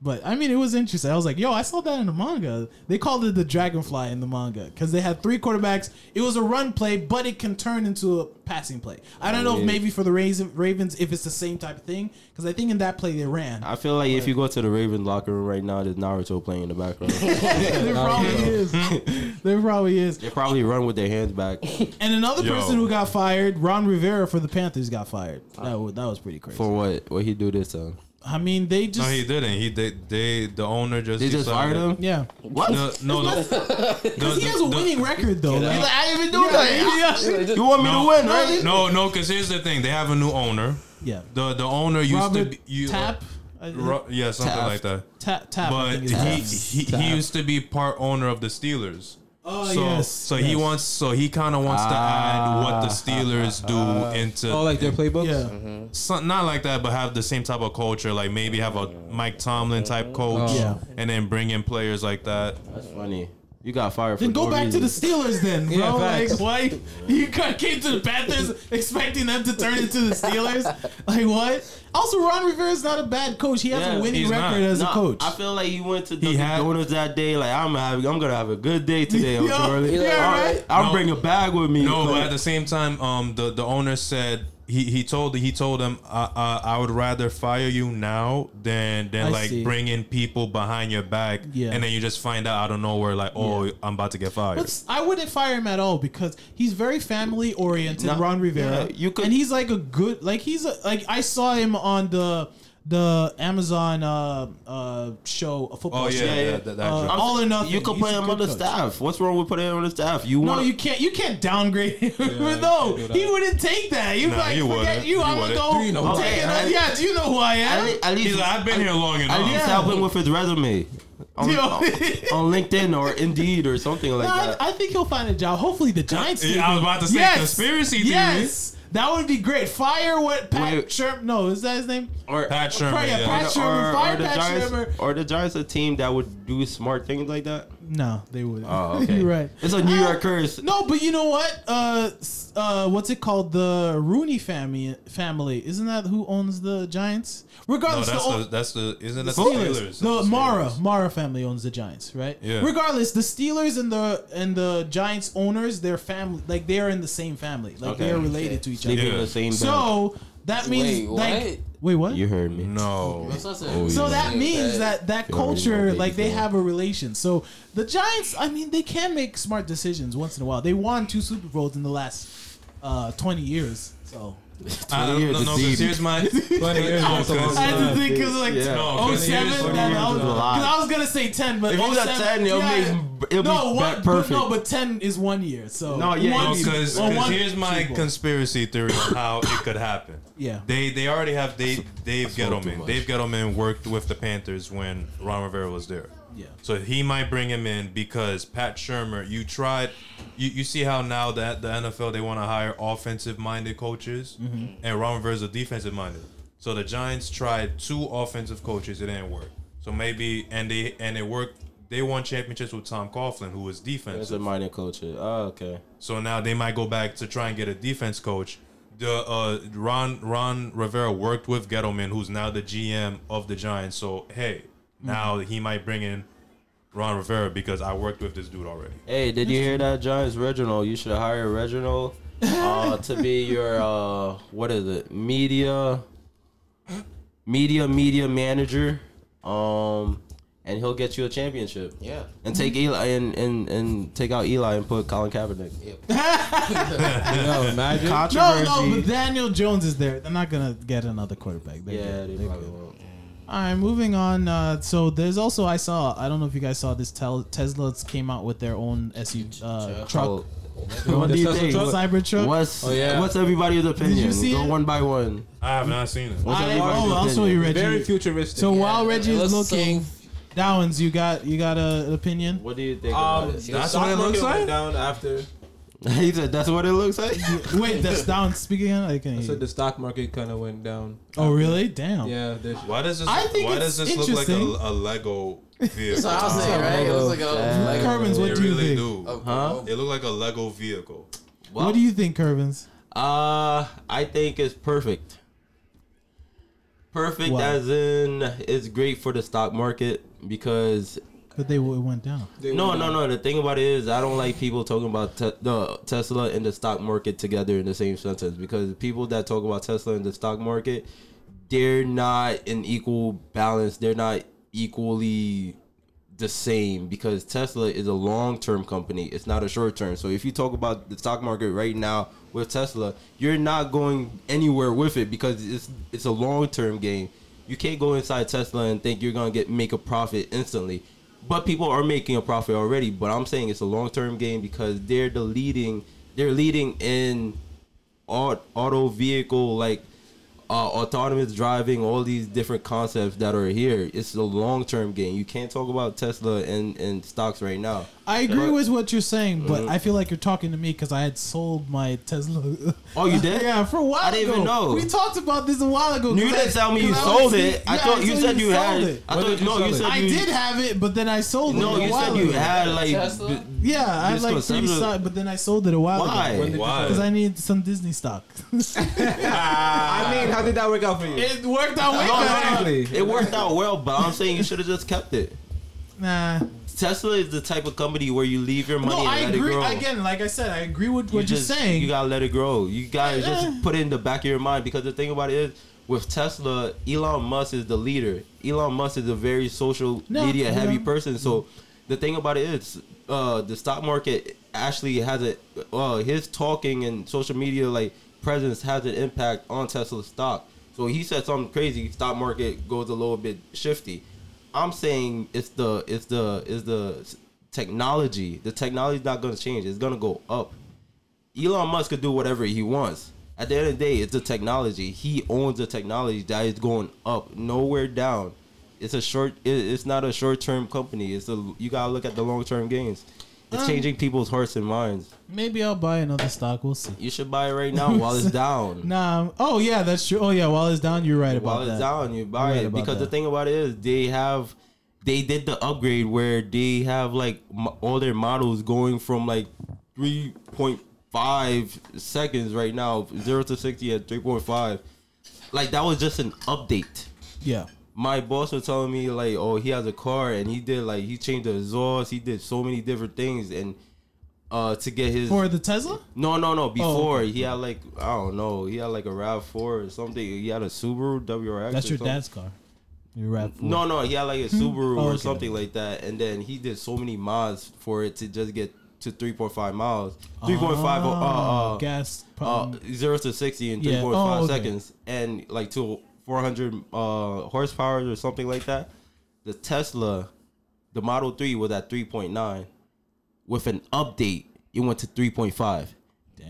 [SPEAKER 1] but I mean, it was interesting. I was like, "Yo, I saw that in the manga. They called it the dragonfly in the manga because they had three quarterbacks. It was a run play, but it can turn into a passing play. I don't know if maybe for the Raven- Ravens if it's the same type of thing because I think in that play they ran.
[SPEAKER 2] I feel like if you go to the Ravens locker room right now, there's Naruto playing in the background.
[SPEAKER 1] there probably is. there probably is.
[SPEAKER 2] they probably run with their hands back.
[SPEAKER 1] And another
[SPEAKER 5] Yo.
[SPEAKER 1] person who got fired, Ron Rivera for the Panthers, got fired.
[SPEAKER 5] Uh,
[SPEAKER 1] That was, that was pretty crazy.
[SPEAKER 2] For what? What he do this time?
[SPEAKER 1] I mean, they
[SPEAKER 5] No,
[SPEAKER 1] just
[SPEAKER 5] he didn't. He they, they the owner just
[SPEAKER 2] They just
[SPEAKER 5] decided-
[SPEAKER 2] fired him.
[SPEAKER 1] yeah.
[SPEAKER 2] What?
[SPEAKER 5] No, no, no. no,
[SPEAKER 1] He has a winning record though. Like,
[SPEAKER 2] I didn't even do
[SPEAKER 1] yeah.
[SPEAKER 2] You want me
[SPEAKER 5] No.
[SPEAKER 2] to win, right?
[SPEAKER 5] No, no, because here's the thing. They have a new owner.
[SPEAKER 1] yeah.
[SPEAKER 5] The the owner used to
[SPEAKER 1] Robert
[SPEAKER 5] be, you, uh,
[SPEAKER 1] Tap. I-
[SPEAKER 5] Ro- yeah, something
[SPEAKER 2] Taft.
[SPEAKER 5] like that.
[SPEAKER 1] Tap tap. I
[SPEAKER 5] But
[SPEAKER 1] think
[SPEAKER 5] he,
[SPEAKER 1] his name
[SPEAKER 5] he,
[SPEAKER 1] is.
[SPEAKER 5] he, used to be part owner of the Steelers.
[SPEAKER 1] Oh,
[SPEAKER 5] So
[SPEAKER 1] yes,
[SPEAKER 5] so he
[SPEAKER 1] yes.
[SPEAKER 5] wants so he kind of wants to add what the Steelers do
[SPEAKER 2] Ah.
[SPEAKER 5] into
[SPEAKER 3] Oh, like their playbooks.
[SPEAKER 1] Yeah.
[SPEAKER 2] Mm-hmm.
[SPEAKER 5] some, not like that, but have the same type of culture. Like maybe have a Mike Tomlin type coach,
[SPEAKER 3] Oh.
[SPEAKER 1] Yeah.
[SPEAKER 5] and then bring in players like that.
[SPEAKER 2] That's funny. You got fired.
[SPEAKER 1] Then
[SPEAKER 2] for
[SPEAKER 1] go
[SPEAKER 2] no
[SPEAKER 1] back to the
[SPEAKER 2] reason.
[SPEAKER 1] Steelers, then, bro.
[SPEAKER 3] Yeah,
[SPEAKER 1] like,
[SPEAKER 3] facts.
[SPEAKER 1] why you ca- came to the Panthers expecting them to turn into the Steelers? Like, what? Also, Ron Rivera's not a bad coach. He has
[SPEAKER 2] Yeah,
[SPEAKER 1] a winning
[SPEAKER 5] he's
[SPEAKER 1] record
[SPEAKER 5] not.
[SPEAKER 1] as a
[SPEAKER 2] Nah,
[SPEAKER 1] coach.
[SPEAKER 2] I feel like he went to Dunkin'
[SPEAKER 5] had-
[SPEAKER 2] Donuts that day. Like I'm having, I'm gonna have a good day today.
[SPEAKER 1] Yo,
[SPEAKER 2] Charlie.
[SPEAKER 1] yeah,
[SPEAKER 2] All
[SPEAKER 1] right?
[SPEAKER 2] I'm
[SPEAKER 5] No.
[SPEAKER 2] bringing a bag with me.
[SPEAKER 5] No, but
[SPEAKER 2] Like,
[SPEAKER 5] at the same time, um, the the owner said he he told he told him uh, uh, I would rather fire you now than than
[SPEAKER 1] I
[SPEAKER 5] like
[SPEAKER 1] see.
[SPEAKER 5] bring in people behind your back,
[SPEAKER 1] Yeah.
[SPEAKER 5] and then you just find out out of nowhere like oh I'm about to get fired.
[SPEAKER 1] But I wouldn't fire him at all because he's very family oriented,
[SPEAKER 2] No,
[SPEAKER 1] Ron Rivera.
[SPEAKER 2] yeah, you could-
[SPEAKER 1] and he's like a good, like he's a, like I saw him on the the Amazon uh uh show, a football
[SPEAKER 5] oh
[SPEAKER 1] show.
[SPEAKER 5] yeah, yeah,
[SPEAKER 2] yeah.
[SPEAKER 5] that- that- that
[SPEAKER 1] Uh,
[SPEAKER 5] joke.
[SPEAKER 2] I'm-
[SPEAKER 1] all or nothing.
[SPEAKER 2] You could
[SPEAKER 1] He's
[SPEAKER 2] put
[SPEAKER 1] a
[SPEAKER 2] him
[SPEAKER 1] good
[SPEAKER 2] on the
[SPEAKER 1] coach.
[SPEAKER 2] staff. What's wrong with putting him on the staff? You
[SPEAKER 1] No,
[SPEAKER 2] want?
[SPEAKER 1] you can't. You can't downgrade him. no,
[SPEAKER 3] you can't do
[SPEAKER 1] he
[SPEAKER 3] that.
[SPEAKER 1] wouldn't take that. You
[SPEAKER 5] Nah,
[SPEAKER 1] like
[SPEAKER 5] you
[SPEAKER 1] forget
[SPEAKER 5] wouldn't.
[SPEAKER 1] you.
[SPEAKER 5] You
[SPEAKER 1] I'm gonna
[SPEAKER 5] wouldn't.
[SPEAKER 1] go.
[SPEAKER 3] Do you know
[SPEAKER 1] take
[SPEAKER 2] who I
[SPEAKER 1] it
[SPEAKER 2] am?
[SPEAKER 1] on- Yeah, do you know who I
[SPEAKER 2] at
[SPEAKER 1] am?
[SPEAKER 2] least, at least
[SPEAKER 5] He's like, I've been here long
[SPEAKER 2] at
[SPEAKER 5] enough.
[SPEAKER 2] least help him with his resume. on,
[SPEAKER 1] Yo.
[SPEAKER 2] on, on LinkedIn or Indeed or something like
[SPEAKER 1] I,
[SPEAKER 2] that.
[SPEAKER 1] I think he'll find a job. Hopefully, the Giants.
[SPEAKER 7] Yeah,
[SPEAKER 1] take
[SPEAKER 7] I was
[SPEAKER 1] him.
[SPEAKER 7] about to say conspiracy theory.
[SPEAKER 1] Yes, that would be great. Fire what Pat
[SPEAKER 2] Wait.
[SPEAKER 1] Sherm? No, is that his name?
[SPEAKER 2] Or
[SPEAKER 5] Pat Sherman.
[SPEAKER 1] Probably a
[SPEAKER 5] Yeah.
[SPEAKER 1] Pat- Sherman, fire
[SPEAKER 2] the
[SPEAKER 1] Pat Sherman.
[SPEAKER 2] Giants, or the Giants a team that would do smart things like that?
[SPEAKER 1] No, they would.
[SPEAKER 2] Oh, okay.
[SPEAKER 1] You're right.
[SPEAKER 2] It's a New
[SPEAKER 1] Ah,
[SPEAKER 2] York curse.
[SPEAKER 1] No, but you know what? Uh, s- uh, what's it called? The Rooney family. Family. Isn't that who owns the Giants?
[SPEAKER 5] No,
[SPEAKER 1] Regardless,
[SPEAKER 5] that's
[SPEAKER 1] the,
[SPEAKER 5] the that's the isn't that the
[SPEAKER 1] Steelers.
[SPEAKER 5] Steelers?
[SPEAKER 1] No,
[SPEAKER 5] That's the
[SPEAKER 1] Mara.
[SPEAKER 5] Steelers.
[SPEAKER 1] Mara family owns the Giants, right?
[SPEAKER 5] Yeah.
[SPEAKER 1] Regardless, the Steelers and the and the Giants owners, their family, like they are in the same family, like they
[SPEAKER 2] Okay.
[SPEAKER 1] are related to each
[SPEAKER 2] They
[SPEAKER 1] other.
[SPEAKER 2] be in
[SPEAKER 5] Yeah.
[SPEAKER 2] the same. bank.
[SPEAKER 1] So that means
[SPEAKER 6] Wait,
[SPEAKER 1] like
[SPEAKER 6] what?
[SPEAKER 1] wait what?
[SPEAKER 2] you heard me.
[SPEAKER 5] No.
[SPEAKER 1] so that means that that
[SPEAKER 2] Feel me,
[SPEAKER 1] culture,
[SPEAKER 2] baby,
[SPEAKER 1] like they
[SPEAKER 2] feel me.
[SPEAKER 1] have a relation. So the Giants, I mean, they can make smart decisions once in a while. They won two Super Bowls in the last uh, twenty years. So
[SPEAKER 5] I
[SPEAKER 2] Twenty
[SPEAKER 5] don't
[SPEAKER 2] years
[SPEAKER 5] know.
[SPEAKER 2] of
[SPEAKER 5] No,
[SPEAKER 2] seed.
[SPEAKER 5] 'cause here's my. No, 'cause-
[SPEAKER 1] I had to think because like
[SPEAKER 2] Yeah. No,
[SPEAKER 1] oh seven,
[SPEAKER 5] 20 years
[SPEAKER 1] that- that
[SPEAKER 2] was
[SPEAKER 1] was-
[SPEAKER 2] a lot.
[SPEAKER 1] 'cause I was gonna say ten, but
[SPEAKER 2] If it was at
[SPEAKER 1] 07
[SPEAKER 2] 10, it'll
[SPEAKER 1] Oh, yeah.
[SPEAKER 2] be- it'll be
[SPEAKER 1] no,
[SPEAKER 2] ba-
[SPEAKER 1] one, but
[SPEAKER 2] perfect.
[SPEAKER 1] no, but ten is one year. So
[SPEAKER 2] No, yeah,
[SPEAKER 1] one,
[SPEAKER 5] No,
[SPEAKER 2] it's-
[SPEAKER 5] because
[SPEAKER 1] on one
[SPEAKER 5] here's my
[SPEAKER 1] Super Bowl.
[SPEAKER 5] conspiracy theory on how it could happen.
[SPEAKER 1] Yeah.
[SPEAKER 5] They they already have Dave Dave
[SPEAKER 2] all too
[SPEAKER 5] Gettleman.
[SPEAKER 2] much.
[SPEAKER 5] Dave Gettleman worked with the Panthers when Ron Rivera was there.
[SPEAKER 1] Yeah.
[SPEAKER 5] So he might bring him in because Pat Shermer, you tried you, you see how now that the NFL they want to hire offensive minded coaches
[SPEAKER 1] Mm-hmm.
[SPEAKER 5] and Ron Rivera's a defensive minded. So the Giants tried two offensive coaches, it didn't work. So maybe and they and it worked they won championships with Tom Coughlin, who was defensive.
[SPEAKER 2] That's a minor culture. Oh, okay.
[SPEAKER 5] So now they might go back to try and get a defense coach. The uh, Ron Ron Rivera worked with Gettleman, who's now the GM of the Giants. So hey, now he might bring in Ron Rivera because I worked with this dude already.
[SPEAKER 2] Hey, did you hear that, Giants? Reginald, you should hire Reginald uh, to be your uh, what is it? Media, media, media manager. Um, and he'll get you a championship.
[SPEAKER 6] Yeah.
[SPEAKER 2] And take Eli and, and, and take out Eli and put Colin Kaepernick.
[SPEAKER 3] Yo, imagine.
[SPEAKER 1] No,
[SPEAKER 2] Controversy.
[SPEAKER 1] no, but Daniel Jones is there. They're not gonna get another quarterback. They're
[SPEAKER 2] yeah,
[SPEAKER 1] good.
[SPEAKER 2] they
[SPEAKER 1] They're
[SPEAKER 2] probably
[SPEAKER 1] good.
[SPEAKER 2] won't.
[SPEAKER 1] All right, moving on. Uh, so there's also I saw. I don't know if you guys saw this. Tel- Tesla came out with their own SU uh, truck,
[SPEAKER 2] Oh, what do you
[SPEAKER 3] Tesla
[SPEAKER 2] think?
[SPEAKER 3] truck?
[SPEAKER 1] Cybertruck.
[SPEAKER 2] What's
[SPEAKER 3] Oh, yeah.
[SPEAKER 2] what's everybody's opinion?
[SPEAKER 1] see
[SPEAKER 2] Go
[SPEAKER 1] it?
[SPEAKER 2] one by one.
[SPEAKER 5] I have not seen it.
[SPEAKER 2] What's
[SPEAKER 1] I,
[SPEAKER 2] everybody's
[SPEAKER 1] oh, I'll show you,
[SPEAKER 2] opinion?
[SPEAKER 1] Reggie.
[SPEAKER 3] Very futuristic.
[SPEAKER 1] so
[SPEAKER 7] Um,
[SPEAKER 1] while Reggie
[SPEAKER 6] It
[SPEAKER 1] is
[SPEAKER 6] looks
[SPEAKER 1] looking,
[SPEAKER 6] so-
[SPEAKER 1] Downs, you got you got a, an opinion?
[SPEAKER 2] What do you think?
[SPEAKER 3] um,
[SPEAKER 2] about
[SPEAKER 3] the
[SPEAKER 2] it?
[SPEAKER 3] stock
[SPEAKER 5] what it
[SPEAKER 3] market
[SPEAKER 5] looks
[SPEAKER 3] went
[SPEAKER 5] like?
[SPEAKER 3] Down after,
[SPEAKER 2] he said that's what it looks like.
[SPEAKER 1] Wait, that's Downs speaking. I can
[SPEAKER 3] I
[SPEAKER 1] hear
[SPEAKER 3] said
[SPEAKER 1] you.
[SPEAKER 3] the stock market kind of went down.
[SPEAKER 1] Oh, really? Damn.
[SPEAKER 3] Yeah, there's
[SPEAKER 5] Why does this?
[SPEAKER 1] I think
[SPEAKER 5] why
[SPEAKER 1] it's
[SPEAKER 5] does this look like a,
[SPEAKER 1] interesting.
[SPEAKER 5] a Lego
[SPEAKER 6] That's
[SPEAKER 5] vehicle?
[SPEAKER 6] what I was saying, right? It was like a. Like,
[SPEAKER 1] Kerwins, what
[SPEAKER 5] They
[SPEAKER 1] do you
[SPEAKER 5] really
[SPEAKER 1] think?
[SPEAKER 5] do.
[SPEAKER 6] a-
[SPEAKER 2] Huh?
[SPEAKER 5] It look like a Lego vehicle.
[SPEAKER 1] What do you think, Kervins?
[SPEAKER 2] Uh, I think it's perfect. Perfect,
[SPEAKER 1] Why?
[SPEAKER 2] as in it's great for the stock market because
[SPEAKER 1] But they it went down.
[SPEAKER 3] they
[SPEAKER 2] no,
[SPEAKER 3] went
[SPEAKER 2] no,
[SPEAKER 3] down.
[SPEAKER 2] no. The thing about it is, I don't like people talking about te- the Tesla and the stock market together in the same sentence because people that talk about Tesla and the stock market, they're not in equal balance. They're not equally the same because Tesla is a long term company. It's not a short term. So if you talk about the stock market right now with Tesla, you're not going anywhere with it because it's it's a long term game. You can't go inside Tesla and think you're gonna get make a profit instantly. But people are making a profit already. But I'm saying it's a long term game because they're the leading they're leading in au- auto vehicle like uh, autonomous driving, all these different concepts that are here. It's a long term game. You can't talk about Tesla and, and stocks right now.
[SPEAKER 1] I agree with what you're saying, but
[SPEAKER 2] Uh,
[SPEAKER 1] I feel like you're talking to me because I had sold my Tesla.
[SPEAKER 2] Oh, you did?
[SPEAKER 1] yeah, for a while
[SPEAKER 2] I didn't
[SPEAKER 1] ago.
[SPEAKER 2] even know.
[SPEAKER 1] We talked about this a while ago.
[SPEAKER 2] You
[SPEAKER 1] 'cause
[SPEAKER 2] didn't
[SPEAKER 1] I-
[SPEAKER 2] tell me you
[SPEAKER 1] 'cause I
[SPEAKER 2] sold
[SPEAKER 1] was-
[SPEAKER 2] it. I
[SPEAKER 1] yeah,
[SPEAKER 2] thought you
[SPEAKER 1] told
[SPEAKER 2] said you had.
[SPEAKER 1] sold it.
[SPEAKER 2] I
[SPEAKER 3] What
[SPEAKER 2] thought
[SPEAKER 3] did you
[SPEAKER 2] no, you
[SPEAKER 3] sell it?
[SPEAKER 2] said
[SPEAKER 1] I
[SPEAKER 2] you,
[SPEAKER 1] did have it, but then I sold it.
[SPEAKER 2] No,
[SPEAKER 1] a
[SPEAKER 2] you
[SPEAKER 1] while
[SPEAKER 2] said you
[SPEAKER 1] ago.
[SPEAKER 2] had like
[SPEAKER 6] Tesla?
[SPEAKER 2] b-
[SPEAKER 1] Yeah, I had
[SPEAKER 2] This
[SPEAKER 1] like
[SPEAKER 2] was
[SPEAKER 1] three
[SPEAKER 2] several-
[SPEAKER 1] stocks, but then I sold it a while ago.
[SPEAKER 2] why?
[SPEAKER 1] Because I
[SPEAKER 5] Why?
[SPEAKER 1] needed some Disney stock.
[SPEAKER 7] Ah.
[SPEAKER 3] I mean, how did that work out for you?
[SPEAKER 1] it worked out way better.
[SPEAKER 3] Exactly.
[SPEAKER 2] It worked out well, but I'm saying you should have just kept it.
[SPEAKER 1] Nah.
[SPEAKER 2] Tesla is the type of company where you leave your money
[SPEAKER 1] No,
[SPEAKER 2] and
[SPEAKER 1] I
[SPEAKER 2] let it
[SPEAKER 1] agree.
[SPEAKER 2] grow.
[SPEAKER 1] Again, like I said, I agree with
[SPEAKER 2] you
[SPEAKER 1] what you're
[SPEAKER 2] just-
[SPEAKER 1] saying.
[SPEAKER 2] You gotta let it grow. You gotta
[SPEAKER 1] Eh.
[SPEAKER 2] just put it in the back of your mind because the thing about it is with Tesla, Elon Musk is the leader. Elon Musk is a very social
[SPEAKER 1] No, Mm-hmm.
[SPEAKER 2] media heavy
[SPEAKER 1] no.
[SPEAKER 2] person. So the thing about it is, uh, the stock market actually has a uh, his talking and social media like presence has an impact on Tesla's stock. So he said something crazy. Stock market goes a little bit shifty. I'm saying it's the it's the it's the s- technology. The technology's not gonna change. It's gonna go up. Elon Musk could do whatever he wants. At the end of the day, it's the technology. He owns the technology that is going up, nowhere down. It's a short. It, it's not a short term company. It's a you gotta look at the long term gains. It's changing people's hearts and minds.
[SPEAKER 1] Maybe I'll buy another stock. We'll see.
[SPEAKER 2] You should buy it right now while it's down.
[SPEAKER 1] Nah. I'm- Oh yeah, that's true. Oh yeah, while it's down, you're right about
[SPEAKER 2] while it's
[SPEAKER 1] that.
[SPEAKER 2] down, you buy
[SPEAKER 1] You're right
[SPEAKER 2] it
[SPEAKER 1] about
[SPEAKER 2] because the
[SPEAKER 1] that.
[SPEAKER 2] thing about it is they have, they did the upgrade where they have like mo- all their models going from like three point five seconds right now, zero to sixty at three point five. Like that was just an update.
[SPEAKER 1] Yeah.
[SPEAKER 2] My boss was telling me like, oh, he has a car and he did like he changed the exhaust, he did so many different things and. Uh, to get his
[SPEAKER 1] For Oh, the Tesla?
[SPEAKER 2] no, no, no. Before he had like I don't know, he had like a Rav Four or something. He had a Subaru WRX.
[SPEAKER 1] That's
[SPEAKER 2] or
[SPEAKER 1] your
[SPEAKER 2] something.
[SPEAKER 1] dad's car. Your rap.
[SPEAKER 2] No, no, he had like a Subaru
[SPEAKER 1] Oh,
[SPEAKER 2] or
[SPEAKER 1] okay.
[SPEAKER 2] something like that, and then he did so many mods for it to just get to three point five miles, three point five uh, uh,
[SPEAKER 1] gas.
[SPEAKER 2] uh, zero to sixty in
[SPEAKER 1] Oh, Yeah.
[SPEAKER 2] three point five
[SPEAKER 1] Oh, okay.
[SPEAKER 2] seconds, and like to four hundred uh, horsepower or something like that. The Tesla, the Model Three was at three point nine, with an update, it went to three point five,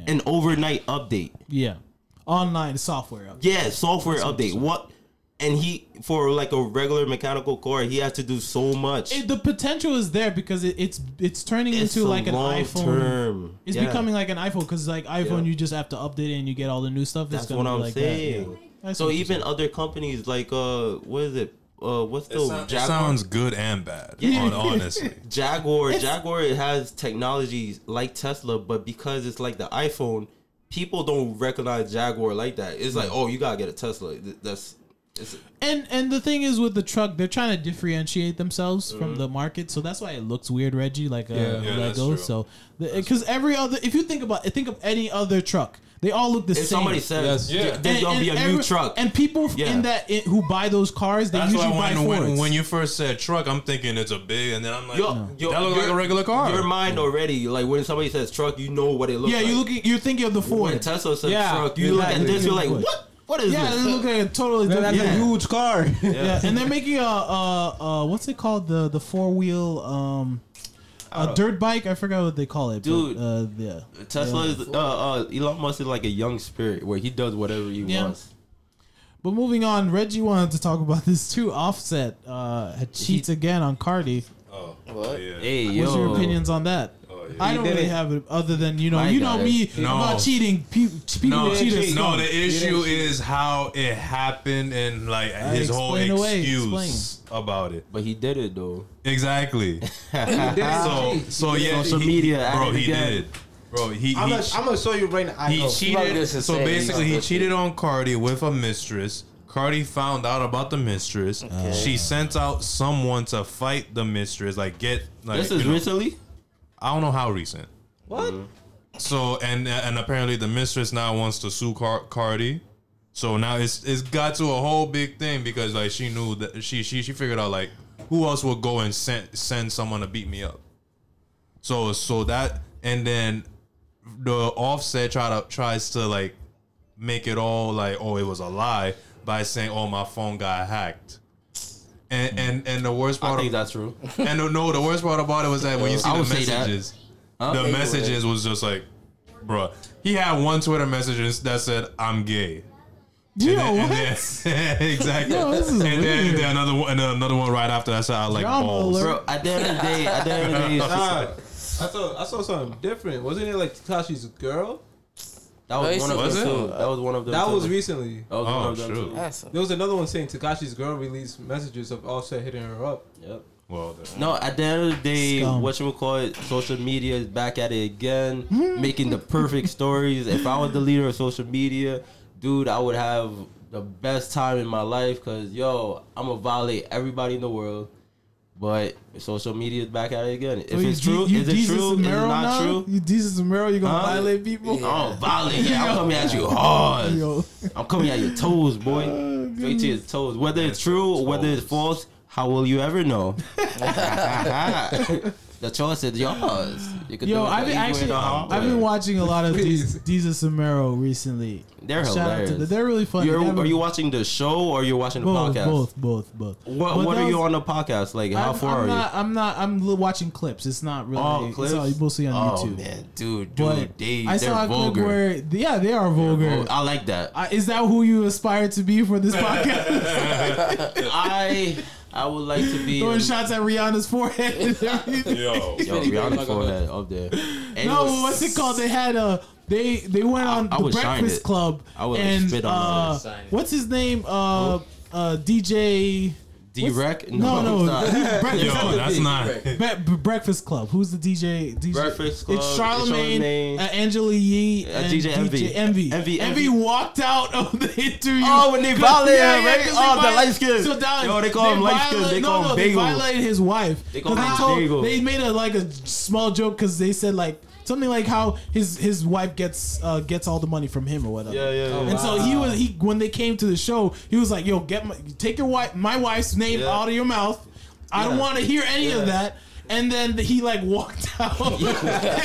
[SPEAKER 2] an overnight update.
[SPEAKER 1] yeah. Online software. Up.
[SPEAKER 2] Yeah, software update. What? And he for like a regular mechanical car, he has to do so much.
[SPEAKER 1] It, the potential is there because it, it's it's turning into
[SPEAKER 2] a
[SPEAKER 1] like an
[SPEAKER 2] long
[SPEAKER 1] iPhone.
[SPEAKER 2] term.
[SPEAKER 1] It's
[SPEAKER 2] Yeah.
[SPEAKER 1] becoming like an iPhone because like iPhone,
[SPEAKER 2] Yeah.
[SPEAKER 1] you just have to update it and you get all the new stuff. It's
[SPEAKER 2] That's
[SPEAKER 1] gonna
[SPEAKER 2] what
[SPEAKER 1] be
[SPEAKER 2] I'm
[SPEAKER 1] like that,
[SPEAKER 2] saying.
[SPEAKER 1] yeah. That's
[SPEAKER 2] So
[SPEAKER 1] what you're
[SPEAKER 2] even other companies like uh, what is it? Uh, what's the
[SPEAKER 5] It, sound- it
[SPEAKER 2] Jaguar?
[SPEAKER 5] sounds good and bad. hon- honestly,
[SPEAKER 2] Jaguar. Jaguar has technology like Tesla, but because it's like the iPhone, people don't recognize Jaguar like that. It's
[SPEAKER 1] Hmm.
[SPEAKER 2] like, oh, you gotta get a Tesla. Th- That's it's,
[SPEAKER 1] And and the thing is with the truck, they're trying to differentiate themselves
[SPEAKER 2] Mm-hmm.
[SPEAKER 1] from the market, so that's why it looks weird, Reggie, like uh, a
[SPEAKER 5] Yeah, that's
[SPEAKER 1] Lego.
[SPEAKER 5] true.
[SPEAKER 1] So because every other, if you think about, think of any other truck, they all look the
[SPEAKER 2] if
[SPEAKER 1] same.
[SPEAKER 2] somebody says
[SPEAKER 5] Yes. Yeah.
[SPEAKER 2] there's gonna be a new
[SPEAKER 1] every-
[SPEAKER 2] truck,
[SPEAKER 1] and people f-
[SPEAKER 2] Yeah.
[SPEAKER 1] in that i who buy those cars, they
[SPEAKER 5] that's why
[SPEAKER 1] usually buy
[SPEAKER 5] when,
[SPEAKER 1] Fords.
[SPEAKER 5] when when you first said truck, I'm thinking it's a big, and then I'm like, "Hmm."
[SPEAKER 2] Yo- yo-
[SPEAKER 5] that looks like
[SPEAKER 2] your-
[SPEAKER 5] a regular car.
[SPEAKER 2] your mind already like when somebody says truck, you know what it looks
[SPEAKER 1] yeah,
[SPEAKER 2] like.
[SPEAKER 1] you're looking, you're thinking of the
[SPEAKER 2] when
[SPEAKER 1] Ford.
[SPEAKER 2] Tesla says
[SPEAKER 3] Yeah,
[SPEAKER 2] truck, you look at
[SPEAKER 3] exactly.
[SPEAKER 2] this, you're like, what? What is
[SPEAKER 1] Yeah,
[SPEAKER 2] this?
[SPEAKER 1] they look like a totally
[SPEAKER 3] Man,
[SPEAKER 1] different.
[SPEAKER 3] that's a
[SPEAKER 1] Yeah.
[SPEAKER 3] huge car.
[SPEAKER 1] Yeah, and they're making a uh, uh, what's it called the the four wheel um, a dirt bike. I forgot what they call it.
[SPEAKER 2] Dude.
[SPEAKER 1] but, uh, yeah,
[SPEAKER 2] Tesla is uh, uh, Elon Musk is like a young spirit where he does whatever he
[SPEAKER 1] Yeah.
[SPEAKER 2] wants.
[SPEAKER 1] But moving on, Reggie wanted to talk about this too. Offset uh, had cheats again on Cardi.
[SPEAKER 5] oh,
[SPEAKER 6] What?
[SPEAKER 5] yeah.
[SPEAKER 2] Hey,
[SPEAKER 1] What's
[SPEAKER 2] yo.
[SPEAKER 1] your opinions on that?
[SPEAKER 5] Oh, yeah.
[SPEAKER 1] I don't
[SPEAKER 3] did
[SPEAKER 1] really
[SPEAKER 3] it.
[SPEAKER 1] have it other than you know
[SPEAKER 2] My
[SPEAKER 1] you
[SPEAKER 2] guy.
[SPEAKER 1] know me
[SPEAKER 5] No.
[SPEAKER 1] about cheating. Pe- people
[SPEAKER 5] No,
[SPEAKER 1] cheat
[SPEAKER 5] no,
[SPEAKER 1] is scum.
[SPEAKER 5] the issue is how it happened and like his whole
[SPEAKER 1] explain away,
[SPEAKER 5] excuse about it.
[SPEAKER 2] But he did it though.
[SPEAKER 5] Exactly. so so yeah,
[SPEAKER 2] Social
[SPEAKER 5] he-
[SPEAKER 2] media,
[SPEAKER 5] bro.
[SPEAKER 2] act
[SPEAKER 5] He
[SPEAKER 2] again.
[SPEAKER 5] did it, bro. He
[SPEAKER 7] I'm
[SPEAKER 5] he,
[SPEAKER 7] gonna I'm gonna show you right now. I
[SPEAKER 5] he
[SPEAKER 7] know.
[SPEAKER 6] probably
[SPEAKER 5] cheated.
[SPEAKER 6] does the
[SPEAKER 5] So
[SPEAKER 6] same.
[SPEAKER 5] basically,
[SPEAKER 6] Yeah.
[SPEAKER 5] he cheated on Cardi with a mistress. Cardi found out about the mistress. She sent out someone to fight the mistress. Like get like
[SPEAKER 2] This is
[SPEAKER 5] you know,
[SPEAKER 2] recently.
[SPEAKER 5] I don't know how recent. Mm-hmm.
[SPEAKER 2] What?
[SPEAKER 5] So and and apparently the mistress now wants to sue Car- Cardi. So now it's it's got to a whole big thing because like she knew that she she she figured out like who else would go and send send someone to beat me up. So so that and then the offset try to tries to like make it all like oh it was a lie by saying oh my phone got hacked. And and and the worst
[SPEAKER 2] I
[SPEAKER 5] part
[SPEAKER 2] think
[SPEAKER 5] of,
[SPEAKER 2] that's true.
[SPEAKER 5] and the, no the worst part about it was that
[SPEAKER 1] Uh,
[SPEAKER 5] when you see
[SPEAKER 2] I
[SPEAKER 5] the
[SPEAKER 2] would say that.
[SPEAKER 5] messages
[SPEAKER 2] Huh?
[SPEAKER 5] the messages was just like, bruh. He had one Twitter message that said, "I'm gay."
[SPEAKER 1] Yo,
[SPEAKER 5] And then-
[SPEAKER 1] what?
[SPEAKER 5] and then- exactly.
[SPEAKER 1] Yo, this is
[SPEAKER 5] and, then, and
[SPEAKER 1] weird.
[SPEAKER 5] then another one, and then another one right after that said, "I like
[SPEAKER 1] Drama
[SPEAKER 5] balls."
[SPEAKER 1] alert.
[SPEAKER 2] Bro, at the end of the day, at the end of the day, it's just-
[SPEAKER 7] Nah, I saw I saw something different. Wasn't it like Takashi's girl?
[SPEAKER 2] that
[SPEAKER 6] Oh,
[SPEAKER 2] was
[SPEAKER 6] it's-
[SPEAKER 2] one of
[SPEAKER 5] was
[SPEAKER 2] them
[SPEAKER 5] it?
[SPEAKER 2] too. That was one of them.
[SPEAKER 7] That
[SPEAKER 2] too.
[SPEAKER 7] was recently.
[SPEAKER 2] That was one
[SPEAKER 5] Oh
[SPEAKER 2] of them
[SPEAKER 5] shoot!
[SPEAKER 2] too.
[SPEAKER 6] That's
[SPEAKER 7] There was another one saying Takashi's girl released messages of Offset hitting her up.
[SPEAKER 2] Yep.
[SPEAKER 5] Well, then.
[SPEAKER 2] No, at the end of the day,
[SPEAKER 1] Scum.
[SPEAKER 2] what you call it? Social media is back at it again,
[SPEAKER 1] Hmm.
[SPEAKER 2] making the perfect stories. If I was the leader of social media, dude, I would have the best time in my life. Cause yo, I'm gonna violate everybody in the world. But social media is back at it again. If
[SPEAKER 1] So
[SPEAKER 2] it's
[SPEAKER 1] you,
[SPEAKER 2] true,
[SPEAKER 1] you
[SPEAKER 2] is it
[SPEAKER 1] Jesus
[SPEAKER 2] true? Is it
[SPEAKER 1] Romero
[SPEAKER 2] not
[SPEAKER 1] now?
[SPEAKER 2] true?
[SPEAKER 1] You Jesus Romero, you gonna
[SPEAKER 2] Huh?
[SPEAKER 1] violate people?
[SPEAKER 2] Oh, violent! Yeah, I'm coming at you hard.
[SPEAKER 1] Yo. Oh,
[SPEAKER 2] I'm coming at your toes, boy. Straight to your toes. Whether it's true or whether it's
[SPEAKER 5] Toes.
[SPEAKER 2] false, how will you ever know? the choice is yours. You could
[SPEAKER 1] Yo,
[SPEAKER 2] do it
[SPEAKER 1] I've been
[SPEAKER 2] either way
[SPEAKER 1] actually,
[SPEAKER 2] or not,
[SPEAKER 1] I've been
[SPEAKER 2] but
[SPEAKER 1] watching a lot of these Jesus Romero recently.
[SPEAKER 2] They're
[SPEAKER 1] Shout out
[SPEAKER 2] hilarious.
[SPEAKER 1] to them. They're really funny.
[SPEAKER 2] You're-
[SPEAKER 1] They have a-
[SPEAKER 2] are you watching the show or you're watching the
[SPEAKER 1] both,
[SPEAKER 2] podcast?
[SPEAKER 1] both, both, both?
[SPEAKER 2] What,
[SPEAKER 1] But
[SPEAKER 2] what
[SPEAKER 1] that
[SPEAKER 2] are you
[SPEAKER 1] was-
[SPEAKER 2] on the podcast? Like, how
[SPEAKER 1] I'm,
[SPEAKER 2] far
[SPEAKER 1] I'm
[SPEAKER 2] are
[SPEAKER 1] not, I'm not. I'm li- watching clips. It's not really.
[SPEAKER 2] Oh,
[SPEAKER 1] it's
[SPEAKER 2] clips?
[SPEAKER 1] all- you mostly
[SPEAKER 2] you?
[SPEAKER 1] on
[SPEAKER 2] Oh
[SPEAKER 1] YouTube.
[SPEAKER 2] man, dude,
[SPEAKER 1] But
[SPEAKER 2] dude, they,
[SPEAKER 1] I
[SPEAKER 2] they're
[SPEAKER 1] saw a
[SPEAKER 2] vulgar.
[SPEAKER 1] clip where, yeah, they are vulgar.
[SPEAKER 2] Oh, I like that.
[SPEAKER 1] Uh, is that who you aspire to be for this podcast?
[SPEAKER 2] I I um, would like to be.
[SPEAKER 1] Throwing shots at Rihanna's forehead. and everything.
[SPEAKER 8] Yo.
[SPEAKER 2] Yo, Rihanna forehead up there. And
[SPEAKER 1] no,
[SPEAKER 2] was-
[SPEAKER 1] what's it called? They had a they they went on
[SPEAKER 2] I
[SPEAKER 1] the
[SPEAKER 2] would shine
[SPEAKER 1] Breakfast
[SPEAKER 2] it.
[SPEAKER 1] Club
[SPEAKER 2] I would, like,
[SPEAKER 1] and
[SPEAKER 2] spit on
[SPEAKER 1] uh,
[SPEAKER 2] it.
[SPEAKER 6] Sign it.
[SPEAKER 1] what's his name? Uh, uh, DJ.
[SPEAKER 2] D-Rec?
[SPEAKER 1] No, no,
[SPEAKER 2] it's not.
[SPEAKER 1] Breakfast,
[SPEAKER 5] Yo, that's not.
[SPEAKER 1] Bre- Bre- Breakfast Club. Who's the DJ? DJ?
[SPEAKER 2] Breakfast Club,
[SPEAKER 1] It's
[SPEAKER 2] it's
[SPEAKER 1] Charlemagne,
[SPEAKER 2] Charlemagne,
[SPEAKER 1] uh, Angela Yee, and
[SPEAKER 2] DJ
[SPEAKER 1] Envy.
[SPEAKER 2] Envy. Envy,
[SPEAKER 1] Envy
[SPEAKER 2] Envy.
[SPEAKER 1] walked out of the interview.
[SPEAKER 2] Oh, when they
[SPEAKER 1] 'Cause-
[SPEAKER 2] violated
[SPEAKER 1] yeah,
[SPEAKER 2] him,
[SPEAKER 1] yeah,
[SPEAKER 2] right?
[SPEAKER 1] 'cause they
[SPEAKER 2] Oh, the
[SPEAKER 1] violated-
[SPEAKER 2] light-skinned.
[SPEAKER 1] So down,
[SPEAKER 2] Yo, they call him light-skinned. They
[SPEAKER 1] no,
[SPEAKER 2] call
[SPEAKER 1] no,
[SPEAKER 2] him
[SPEAKER 1] they
[SPEAKER 2] Bagel.
[SPEAKER 1] violated his wife.
[SPEAKER 2] They call
[SPEAKER 1] 'Cause
[SPEAKER 2] him
[SPEAKER 1] told-
[SPEAKER 2] Bagel.
[SPEAKER 1] They made a like a small joke because they said like something like how his his wife gets uh, gets all the money from him or whatever.
[SPEAKER 7] yeah, yeah.
[SPEAKER 1] And so he was he when they came to the show, he was like, "Yo, get my take your wife my wife's name
[SPEAKER 7] Yeah.
[SPEAKER 1] out of your mouth. I don't want to hear any of
[SPEAKER 7] Yeah.
[SPEAKER 1] that." And then he like walked out.
[SPEAKER 2] Wait, wait,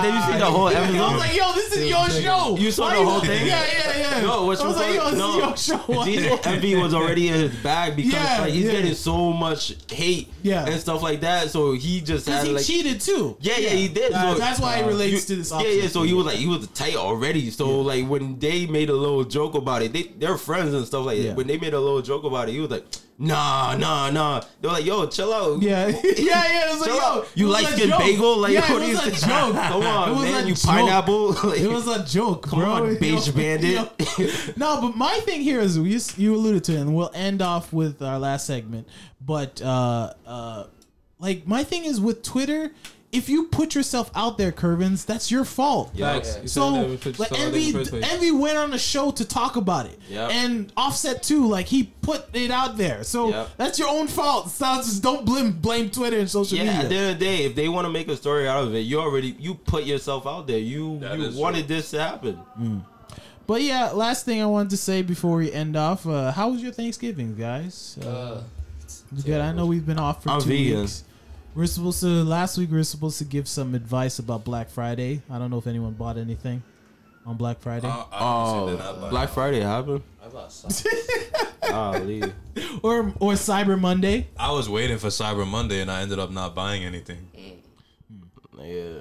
[SPEAKER 2] did you see the whole
[SPEAKER 1] I was
[SPEAKER 2] episode?
[SPEAKER 1] like, "Yo, this is your show."
[SPEAKER 2] You saw
[SPEAKER 1] Why
[SPEAKER 2] the
[SPEAKER 1] you-
[SPEAKER 2] whole thing?
[SPEAKER 1] Yeah, yeah, yeah.
[SPEAKER 2] No, what's
[SPEAKER 1] I was like, "Yo, this
[SPEAKER 2] no,
[SPEAKER 1] is your show." Why you-
[SPEAKER 2] DJ Envy was already in his bag because
[SPEAKER 1] Yeah,
[SPEAKER 2] like, he's
[SPEAKER 1] yeah.
[SPEAKER 2] getting so much hate
[SPEAKER 1] Yeah.
[SPEAKER 2] and stuff like that. So he just
[SPEAKER 1] Because
[SPEAKER 2] had
[SPEAKER 1] he
[SPEAKER 2] like
[SPEAKER 1] cheated too.
[SPEAKER 2] Yeah, yeah, he did.
[SPEAKER 1] Uh,
[SPEAKER 2] so
[SPEAKER 1] that's why it relates to this.
[SPEAKER 2] Yeah, yeah. So he was like, he was tight already. So like when they made a little joke about it, they they're friends and stuff like
[SPEAKER 1] Yeah.
[SPEAKER 2] that. When they made a little joke about it, he was like, nah, nah, nah. They were like, yo, chill out.
[SPEAKER 1] Yeah, yeah, yeah. It was like,
[SPEAKER 2] Chill
[SPEAKER 1] yo,
[SPEAKER 2] out. You
[SPEAKER 1] it was
[SPEAKER 2] like
[SPEAKER 1] a
[SPEAKER 2] skin
[SPEAKER 1] joke.
[SPEAKER 2] bagel? Like,
[SPEAKER 1] yeah,
[SPEAKER 2] what
[SPEAKER 1] it
[SPEAKER 2] do you
[SPEAKER 1] was a
[SPEAKER 2] think?
[SPEAKER 1] joke.
[SPEAKER 2] Come on,
[SPEAKER 1] it was
[SPEAKER 2] man.
[SPEAKER 1] a
[SPEAKER 2] you
[SPEAKER 1] joke.
[SPEAKER 2] pineapple. Like,
[SPEAKER 1] It was a joke,
[SPEAKER 2] Come
[SPEAKER 1] bro.
[SPEAKER 2] on,
[SPEAKER 1] Yo,
[SPEAKER 2] beige bandit.
[SPEAKER 1] yo. no, but my thing here is you, you alluded to it, and we'll end off with our last segment. But uh, uh, like my thing is with Twitter, if you put yourself out there, Curvins, that's your fault.
[SPEAKER 7] Facts. You
[SPEAKER 1] So
[SPEAKER 7] said that we put
[SPEAKER 1] like
[SPEAKER 7] stuff out there in
[SPEAKER 1] Envy,
[SPEAKER 7] the first place.
[SPEAKER 1] Envy went on a show to talk about it,
[SPEAKER 2] Yep.
[SPEAKER 1] and Offset too. Like he put it out there, so
[SPEAKER 2] Yep.
[SPEAKER 1] that's your own fault. So just don't blame blame Twitter and social
[SPEAKER 2] yeah, at the
[SPEAKER 1] media.
[SPEAKER 2] end of the day, if they want to make a story out of it, you already you put yourself out there. You
[SPEAKER 7] That
[SPEAKER 2] you
[SPEAKER 7] is
[SPEAKER 2] wanted this to happen.
[SPEAKER 1] But yeah, last thing I wanted to say before we end off, uh, how was your Thanksgiving, guys? Uh, good. I know we've been off for
[SPEAKER 2] I'm
[SPEAKER 1] two
[SPEAKER 2] vegan.
[SPEAKER 1] weeks. We're supposed to last week. We were supposed to give some advice about Black Friday. I don't know if anyone bought anything on Black Friday,
[SPEAKER 2] Uh,
[SPEAKER 5] Uh,
[SPEAKER 2] Oh, Black Friday happened.
[SPEAKER 6] I bought socks.
[SPEAKER 2] Ah, leave.
[SPEAKER 1] or or Cyber Monday.
[SPEAKER 5] I was waiting for Cyber Monday and I ended up not buying anything.
[SPEAKER 2] Yeah,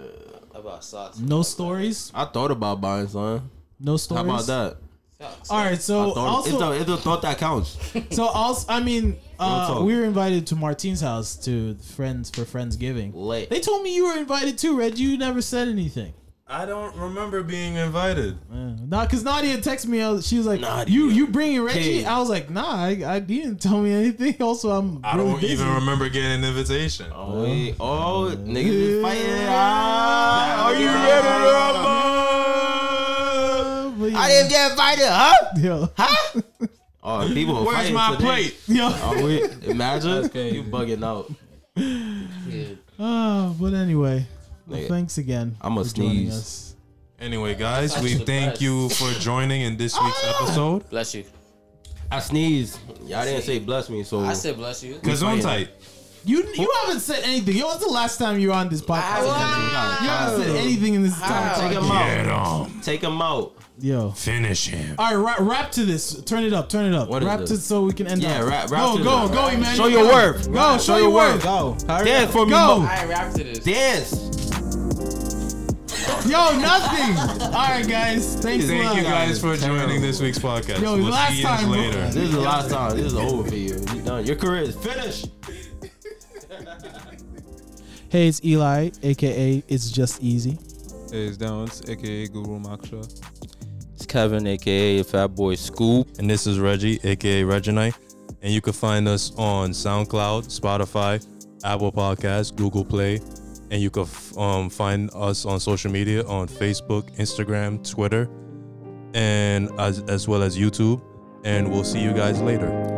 [SPEAKER 6] I bought socks.
[SPEAKER 1] No stories.
[SPEAKER 2] I thought about buying something.
[SPEAKER 1] No stories.
[SPEAKER 2] How about that?
[SPEAKER 6] Socks.
[SPEAKER 1] All right. So
[SPEAKER 2] Thought- it's,
[SPEAKER 1] also,
[SPEAKER 2] a, it's a thought that counts.
[SPEAKER 1] so also, I mean, uh,
[SPEAKER 2] talk.
[SPEAKER 1] we were invited to Martine's house to friends for Friendsgiving.
[SPEAKER 2] Lit.
[SPEAKER 1] They told me you were invited too, Red. You never said anything.
[SPEAKER 5] I don't remember being invited.
[SPEAKER 1] Yeah. Nah, cause Nadia texted me. I was- She was like,
[SPEAKER 2] Nadia.
[SPEAKER 1] "You you bringing Reggie?"
[SPEAKER 2] King.
[SPEAKER 1] I was like, "Nah, I, I you didn't tell me anything." Also, I'm
[SPEAKER 5] I
[SPEAKER 1] really
[SPEAKER 5] don't
[SPEAKER 1] busy.
[SPEAKER 5] even remember getting an invitation.
[SPEAKER 2] Oh, wait. oh niggas is fighting. Ah, are you
[SPEAKER 1] Yeah.
[SPEAKER 2] ready to rumble?
[SPEAKER 1] Uh, But yeah.
[SPEAKER 2] I didn't get invited, huh?
[SPEAKER 1] Yo,
[SPEAKER 2] Huh? Oh, people are
[SPEAKER 5] Where's
[SPEAKER 2] fighting
[SPEAKER 5] my
[SPEAKER 2] today.
[SPEAKER 5] plate?
[SPEAKER 1] yo.
[SPEAKER 2] Oh, wait. Imagine
[SPEAKER 7] crazy.
[SPEAKER 2] you bugging out.
[SPEAKER 6] Yeah.
[SPEAKER 1] Ah, but anyway, well,
[SPEAKER 2] Nigga.
[SPEAKER 1] thanks again.
[SPEAKER 2] I'ma
[SPEAKER 1] for joining
[SPEAKER 2] sneeze.
[SPEAKER 1] us.
[SPEAKER 5] Anyway, guys,
[SPEAKER 6] That's
[SPEAKER 5] we
[SPEAKER 6] the
[SPEAKER 5] thank
[SPEAKER 6] best. Ah!
[SPEAKER 5] you for joining in this week's episode.
[SPEAKER 6] Bless you.
[SPEAKER 2] I sneezed. Y'all didn't say bless me, so
[SPEAKER 6] I said bless you.
[SPEAKER 5] Cause on tight.
[SPEAKER 1] You you haven't said anything. Yo, when's the last time you were on this podcast? You haven't said anything in this entire
[SPEAKER 2] Take
[SPEAKER 1] time.
[SPEAKER 2] him out.
[SPEAKER 5] Get him.
[SPEAKER 2] Take him out.
[SPEAKER 1] Yo.
[SPEAKER 5] Finish him.
[SPEAKER 1] All right, wrap, wrap to this. Turn it up. Turn it up.
[SPEAKER 2] What is
[SPEAKER 1] wrap to
[SPEAKER 2] this?
[SPEAKER 1] so we can end.
[SPEAKER 2] Yeah,
[SPEAKER 1] up.
[SPEAKER 2] rap- rap
[SPEAKER 1] Go
[SPEAKER 2] to
[SPEAKER 1] go
[SPEAKER 2] this.
[SPEAKER 1] go, Emmanuel.
[SPEAKER 2] Show your worth.
[SPEAKER 1] Go show your worth.
[SPEAKER 3] Go. Hurry
[SPEAKER 2] Dance for me.
[SPEAKER 1] Go.
[SPEAKER 6] I rap to this.
[SPEAKER 2] Dance.
[SPEAKER 1] Yo, nothing. All right, guys. Thanks a lot.
[SPEAKER 5] Thank you guys for
[SPEAKER 2] Terrible.
[SPEAKER 5] joining this week's podcast.
[SPEAKER 1] Yo,
[SPEAKER 5] we'll
[SPEAKER 1] last
[SPEAKER 5] see you
[SPEAKER 1] time, bro.
[SPEAKER 5] later.
[SPEAKER 2] This is the last time. This is over for you. You done. Your career is finished.
[SPEAKER 1] Hey, it's Eli, aka It's Just Easy.
[SPEAKER 7] Hey, it's Downs, aka Guru Maksha.
[SPEAKER 2] It's Kevin, aka Fat Boy Scoop.
[SPEAKER 5] And this is Reggie, aka Reginite. And you can find us on SoundCloud, Spotify, Apple Podcasts, Google Play. And you can f- um, find us on social media on Facebook, Instagram, Twitter, and as, as well as YouTube. And we'll see you guys later.